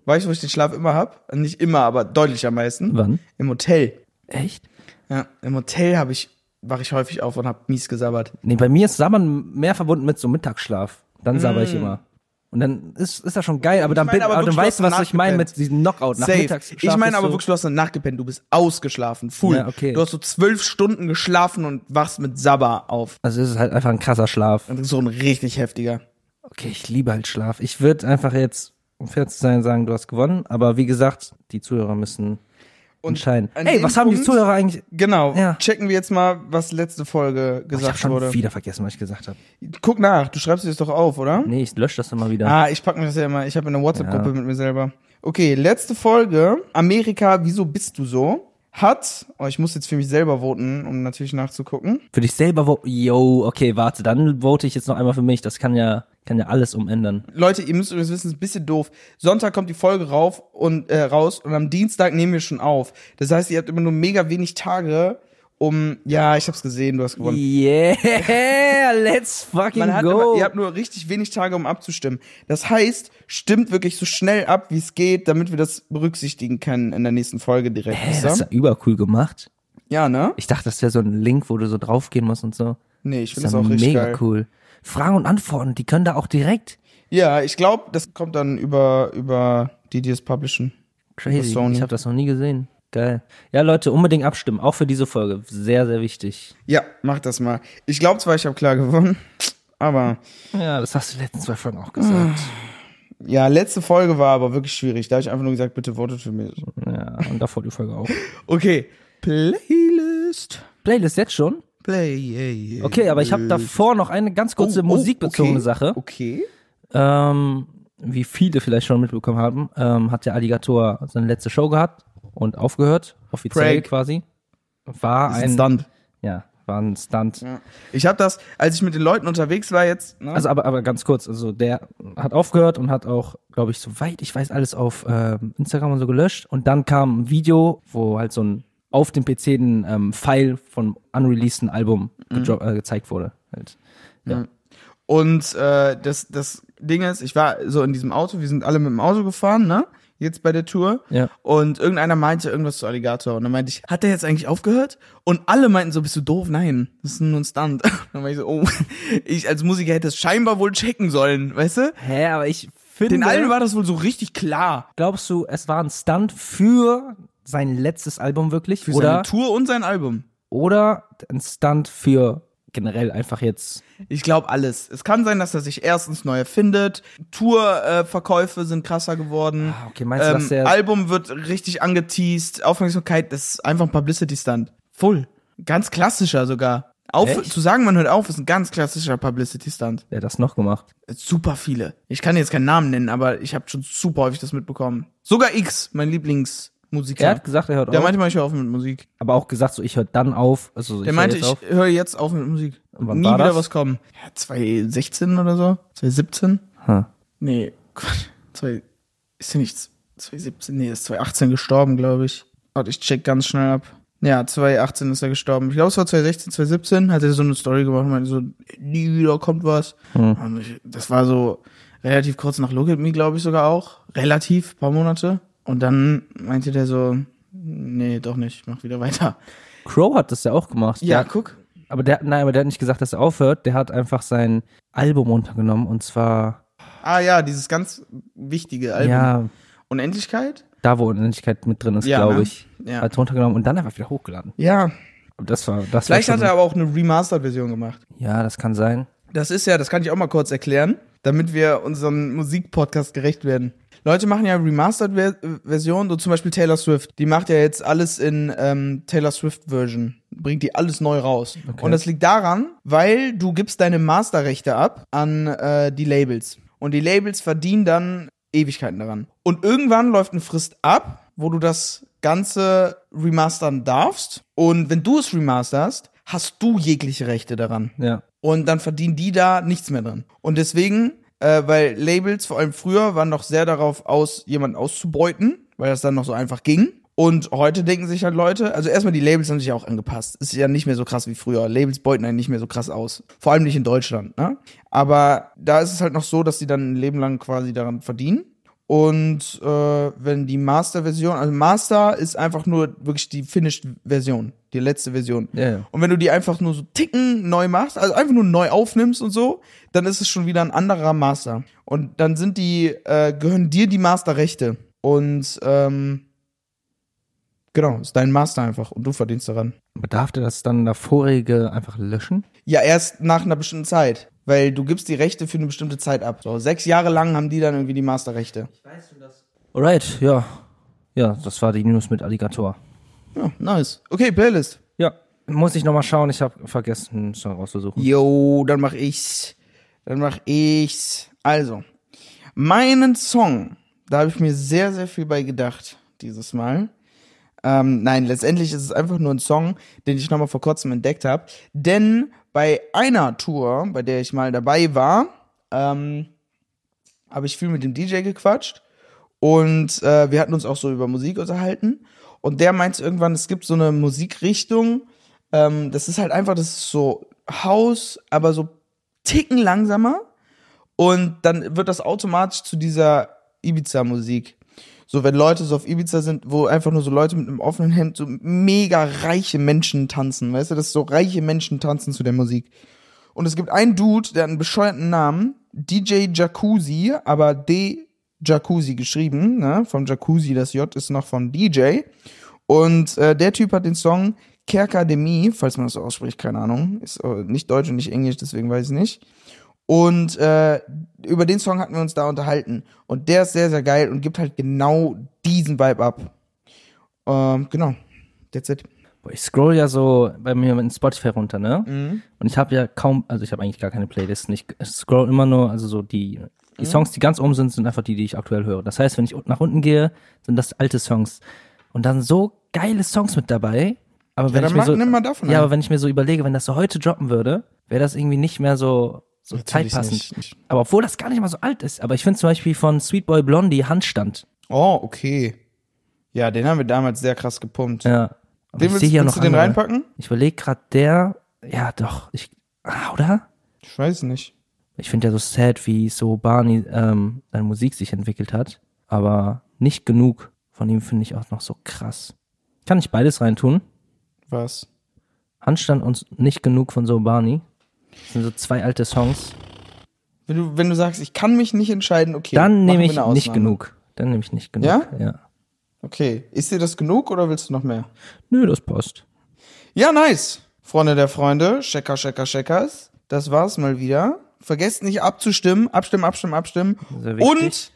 [SPEAKER 1] Weißt du, wo ich den Schlaf immer hab? Nicht immer, aber deutlich am meisten.
[SPEAKER 2] Wann?
[SPEAKER 1] Im Hotel.
[SPEAKER 2] Echt?
[SPEAKER 1] Ja, im Hotel habe ich, wache ich häufig auf und hab mies gesabbert.
[SPEAKER 2] Nee, bei mir ist Sabbern mehr verbunden mit so Mittagsschlaf. Dann sabber ich immer. Und dann ist, ist das schon geil, aber dann,
[SPEAKER 1] meine
[SPEAKER 2] bin-
[SPEAKER 1] aber
[SPEAKER 2] Mm. aber dann
[SPEAKER 1] wirklich,
[SPEAKER 2] weißt du,
[SPEAKER 1] du hast
[SPEAKER 2] was ich meine mit
[SPEAKER 1] nachgepennt.
[SPEAKER 2] diesem Knockout nach
[SPEAKER 1] Safe.
[SPEAKER 2] Mittagsschlaf.
[SPEAKER 1] Ich meine
[SPEAKER 2] bist
[SPEAKER 1] aber
[SPEAKER 2] du-
[SPEAKER 1] wirklich, du hast eine Nacht gepennt, du bist ausgeschlafen, full.
[SPEAKER 2] Ja, okay.
[SPEAKER 1] Du hast so zwölf Stunden geschlafen und wachst mit Sabber auf.
[SPEAKER 2] Also es ist halt einfach ein krasser Schlaf.
[SPEAKER 1] Das ist so ein richtig heftiger.
[SPEAKER 2] Okay, ich liebe halt Schlaf. Ich würde einfach jetzt, um fair zu sein, sagen, du hast gewonnen. Aber wie gesagt, die Zuhörer müssen entscheiden.
[SPEAKER 1] an
[SPEAKER 2] Ey,
[SPEAKER 1] dem
[SPEAKER 2] was haben die
[SPEAKER 1] Punkt-
[SPEAKER 2] Zuhörer eigentlich?
[SPEAKER 1] Genau.
[SPEAKER 2] Ja.
[SPEAKER 1] Checken wir jetzt mal, was letzte Folge
[SPEAKER 2] Oh, Ich habe
[SPEAKER 1] gesagt
[SPEAKER 2] schon
[SPEAKER 1] wurde.
[SPEAKER 2] wieder vergessen, was ich gesagt habe.
[SPEAKER 1] Guck nach, du schreibst dir das doch auf, oder?
[SPEAKER 2] Nee, ich lösche das immer wieder.
[SPEAKER 1] Ah, ich pack mir das ja immer. Ich habe eine WhatsApp-Gruppe
[SPEAKER 2] Ja.
[SPEAKER 1] mit mir selber. Okay, letzte Folge. Amerika, wieso bist du so? Hat, oh, ich muss jetzt für mich selber voten, um natürlich nachzugucken.
[SPEAKER 2] Für dich selber, wo, yo, okay, warte, dann vote ich jetzt noch einmal für mich. Das kann ja, kann ja alles umändern.
[SPEAKER 1] Leute, ihr müsst übrigens wissen, ist ein bisschen doof. Sonntag kommt die Folge rauf und äh, raus und am Dienstag nehmen wir schon auf. Das heißt, ihr habt immer nur mega wenig Tage, um. Ja, ich hab's gesehen, du hast gewonnen.
[SPEAKER 2] Yeah, let's fucking
[SPEAKER 1] Man hat
[SPEAKER 2] go.
[SPEAKER 1] immer, ihr habt nur richtig wenig Tage, um abzustimmen. Das heißt, stimmt wirklich so schnell ab, wie es geht, damit wir das berücksichtigen können in der nächsten Folge direkt.
[SPEAKER 2] Hä,
[SPEAKER 1] wisst ihr?
[SPEAKER 2] das ist ja übercool gemacht.
[SPEAKER 1] ja, ne?
[SPEAKER 2] Ich dachte, das wäre so ein Link, wo du so draufgehen musst und so.
[SPEAKER 1] Nee, ich
[SPEAKER 2] Das
[SPEAKER 1] finde
[SPEAKER 2] ist
[SPEAKER 1] das
[SPEAKER 2] ja
[SPEAKER 1] auch richtig
[SPEAKER 2] mega
[SPEAKER 1] geil.
[SPEAKER 2] cool. Fragen und Antworten, die können da auch direkt.
[SPEAKER 1] Ja, ich glaube, das kommt dann über, über die, die es publishen.
[SPEAKER 2] Crazy.
[SPEAKER 1] Sony.
[SPEAKER 2] Ich habe das noch nie gesehen. Geil. Ja, Leute, unbedingt abstimmen. Auch für diese Folge. Sehr, sehr wichtig.
[SPEAKER 1] Ja, mach das mal. Ich glaube zwar, ich habe klar gewonnen, aber
[SPEAKER 2] Ja, das hast du in den letzten zwei Folgen auch gesagt.
[SPEAKER 1] ja, letzte Folge war aber wirklich schwierig. Da habe ich einfach nur gesagt, bitte votet für mich.
[SPEAKER 2] ja, und davor die Folge auch.
[SPEAKER 1] Okay, Playlist.
[SPEAKER 2] Playlist jetzt schon?
[SPEAKER 1] Play.
[SPEAKER 2] Okay, aber ich habe davor noch eine ganz kurze
[SPEAKER 1] Oh,
[SPEAKER 2] musikbezogene
[SPEAKER 1] okay.
[SPEAKER 2] Sache.
[SPEAKER 1] Okay.
[SPEAKER 2] Ähm, wie viele vielleicht schon mitbekommen haben, ähm, hat der Alligator seine letzte Show gehabt und aufgehört, offiziell
[SPEAKER 1] Prank.
[SPEAKER 2] quasi. War
[SPEAKER 1] Ist ein
[SPEAKER 2] ein,
[SPEAKER 1] Stunt.
[SPEAKER 2] ja, war ein Stunt.
[SPEAKER 1] Ja. Ich habe das, als ich mit den Leuten unterwegs war jetzt, ne?
[SPEAKER 2] Also aber, aber ganz kurz, also der hat aufgehört und hat auch, glaube ich, soweit ich weiß, alles auf ähm, Instagram und so gelöscht. Und dann kam ein Video, wo halt so ein auf dem PC ein ähm, File von unreleaseden Album
[SPEAKER 1] Mhm.
[SPEAKER 2] gedro- äh, gezeigt wurde. Halt.
[SPEAKER 1] und äh, das, das Ding ist, ich war so in diesem Auto, wir sind alle mit dem Auto gefahren, ne? Jetzt bei der Tour.
[SPEAKER 2] Ja.
[SPEAKER 1] Und irgendeiner meinte irgendwas zu Alligator. Und dann meinte ich, hat der jetzt eigentlich aufgehört? Und alle meinten so, bist du doof? Nein, das ist nur ein Stunt. dann meinte ich so, oh, ich als Musiker hätte es scheinbar wohl checken sollen, weißt du?
[SPEAKER 2] Hä, aber ich finde.
[SPEAKER 1] Den allen war das wohl so richtig klar.
[SPEAKER 2] Glaubst du, es war ein Stunt für sein letztes Album wirklich?
[SPEAKER 1] Für
[SPEAKER 2] oder,
[SPEAKER 1] seine Tour und sein Album.
[SPEAKER 2] oder ein Stunt für generell einfach jetzt.
[SPEAKER 1] Ich glaube alles. Es kann sein, dass er sich erstens neu erfindet. Tourverkäufe äh, sind krasser geworden.
[SPEAKER 2] Ah, okay,
[SPEAKER 1] Ähm,
[SPEAKER 2] meinst du, dass der-
[SPEAKER 1] Album wird richtig angeteased. Aufmerksamkeit, das ist einfach ein Publicity-Stunt. Full. Ganz klassischer sogar. Auf,
[SPEAKER 2] Echt?
[SPEAKER 1] zu sagen, man hört auf, ist ein ganz klassischer Publicity-Stunt.
[SPEAKER 2] Wer hat das noch gemacht?
[SPEAKER 1] Super viele. Ich kann jetzt keinen Namen nennen, aber ich habe schon super häufig das mitbekommen. Sogar X, mein Lieblingsmusiker.
[SPEAKER 2] Er hat gesagt, er hört
[SPEAKER 1] der
[SPEAKER 2] auf,
[SPEAKER 1] meinte mal, ich höre auf mit Musik.
[SPEAKER 2] aber auch gesagt, so ich höre dann auf. Also so,
[SPEAKER 1] Der
[SPEAKER 2] ich
[SPEAKER 1] meinte,
[SPEAKER 2] hör jetzt
[SPEAKER 1] ich
[SPEAKER 2] auf.
[SPEAKER 1] höre jetzt auf mit Musik.
[SPEAKER 2] Und wann
[SPEAKER 1] Nie
[SPEAKER 2] war
[SPEAKER 1] wieder
[SPEAKER 2] das?
[SPEAKER 1] was kommen. Ja, 2016 oder so? 2017?
[SPEAKER 2] Hm.
[SPEAKER 1] Nee, Gott. Zwei, ist ja nichts. 2017, nee, ist 2018 gestorben, glaube ich. Warte, ich check ganz schnell ab. Ja, 2018 ist er gestorben. Ich glaube, es war 2016, 2017, hat er so eine Story gemacht und meinte so, nie wieder kommt was. Und ich, das war so relativ kurz nach Look at Me, glaube ich sogar auch. Relativ, paar Monate. Und dann meinte der so, nee, doch nicht, ich mach wieder weiter.
[SPEAKER 2] Crow hat das ja auch gemacht.
[SPEAKER 1] Ja,
[SPEAKER 2] Der-
[SPEAKER 1] guck.
[SPEAKER 2] Aber der, nein, aber der hat nicht gesagt, dass er aufhört. Der hat einfach sein Album runtergenommen und zwar
[SPEAKER 1] Ah ja, dieses ganz wichtige Album.
[SPEAKER 2] ja
[SPEAKER 1] Unendlichkeit?
[SPEAKER 2] da, wo Unendlichkeit mit drin ist,
[SPEAKER 1] Ja,
[SPEAKER 2] glaube
[SPEAKER 1] ne?
[SPEAKER 2] ich.
[SPEAKER 1] Ja.
[SPEAKER 2] Hat runtergenommen und dann einfach wieder hochgeladen.
[SPEAKER 1] Ja.
[SPEAKER 2] Aber Das war das.
[SPEAKER 1] Vielleicht
[SPEAKER 2] war
[SPEAKER 1] hat
[SPEAKER 2] schon-
[SPEAKER 1] er aber auch eine Remastered-Version gemacht.
[SPEAKER 2] Ja, das kann sein.
[SPEAKER 1] Das ist ja, das kann ich auch mal kurz erklären, damit wir unserem Musikpodcast gerecht werden. Leute machen ja Remastered-Versionen, so zum Beispiel Taylor Swift. Die macht ja jetzt alles in ähm, Taylor Swift-Version. Bringt die alles neu raus. Und das liegt daran, weil du gibst deine Masterrechte ab an äh, die Labels. Und die Labels verdienen dann Ewigkeiten daran. Und irgendwann läuft eine Frist ab, wo du das Ganze remastern darfst. Und wenn du es remasterst, hast du jegliche Rechte daran.
[SPEAKER 2] Ja.
[SPEAKER 1] Und dann verdienen die da nichts mehr dran. Und deswegen, äh, weil Labels vor allem früher waren noch sehr darauf aus, jemanden auszubeuten, weil das dann noch so einfach ging. Und heute denken sich halt Leute, also erstmal die Labels haben sich ja auch angepasst. Ist ja nicht mehr so krass wie früher. Labels beuten einen nicht mehr so krass aus. Vor allem nicht in Deutschland, ne? Aber da ist es halt noch so, dass die dann ein Leben lang quasi daran verdienen. Und äh, wenn die Master-Version, also Master ist einfach nur wirklich die Finished-Version, die letzte Version.
[SPEAKER 2] Ja, ja.
[SPEAKER 1] Und wenn du die einfach nur so ticken neu machst, also einfach nur neu aufnimmst und so, dann ist es schon wieder ein anderer Master. Und dann sind die, äh, gehören dir die Masterrechte. Und ähm, genau, ist dein Master einfach und du verdienst daran.
[SPEAKER 2] Aber darf der das dann der vorige einfach löschen?
[SPEAKER 1] Ja, erst nach einer bestimmten Zeit. Weil du gibst die Rechte für eine bestimmte Zeit ab. So, sechs Jahre lang haben die dann irgendwie die Masterrechte.
[SPEAKER 2] Alright, ja. Ja, das war die News mit Alligator.
[SPEAKER 1] Ja, nice. Okay, Playlist.
[SPEAKER 2] Ja. Muss ich nochmal schauen, ich habe vergessen, einen Song rauszusuchen.
[SPEAKER 1] Jo, dann mach ich's. Dann mach ich's. Also, meinen Song, da habe ich mir sehr, sehr viel bei gedacht dieses Mal. Ähm, nein, letztendlich ist es einfach nur ein Song, den ich nochmal vor kurzem entdeckt habe. Denn bei einer Tour, bei der ich mal dabei war, ähm, habe ich viel mit dem DJ gequatscht. Und äh, wir hatten uns auch so über Musik unterhalten. Und der meint irgendwann, es gibt so eine Musikrichtung, ähm, das ist halt einfach, das ist so House, aber so ticken langsamer. Und dann wird das automatisch zu dieser Ibiza-Musik. So, wenn Leute so auf Ibiza sind, wo einfach nur so Leute mit einem offenen Hemd so mega reiche Menschen tanzen, weißt du, das ist so reiche Menschen tanzen zu der Musik. Und es gibt einen Dude, der hat einen bescheuerten Namen, DJ Jacuzzi, aber D Jacuzzi geschrieben, ne? Vom Jacuzzi, das J ist noch von DJ. Und äh, der Typ hat den Song Kerkademie, falls man das so ausspricht, keine Ahnung. Ist äh, nicht Deutsch und nicht Englisch, deswegen weiß ich nicht. Und äh, über den Song hatten wir uns da unterhalten. Und der ist sehr, sehr geil und gibt halt genau diesen Vibe ab. Ähm, genau. That's it.
[SPEAKER 2] Boah, Ich scroll ja so bei mir in Spotify runter, ne?
[SPEAKER 1] Mhm.
[SPEAKER 2] Und ich habe ja kaum, also ich habe eigentlich gar keine Playlisten. Ich scroll immer nur, also so die,
[SPEAKER 1] Mhm.
[SPEAKER 2] die Songs, die ganz oben sind, sind einfach die, die ich aktuell höre. Das heißt, wenn ich nach unten gehe, sind das alte Songs. Und dann so geile Songs mit dabei. Aber wenn
[SPEAKER 1] dann
[SPEAKER 2] ich mir
[SPEAKER 1] mach-
[SPEAKER 2] so,
[SPEAKER 1] nimm mal davon
[SPEAKER 2] ja,
[SPEAKER 1] einen.
[SPEAKER 2] aber wenn ich mir so überlege, wenn das so heute droppen würde, wäre das irgendwie nicht mehr so, so zeitpassend.
[SPEAKER 1] nicht.
[SPEAKER 2] Aber obwohl das gar nicht mal so alt ist. Aber ich finde zum Beispiel von Sweet Boy Blondie Handstand.
[SPEAKER 1] Oh, okay. Ja, den haben wir damals sehr krass gepumpt.
[SPEAKER 2] Ja. Aber
[SPEAKER 1] Den
[SPEAKER 2] ich
[SPEAKER 1] willst,
[SPEAKER 2] seh hier
[SPEAKER 1] willst du den
[SPEAKER 2] andere.
[SPEAKER 1] reinpacken?
[SPEAKER 2] Ich überlege gerade der, ja doch, ich, ah, oder?
[SPEAKER 1] Ich weiß nicht.
[SPEAKER 2] Ich finde ja so sad, wie so Barney ähm, seine Musik sich entwickelt hat, aber nicht genug von ihm finde ich auch noch so krass. Kann ich beides reintun?
[SPEAKER 1] Was?
[SPEAKER 2] Handstand und nicht genug von so Barney. Das sind so zwei alte Songs.
[SPEAKER 1] Wenn du, wenn du sagst, ich kann mich nicht entscheiden, okay.
[SPEAKER 2] Dann
[SPEAKER 1] machen
[SPEAKER 2] nehme
[SPEAKER 1] wir
[SPEAKER 2] ich
[SPEAKER 1] eine
[SPEAKER 2] nicht
[SPEAKER 1] Ausnahme.
[SPEAKER 2] genug. Dann nehme ich nicht genug.
[SPEAKER 1] Ja?
[SPEAKER 2] ja.
[SPEAKER 1] Okay. Ist dir das genug oder willst du noch mehr?
[SPEAKER 2] Nö, das passt.
[SPEAKER 1] Ja, nice. Freunde der Freunde, Checker, Checker, Checkers. Das war's mal wieder. Vergesst nicht abzustimmen, abstimmen, abstimmen, abstimmen.
[SPEAKER 2] Sehr wichtig.
[SPEAKER 1] Und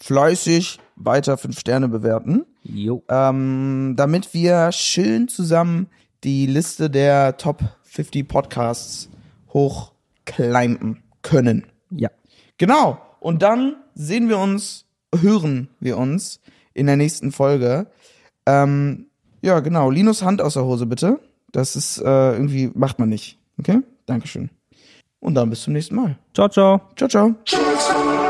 [SPEAKER 1] fleißig weiter fünf Sterne bewerten,
[SPEAKER 2] Jo.
[SPEAKER 1] ähm, damit wir schön zusammen die Liste der Top 50 Podcasts hochklimpen können.
[SPEAKER 2] Ja.
[SPEAKER 1] Genau. Und dann sehen wir uns, hören wir uns in der nächsten Folge. Ähm, ja, genau. Linus Hand aus der Hose, bitte. Das ist äh, irgendwie, macht man nicht. Okay? Dankeschön. Und dann bis zum nächsten Mal.
[SPEAKER 2] Ciao, ciao.
[SPEAKER 1] Ciao, ciao.
[SPEAKER 3] Tschüss.